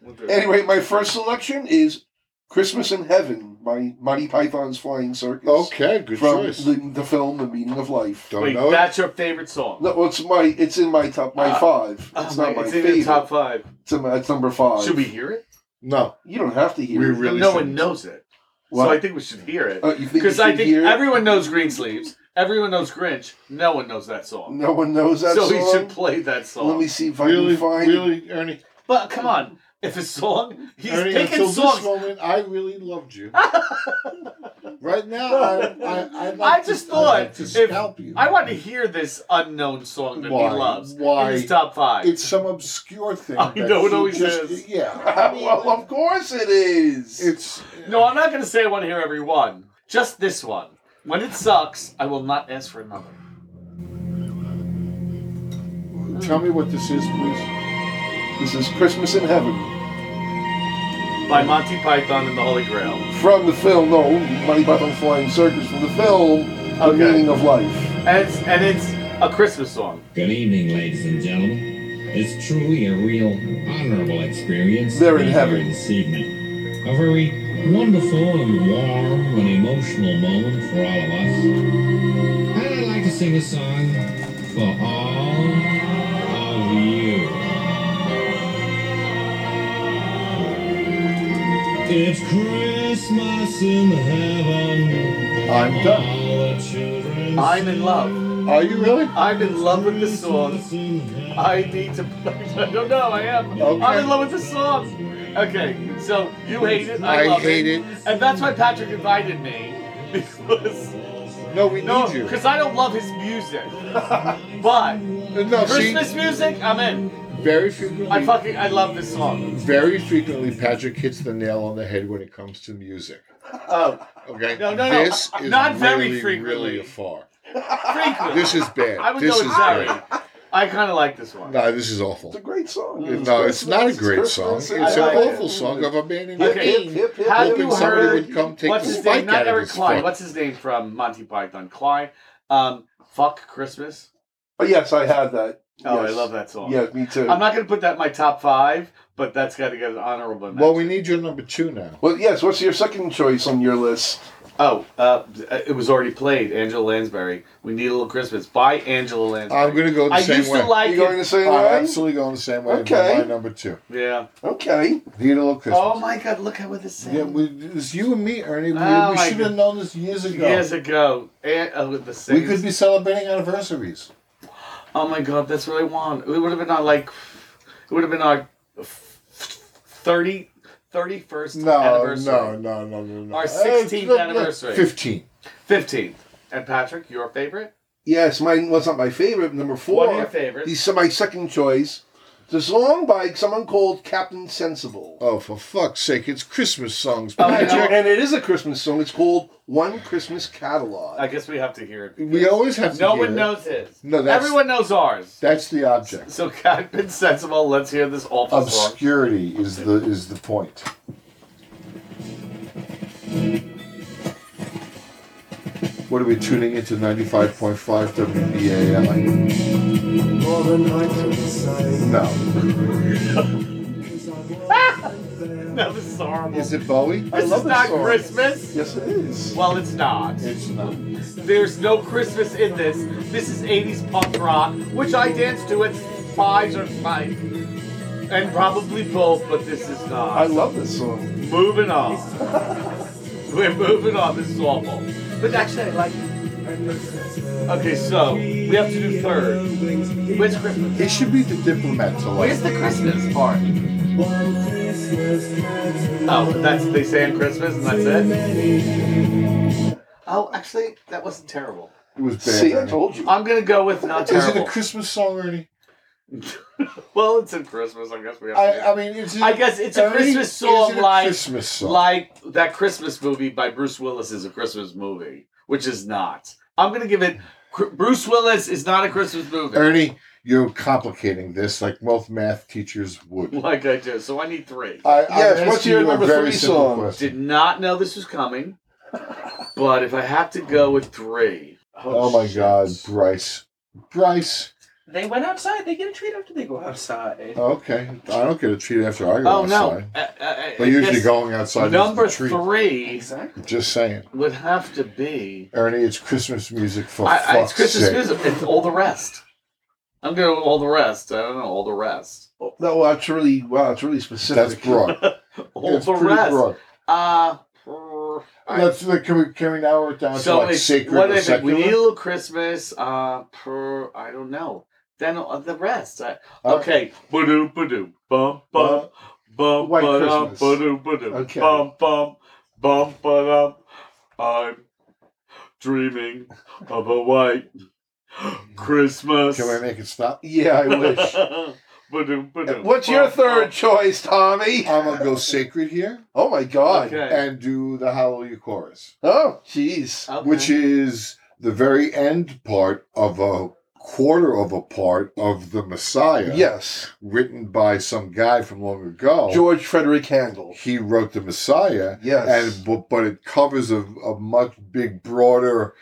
With
Anyway, my first selection is Christmas in Heaven by Monty Python's Flying Circus.
Okay, good
From
choice.
the, the film The Meaning of Life.
Don't
Wait,
know it.
that's your favorite song.
No, well, it's my. It's in my top. My
Uh,
five.
Oh,
It's
wait,
not my
it's in
favorite.
the top five.
It's, in my, it's number five.
Should we hear it?
No,
You don't have to hear.
we
it.
really
no
shouldn't.
one knows it.
What?
So I think we should hear it.
Oh, you think?
Because
you
I
should
think
hear it?
everyone knows Greensleeves. Everyone knows Grinch. No one knows that song.
No one knows that
so
song.
we should play that song.
Let me see if I
Really,
can find.
really, Ernie.
But come on, if it's song, he's
Ernie,
picking
until this
songs.
moment, I really loved you. right now, I, I, I'd like
I just
to, I'd like
thought
to
if
scalp you.
I want to hear this unknown song that
Why?
he loves
Why?
in his top five.
It's some obscure thing.
I
that
know it
you
always
just,
is.
Yeah, I mean,
well, of course it is.
it's
No, I'm not going to say I want to hear every one. Just this one. When it sucks, I will not ask for another.
Tell me what this is, please.
this is Christmas in Heaven
By Monty Python and the Holy Grail.
from the film. No, Monty Python Flying Circus from the film. The
Okay.
Meaning of Life.
And it's, and it's a Christmas song.
Good evening, ladies and gentlemen. It's truly a real honorable experience
They're
to
in
be
heaven.
here this evening. A very wonderful and warm and emotional moment for all of us. And I'd like to sing a song for all of you. It's Christmas in heaven.
I'm done.
All the children
I'm in love.
Are you really?
I'm in love with this song.
Christmas in heaven.
I need to. I don't know. I am.
Okay.
I'm in love with this song. Okay, so you hate it. I,
I
love
hate
it.
it.
And that's why Patrick invited me because
No, we
no,
need you.
because I don't love his music. but
No, see,
Christmas music, I'm in.
very frequently,
I fucking I love this song.
very frequently, Patrick hits the nail on the head when it comes to music.
Oh,
Okay,
No, no, no.
This is
Not very
really,
frequently.
Really a far.
frequently.
This is bad.
I would
this
go
is
with
bad.
Barry. I kind of like this one.
No, this is awful.
It's a great song.
No, it's not a great song. It's
Christmas
an
in
like
Heaven.
it.
awful song of a band in
Okay.
Hip,
Britain.
hip, hip,
Have
hip,
Hoping
you
hip.
somebody
heard-
would come take
What's
the
his name?
spike
Not
out of
Eric
his
Klein.
foot.
What's his name from Monty Python? Klein. Um, fuck Christmas.
Oh, yes, I had that.
Oh,
Yes.
I love that song.
Yeah, me too.
I'm not gonna put that in my top five, but that's got to get an honorable mention.
Well, we need your number two now.
Well, yes. What's your second choice on your list?
oh, uh, it was already played. Angela Lansbury. We need a little Christmas by Angela Lansbury.
I'm going to go the
I
same
used
way.
to like
you going
it.
the same
I'm
way?
absolutely going the same way.
Okay.
Okay. My number two.
yeah.
Okay.
Need a little Christmas.
Oh my God! Look how we're the same.
Yeah, we, it was you and me, Ernie. We,
Oh,
we
my
should have known this years ago.
Years ago, and, uh, with the same.
we could be celebrating anniversaries.
Oh my God! That's what I want. It would have been our like. It would have been our 30, 31st
No,
anniversary.
no, no, no, no, no.
Our
Eh,
16th
no, no,
anniversary.
15.
15th. And Patrick, your favorite?
Yes, mine was not my favorite. Number four.
What are your favorites?
These my second choice. The song by someone called Captain Sensible.
Oh, for fuck's sake, it's Christmas songs.
Oh,
And-
Patrick.
no.
And it is a Christmas song. It's called One Christmas Catalog.
I guess we have to hear it.
We always have to
No
hear
one
it.
knows his.
No, that's-
Everyone knows ours.
That's the object.
So, God, been sensible. Let's hear this awful song.
Obscurity is the is the point. What are we tuning into? Ninety five point five WBAI.
All the nights are the same.
No,
No, this is horrible.
is it Bowie?
this
love this
is not
song.
Christmas.
yes, it is.
Well, it's not.
It's not.
There's no Christmas in this. This is 80s punk rock, which I danced to at fives or five. And probably both, but this is not.
I love this song.
Moving on. We're moving on. This is awful. But actually, I like it. Okay, so we have to do third. Where's Christmas?
It should be the diplomat to
Where's
like.
the Christmas part? Oh, that's they say on Christmas, and that's it. Oh, actually, that wasn't terrible.
It was bad.
See, I
Ernie.
told you.
I'm gonna go with not
Is it a
terrible.
Christmas song, Ernie?
well, it's in Christmas. I guess we have.
I,
To
I mean, it's.
I guess it's a
Ernie,
Christmas
is
song
it a
like-
Christmas
do.
song.
Like that Christmas movie by Bruce Willis is a Christmas movie, which is not. I'm gonna give it. Cr- Bruce Willis is not a Christmas movie.
Ernie, you're complicating this like most math teachers would.
like I do. So I need three.
I,
Yes,
I'm
what's
asking
your
you a
number
very
three
simple
song?
question.
Did not know this was coming, but if I have to go with three,
Oh my
shit.
God, Bryce. Bryce,
They went outside. They get a treat after they go outside.
Okay, I don't get a treat after I go
Oh,
outside.
no. Uh, uh,
But usually
this
going outside
Number
is the treat.
three
Exactly.
Just saying,
would have to be.
Ernie, it's Christmas music for
I, I,
fuck's
it's Christmas
sake.
music. It's all the rest. I'm going to all the rest. I don't know. All the rest. All
No, well, it's really wow, it's really
That's
specific.
broad. It's
the
pretty
rest.
broad.
Uh, pr-
Let's like, can we can we narrow it down to like
it's-
sacred
what
or
is it? We
secular?
need a little Christmas. Uh, per I don't know. Then uh, the rest. I,
All right.
okay. Ba-doo, ba-doo, bum, bum,
Well,
bum,
White
ba-dum,
Christmas.
ba-doo, ba-doo,
Okay.
bum, bum, bum, ba-dum. I'm dreaming of a white Christmas.
can we make it stop?
yeah, I wish.
Ba-doo, ba-doo,
What's
bum,
your
bum.
third choice, Tommy?
I'm gonna go sacred here
Oh my God!
Okay.
and do the Hallelujah chorus,
Oh, jeez.
Okay.
which is the very end part of a quarter of a part of the Messiah.
Yes,
written by some guy from long ago.
George Frederick Handel.
he wrote the Messiah,
Yes,
and but, but it covers a, a much big broader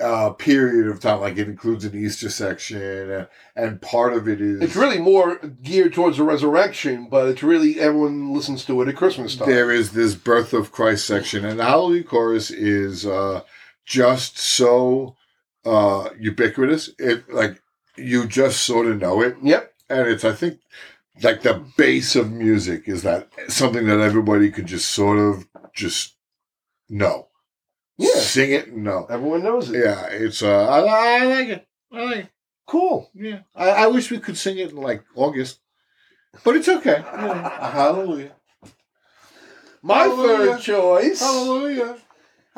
uh, period of time. Like it includes an Easter section, and, and part of it is
it's really more geared towards the resurrection, but it's really everyone listens to it at Christmas time.
there is this birth of Christ section, and the Hallelujah chorus is uh, just so uh, ubiquitous. It like you just sort of know it.
Yep.
and it's I think like the base of music is that something that everybody could just sort of just know,
Yeah,
sing it, and know.
everyone knows it.
Yeah, it's uh, I, I like it. I like it.
Cool.
Yeah, I, I wish we could sing it in like August, but it's okay. Yeah. Hallelujah,
My
Hallelujah.
third choice
hallelujah.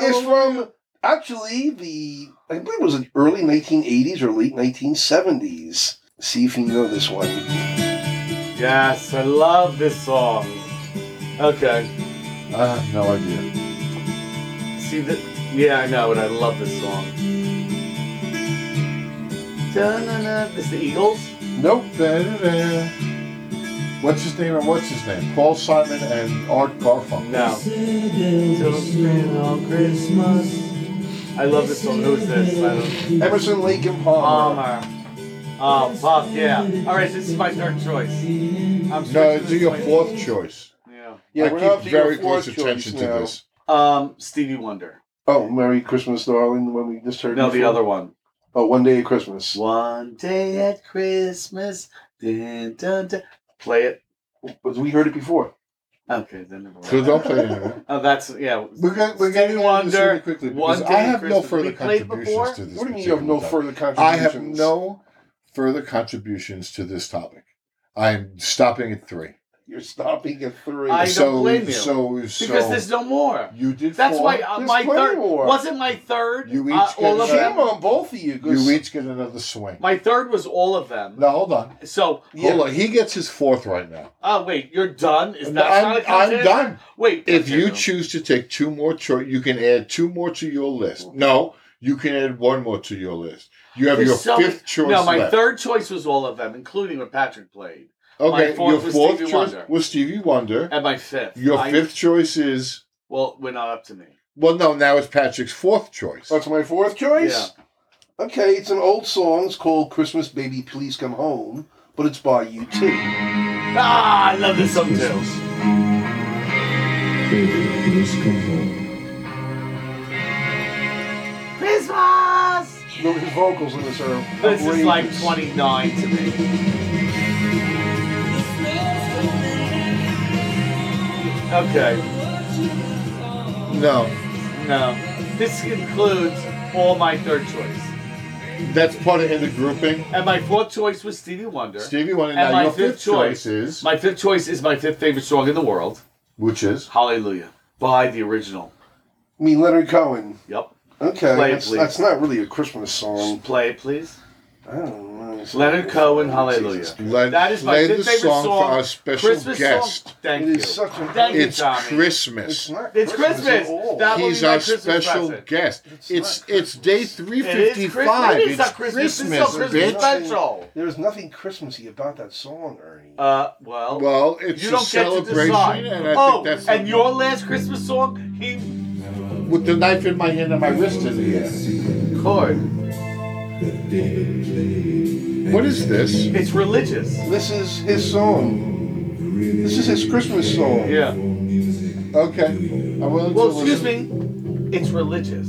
is from actually the I believe it was the early 1980s or late 1970s. See if you know this one.
Yes, I love this song. Okay.
I have no idea.
See the yeah, I know, and I love this song. Da-na-na. This the Eagles.
Nope. Da-da-da. What's his name and what's his name? Paul Simon and Art Garfunkel.
No. I love this song. Who's this? I don't.
Emerson, Lake, and
Ah,
Palmer.
Palmer. Oh fuck yeah! All right, this is my third choice. I'm
No,
switching
it's
this
your
way.
fourth choice.
Yeah.
yeah,
I
we're up to
keep
your
very
fourth
close
choice
attention to
now.
this.
Um, Stevie Wonder.
Oh, Merry Christmas, darling. When we just heard
No, the
before.
other one.
Oh, one day at Christmas.
One day at Christmas. Dun, dun, dun. Play it.
But we heard it before.
Okay, then. never mind.
So don't play it. anymore.
Oh, that's yeah.
We're, get, we're getting
Stevie
on this really
Wonder,
quickly
One
because
Day
I have no
Christmas.
further
We played before?
contributions to this.
What do you mean you have no
particular
further
topic.
contributions?
I have no further contributions to this topic. I'm stopping at three.
You're stopping at three.
I don't
so,
blame you.
So, so
Because there's no more.
you did.
That's
four.
why uh,
There's
my
plenty
third
more.
wasn't my third.
You each
uh, all
get a-
of
Shame
them.
on both of you. 'cause-
you each get another swing.
My third was all of them.
No, hold on.
So,
Yeah.
Hold on. He gets his fourth right now.
oh wait, you're done. Is that
No,
not a
I'm, I'm
contest?
done.
Wait,
If
okay,
you
no.
choose to take two more, cho- you can add two more to your list. No, you can add one more to your list. You have
There's
your
so
fifth
many-
choice.
No, my
left.
third choice was all of them, including what Patrick played,
Okay,
my fourth
your
was
fourth
Stevie
choice
Wonder.
was Stevie Wonder.
and my fifth.
Your
I-
fifth choice is
Well, we're not up to me.
well, no, now it's Patrick's fourth choice.
That's my fourth choice? Okay, it's an old song. It's called Christmas Baby Please Come Home, but it's by U2.
Ah, I love this song too.
Baby, please come home.
Christmas.
The- His vocals in this are
This is like
outrageous.
29 to me. Okay.
No,
No. This concludes all my third choice.
that's part of in the grouping.
And my fourth choice was Stevie Wonder.
Stevie Wonder.
And
now
my
your
fifth
fifth, choice,
choice.
is
My fifth choice is my fifth favorite song in the world,
which is
Hallelujah, by the original.
I mean, Leonard Cohen.
Yep.
Okay,
Play it,
that's,
please.
that's not really a Christmas
Um,
song.
Play it, please.
I don't know.
Leonard Cohen, Hallelujah.
let,
That is my
play
fifth
the
favorite
song,
song.
for our special
Christmas
guest.
song. Thank
It
you.
is such a-
Thank you,
It's
Tommy.
Christmas.
It's not
It's
at
Christmas.
all.
That will
He's
be my
our
Christmas
special
present.
guest.
It's
It's
not
it's day three
It is
fifty
Christmas.
five.
It is
It's
not Christmas.
Christmas,
This is our Christmas
bitch.
special.
There's nothing Christmassy about that song, Ernie.
Uh, well,
Well, it's
you
a
don't get to
celebration,
decide.
and I
oh,
think that's
and your last Christmas song, he
with the knife in my hand and my wrist in the air.
chord.
that David played.
What is this?
It's religious.
This is his song. This is his Christmas song.
Yeah.
Okay. I'm willing to
Well, excuse
listen.
me. It's religious,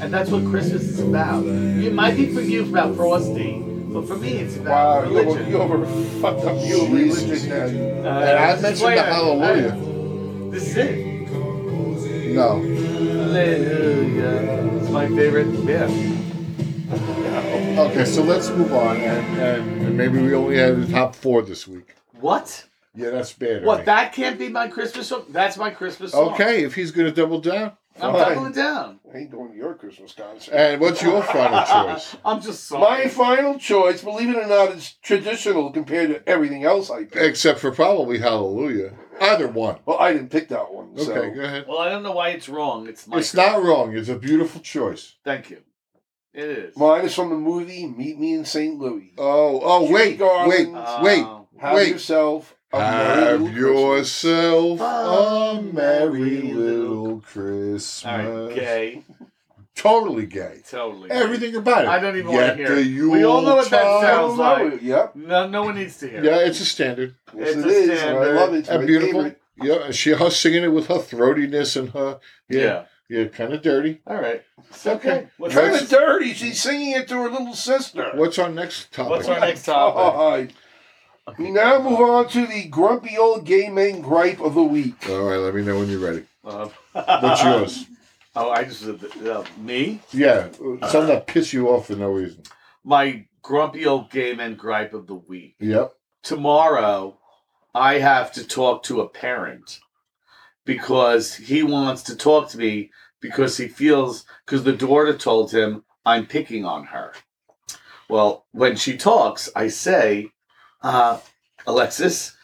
and that's what Christmas is about. It might be for you about Frosty, but for me, it's
Wow,
about
you over,
religion.
you over fucked up your religion now. you-
Uh,
And I
this is
mentioned
why
the
I-
Hallelujah.
I- this is it.
No.
Hallelujah. It's my favorite. Yeah.
Okay, so let's move on, and, and, and maybe we only had the top four this week.
What?
Yeah, that's bad.
What?
right?
That can't be my Christmas song. That's my Christmas song.
Okay, if he's gonna double down.
I'm
fine.
doubling down.
I ain't doing your Christmas concert.
And what's your final choice?
Uh, I'm just
My
sorry.
final choice, believe it or not, is traditional compared to everything else I picked.
Except for probably Hallelujah. Either one.
Oh,
Well, I didn't pick that one.
Okay,
So.
go ahead.
well, I don't know why it's wrong. It's my.
It's not wrong. It's a beautiful choice.
Thank you. It is.
Mine is from the movie Meet Me in St. Louis.
Oh, oh, wait, wait,
Garland.
wait,
Oh.
Have
wait.
yourself a merry little
Have
Christmas.
yourself a
Ah. A
merry
merry
little
little
Christmas.
All right. Gay.
Totally gay.
Totally.
Everything about it.
I don't even
Yet
want to hear.
the
it. We all know what that
Yuletide-
sounds
I don't
like.
know. Yep.
No, no one needs to hear.
Yeah,
it.
it's a standard.
Yes,
It's
it
a
is. and I
standard.
love it. It's
A
my
beautiful.
favorite.
Yeah, she her singing it with her throatiness and her yeah yeah,
Yeah.
kind of dirty.
All right. It's
Okay.
What's,
Kind
Let's-
of dirty. She's singing it to her little sister.
What's our next topic?
what's our next topic?
God. We now move on to the grumpy old gay man gripe of the week.
All right, let me know when you're ready.
Uh,
What's yours?
Oh, I just uh, me.
Yeah, something that piss you off for no reason.
My grumpy old gay man gripe of the week.
Yep.
tomorrow I have to talk to a parent because he wants to talk to me because he feels because the daughter told him I'm picking on her. Well, when she talks, I say, uh, Alexis,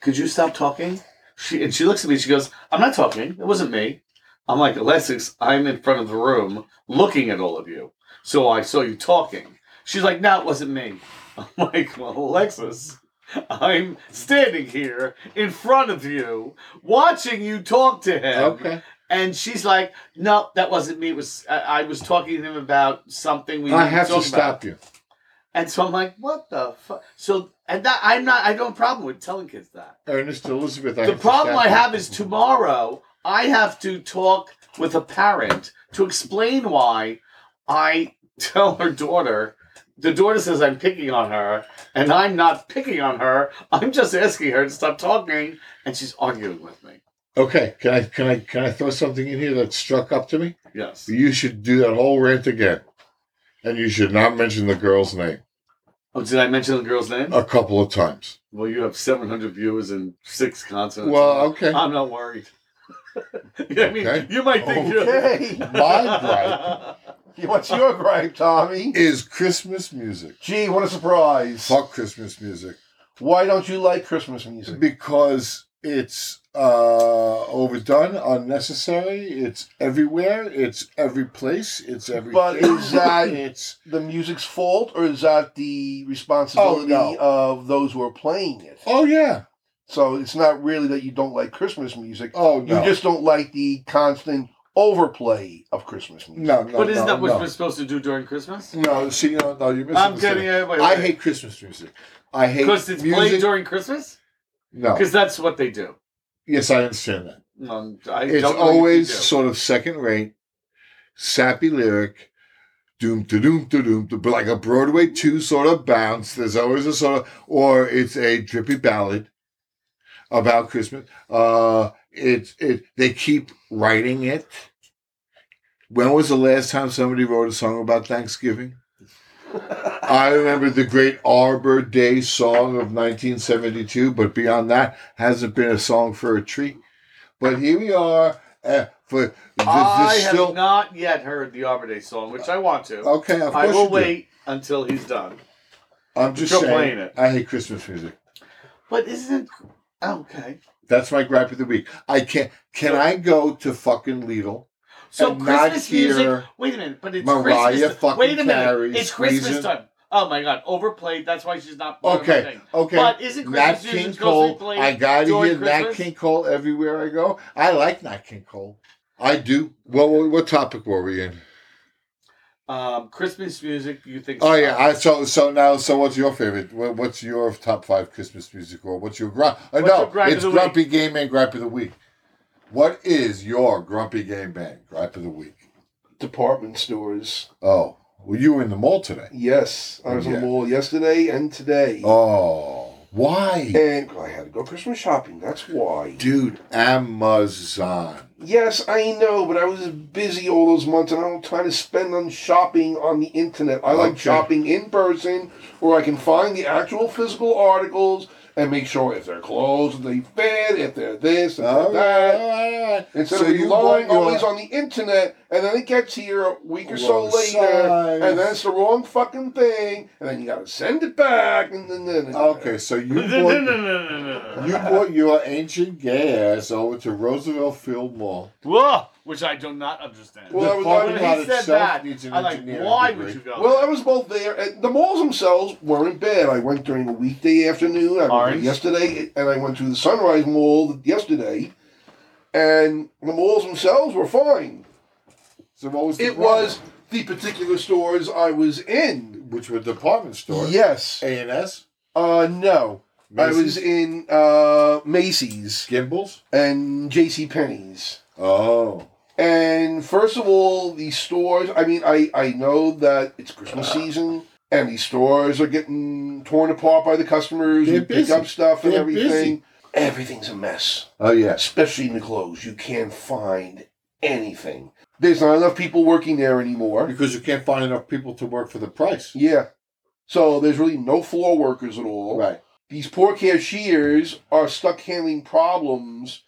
could you stop talking? She and she looks at me, she goes, I'm not talking, it wasn't me. I'm like, Alexis, I'm in front of the room looking at all of you. So I saw you talking. She's like, No, it wasn't me. I'm like, Well, Alexis, I'm standing here in front of you, watching you talk to him.
Okay.
And she's like, "No, that wasn't me. It was I, I was talking to him about something we."
I
didn't
have to
talk about."
stop you.
And so I'm like, "What the fuck?" So and that I'm not. I don't have a problem with telling kids that.
Ernest Elizabeth. I
the
have to
problem
stop
I
you.
have is tomorrow I have to talk with a parent to explain why I tell her daughter. The daughter says I'm picking on her, and I'm not picking on her. I'm just asking her to stop talking, and she's arguing with me.
Okay, can I can I can I throw something in here that struck up to me?
Yes.
You should do that whole rant again, and you should not mention the girl's name
Oh, did I mention the girl's name?
a couple of times.
Well, you have 700 viewers and six concerts.
Well, okay.
I'm not worried. You know what I mean,
Okay.
you might think
Okay.
you're.
My gripe.
What's your gripe, Tommy?
Is Christmas music?
Gee, what a surprise.
Fuck Christmas music
Why don't you like Christmas music?
because it's uh overdone, unnecessary. It's everywhere. It's every place. It's every.
But is that-
it's
The music's fault, or is that the responsibility
Oh, no.
of those who are playing it?
oh yeah
So it's not really that you don't like Christmas music.
oh no
You just don't like the constant overplay of Christmas music.
no no
But isn't
no,
that what
no.
we're supposed to do during Christmas?
No, see, no, no, you're missing.
I'm
the
getting
thing.
everybody.
I hate Christmas music. I hate
Because it's played
music.
during Christmas?
no,
Because that's what they do.
yes, I understand that.
Um, I
It's
don't know what
always
they do.
sort of second rate, sappy lyric, doom to doom to doom to, but like a Broadway two sort of bounce. There's always a sort of, or it's a drippy ballad about Christmas. Uh, it's it. They keep writing it. When was the last time somebody wrote a song about Thanksgiving? I remember the great Arbor Day song of 1972, but beyond that, hasn't been a song for a tree. But here we are uh, for th-
I
this
have
still.
not yet heard the Arbor Day song, which I want to.
okay, of
I
course
will
you do.
wait until he's done.
I'm just
You're
saying.
playing it.
I hate Christmas music.
But isn't it. Okay.
That's my gripe of the week. I can't. Can I go to fucking Lidl?
So
And not
Christmas music.
hear
Wait a minute, but it's
Mariah
Christmas.
fucking
wait a minute,
Carey
it's Christmas
squeezing.
time. Oh my God, overplayed. That's why she's not. part of my
Okay,
thing.
okay.
But isn't
Nat
Christmas music
King
supposed to be
Cole.
played
I gotta
during
hear Nat
Christmas?
King Cole everywhere I go. I like Nat King Cole. I do. Well, what, what topic were we in?
um, Christmas music you think?
Oh yeah, I, so so now so what's your favorite? What, what's your top five Christmas music or what's your grump? Uh,
What's
no,
your gripe of
it's
the
Grumpy Game and Gripe of the Week. What is your Grumpy Game Band Gripe of the Week?
Department stores.
Oh, well, you were in the mall today.
Yes, I was in
Yeah.
the mall yesterday and today.
Oh, why,
And I had to go Christmas shopping. That's why.
dude? Amazon.
Yes, I know, but I was busy all those months, and I don't try to spend on shopping on the internet. I like
Okay.
shopping in person, where I can find the actual physical articles and make sure if they're clothes, if they fit, if they're this, if
All
they're
right,
that.
all right, all right.
Instead
Oh, So
of
you bought
relying
your
oh,
always on the internet, and then it gets here a week or so
Wrong
later,
size.
and then it's the wrong fucking thing, and then you gotta send it back, and then. then
okay, so you bought you bought your ancient gay ass over to Roosevelt Field Mall.
Whoa, which I do not understand.
Well, I was-
parking
when
I-
he
lot
said
itself
that,
needs an
I like.
engineering
Why
degree.
would you go?
Well, I was both there. And the malls themselves weren't bad. I went during a weekday afternoon. I went
Orange?
there yesterday, and I went to the Sunrise Mall yesterday, and the malls themselves were fine.
So what was the
It
problem?
was the particular stores I was in.
which were department store.
Yes.
A and S.
Uh, no. I was in uh, Macy's
Gimbals.
and J.C. Penney's.
Oh.
And first of all, these stores, I mean, I, I know that it's
Uh.
Christmas season and these stores are getting torn apart by the customers who
They're
pick
busy.
up stuff and
They're
everything.
busy.
Everything's a mess,
Oh yes.
especially in the clothes. You can't find anything. There's not enough people working there anymore.
Because you can't find enough people to work for the price.
Yeah. So there's really no floor workers at all
Right.
these poor cashiers are stuck handling problems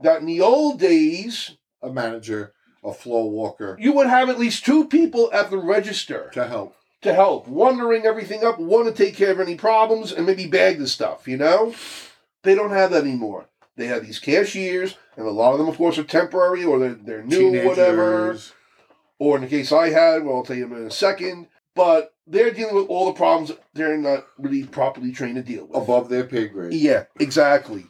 that in the old days
A manager, a floor walker
you would have at least two people at the register
to help.
to help, one to ring everything up, one to take care of any problems, and maybe bag the stuff, you know? They don't have that anymore. They have these cashiers, and a lot of them, of course, are temporary or they're, they're new,
Teenagers.
whatever. Or in the case I had, well, I'll tell you in a second. But they're dealing with all the problems that they're not really properly trained to deal with.
Above their pay grade.
Yeah, exactly.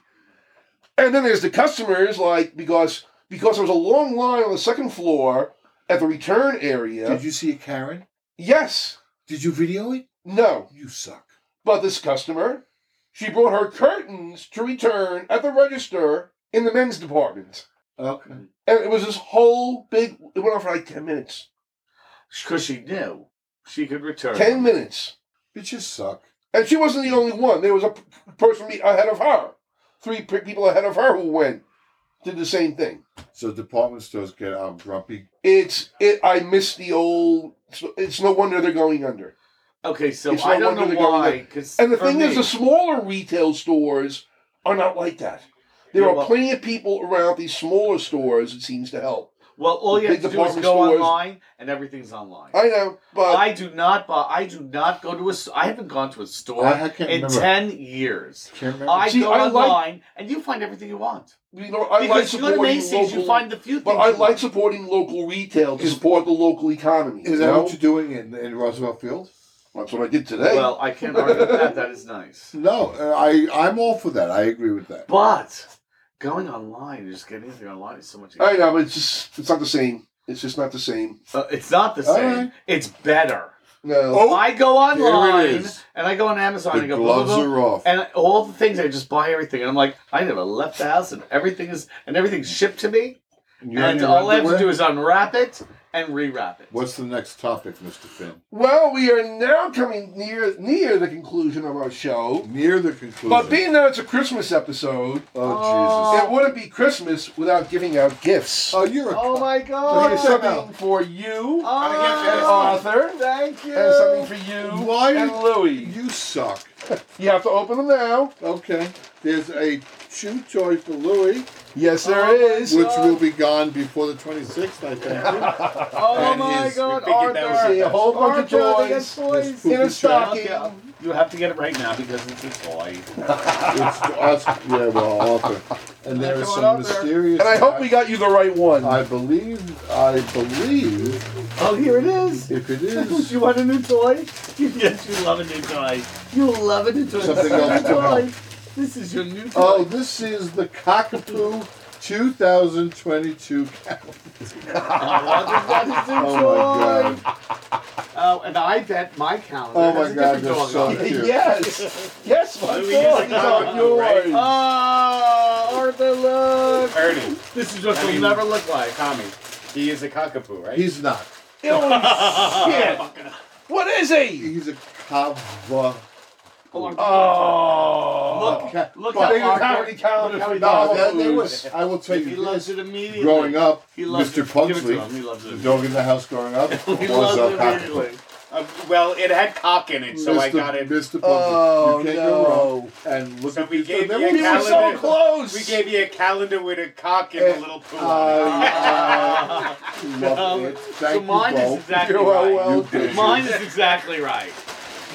And then there's the customers, like because because there was a long line on the second floor at the return area.
Did you see it, Karen?
yes,
Did you video it?
no,
You suck.
but this customer, she brought her curtains to return at the register in the men's department,
Okay.
and it was this whole big. It went on for like ten minutes.
Because she knew she could return.
Ten minutes,
Bitches suck.
and she wasn't the only one. There was a p- person be- ahead of her, three pe- people ahead of her who went did the same thing.
So department stores get out grumpy.
It's it. I miss the old. It's no wonder they're going under.
Okay, so
It's
I
no
don't
wonder
know
they're going
why.
there.
'cause
And the
for
thing
me-
is, the smaller retail stores are not like that. There
Yeah,
are
well-
plenty of people around these smaller stores. It seems to help.
well, all you have
big
to do is
department
go
stores-
online, and everything's online.
I know, but
I do not buy. I do not go to a. s- I haven't gone to a store
I- I can't
in
remember.
ten years.
Can't remember.
I
See,
go
I like-
online and you find everything you want.
you know, I like
because you go to
supporting
Macy's,
local.
you find the few things.
but I
you want.
like supporting local retail to support the local economy.
Is
you
that
know?
what you're doing in, in Roosevelt Field?
That's what I did today.
Well, I can't argue with that. That is nice.
No, uh, I I'm all for that. I agree with that.
But going online and just getting everything online is so much.
I know, but it's just it's not the same. It's just not the same.
Uh, it's not the
All
same.
right.
It's better.
No.
I go
There it
online
is.
and I go on Amazon
The
and I go blah, blah,
gloves
blah,
are off.
and I- all the things I just buy everything and I'm like I never left the house and everything is and everything's shipped to me
You're in
and
your
all I have to
underwear?
do is unwrap it and rewrap it.
What's the next topic, Mr. Finn?
Well, we are now coming near near the conclusion of our show.
Near the conclusion.
But being that it's a Christmas episode, uh,
oh Jesus!
It wouldn't be Christmas without giving out gifts.
Oh, you're a
Oh my
So
god!
here's something for you,
Oh,
Arthur,
thank you.
and something for you
Why
and
you-
Louie.
You suck.
You have to open them now.
Okay. There's a chew toy for Louis,
Yes, there is.
which will be gone before the 26th, I think.
Oh
And
my
he's-
god,
we figured that was
Arthur!
See a whole bunch
Arthur,
of
they got
toys
toys.
in a
Poopy trap.
stocking.
Okay. You have to get it right now because it's a toy.
it's to us. Yeah, well, Arthur. And there is some mysterious.
And I hope we got you the right one.
I believe. I believe
Oh, here it is.
if it
Do
is
you want a new toy? yes, you love a new toy. You love a new toy.
Something
This is
else
your
to help.
toy. This is your new toy.
Oh, this is the Cockapoo 2022
I want this- that is your
Oh my
toy. Oh, I bet my calendar.
Oh
has
my God,
a different
they're
dog
so
on it.
cute.
Yes. Yes, my
Louis
dog
is
is on
gone,
yours.
Oh, Arthur, look.
Ernie.
This is what
I
you'll
mean-
never look like.
Tommy. He is a cockapoo, right?
He's not.
Oh, shit. What is he?
He's a cava.
Oh.
Look,
Look
But
how
they didn't
Arthur-
have any calendars
look
for
how
No,
he
that,
loves
that
food.
was. I will tell
He
you.
loves
this.
it immediately.
Growing up,
He
Mr.
loves it. Give it to
Pugsley,
him. He loves it.
the dog in the house growing up,
He
was
loves
a
it
cockapoo.
immediately.
Uh, well, it had cock in it, so I
Mr.
got it.
Mr. Pugsley,
Oh,
you can't
no.
go wrong. And look
So
at
we
Mr.
gave
There
you a
was-
He was so
calendar.
close.
We gave you a calendar with a cock and
Eh,
a little poo. on it.
I, I love
Um,
Uh, it. Thank
so mine
you
is
both.
exactly
You are
right.
welcome.
Mine is exactly right.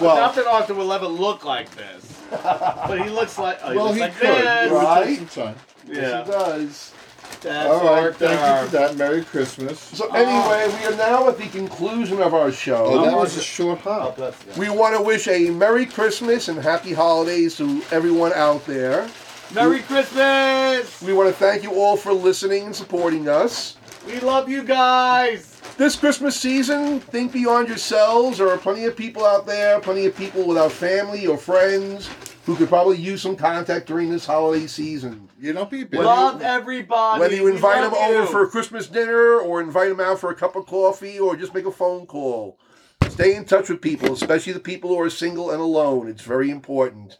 Well-
Not that Arthur will ever look like this, but he looks like. Oh, he
well,
looks
he
like
could.
this.
It would take some time.
Yeah.
Yes, he does.
That's
All right.
Arthur.
Thank you for that. Merry Christmas.
So anyway, we are now at the conclusion of our show.
Oh, that was a short hop.
We want to wish a Merry Christmas and Happy Holidays to everyone out there.
Merry Christmas!
We want to thank you all for listening and supporting us.
We love you guys!
This Christmas season, think beyond yourselves. There are plenty of people out there, plenty of people without family or friends who could probably use some contact during this holiday season.
You don't be a bitch.
Love everybody.
Whether you
We
invite them
love
over
you.
for a Christmas dinner or invite them out for a cup of coffee or just make a phone call. Stay in touch with people, especially the people who are single and alone. It's very important.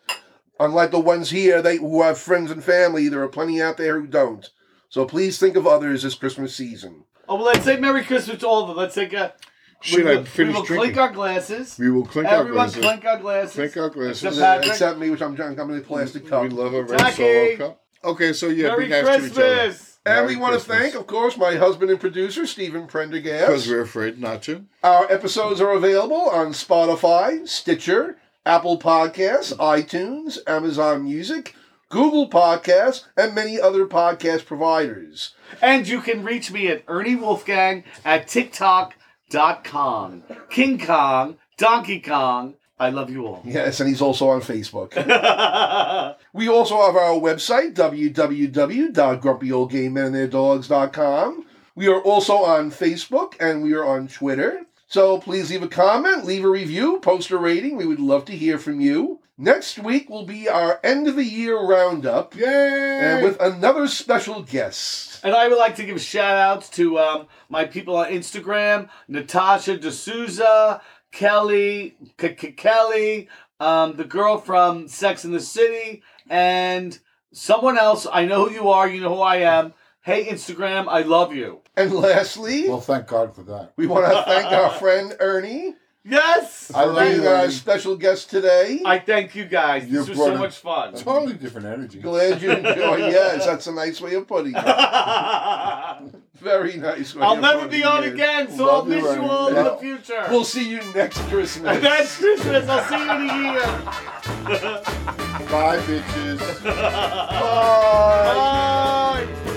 Unlike the ones here they who have friends and family, there are plenty out there who don't. So please think of others this Christmas season.
Oh, well, let's say Merry Christmas to all of them. Let's take a.
Should
we
I
will,
finish
We will
drinking?
clink our glasses.
We will clink our
Everyone
glasses.
clink our glasses.
Clink our glasses.
Except
Merry
Patrick.
Except me, which I'm drinking. I'm in a plastic cup.
We love a red
Jackie.
solo cup. Okay, so yeah,
Merry
be nice to each other.
Christmas!
and
Merry
we want to
Christmas.
thank, of course, my husband and producer, Stephen
Because
Prendergast.
we're afraid not to.
Our episodes are available on Spotify, Stitcher, Apple Podcasts, iTunes, Amazon Music, Google Podcasts, and many other podcast providers.
And you can reach me at Ernie Wolfgang at TikTok.com. King Kong, Donkey Kong. I love you all.
Yes, and he's also on Facebook. we also have our website, www.grumpyoldgaymenandtheirdogs.com. We are also on Facebook and we are on Twitter. So please leave a comment, leave a review, post a rating. We would love to hear from you. Next week will be our end of the year roundup.
Yay!
And with another special guest.
And I would like to give shout outs to um, my people on Instagram Natasha D'Souza, Kelly, K- K- Kelly, um, the girl from Sex in the City, and someone else. I know who you are, you know who I am. Hey, Instagram, I love you.
And lastly,
Well, thank God for that.
we want to thank our friend Ernie
Yes!
I love
being
you.
our
Ernie.
special guest today.
I thank you guys.
You're
This was so
brilliant.
much fun.
Totally different energy.
Glad you enjoyed. Yes, that's a nice way of putting it.
I'll
Very nice way of
never
putting
be on
it.
again, so I'll
Love you,
miss you
Ernie.
all in the
Yeah.
future.
We'll see you next Christmas.
That's Christmas. I'll see you in a year.
Bye, bitches.
Bye.
Bye.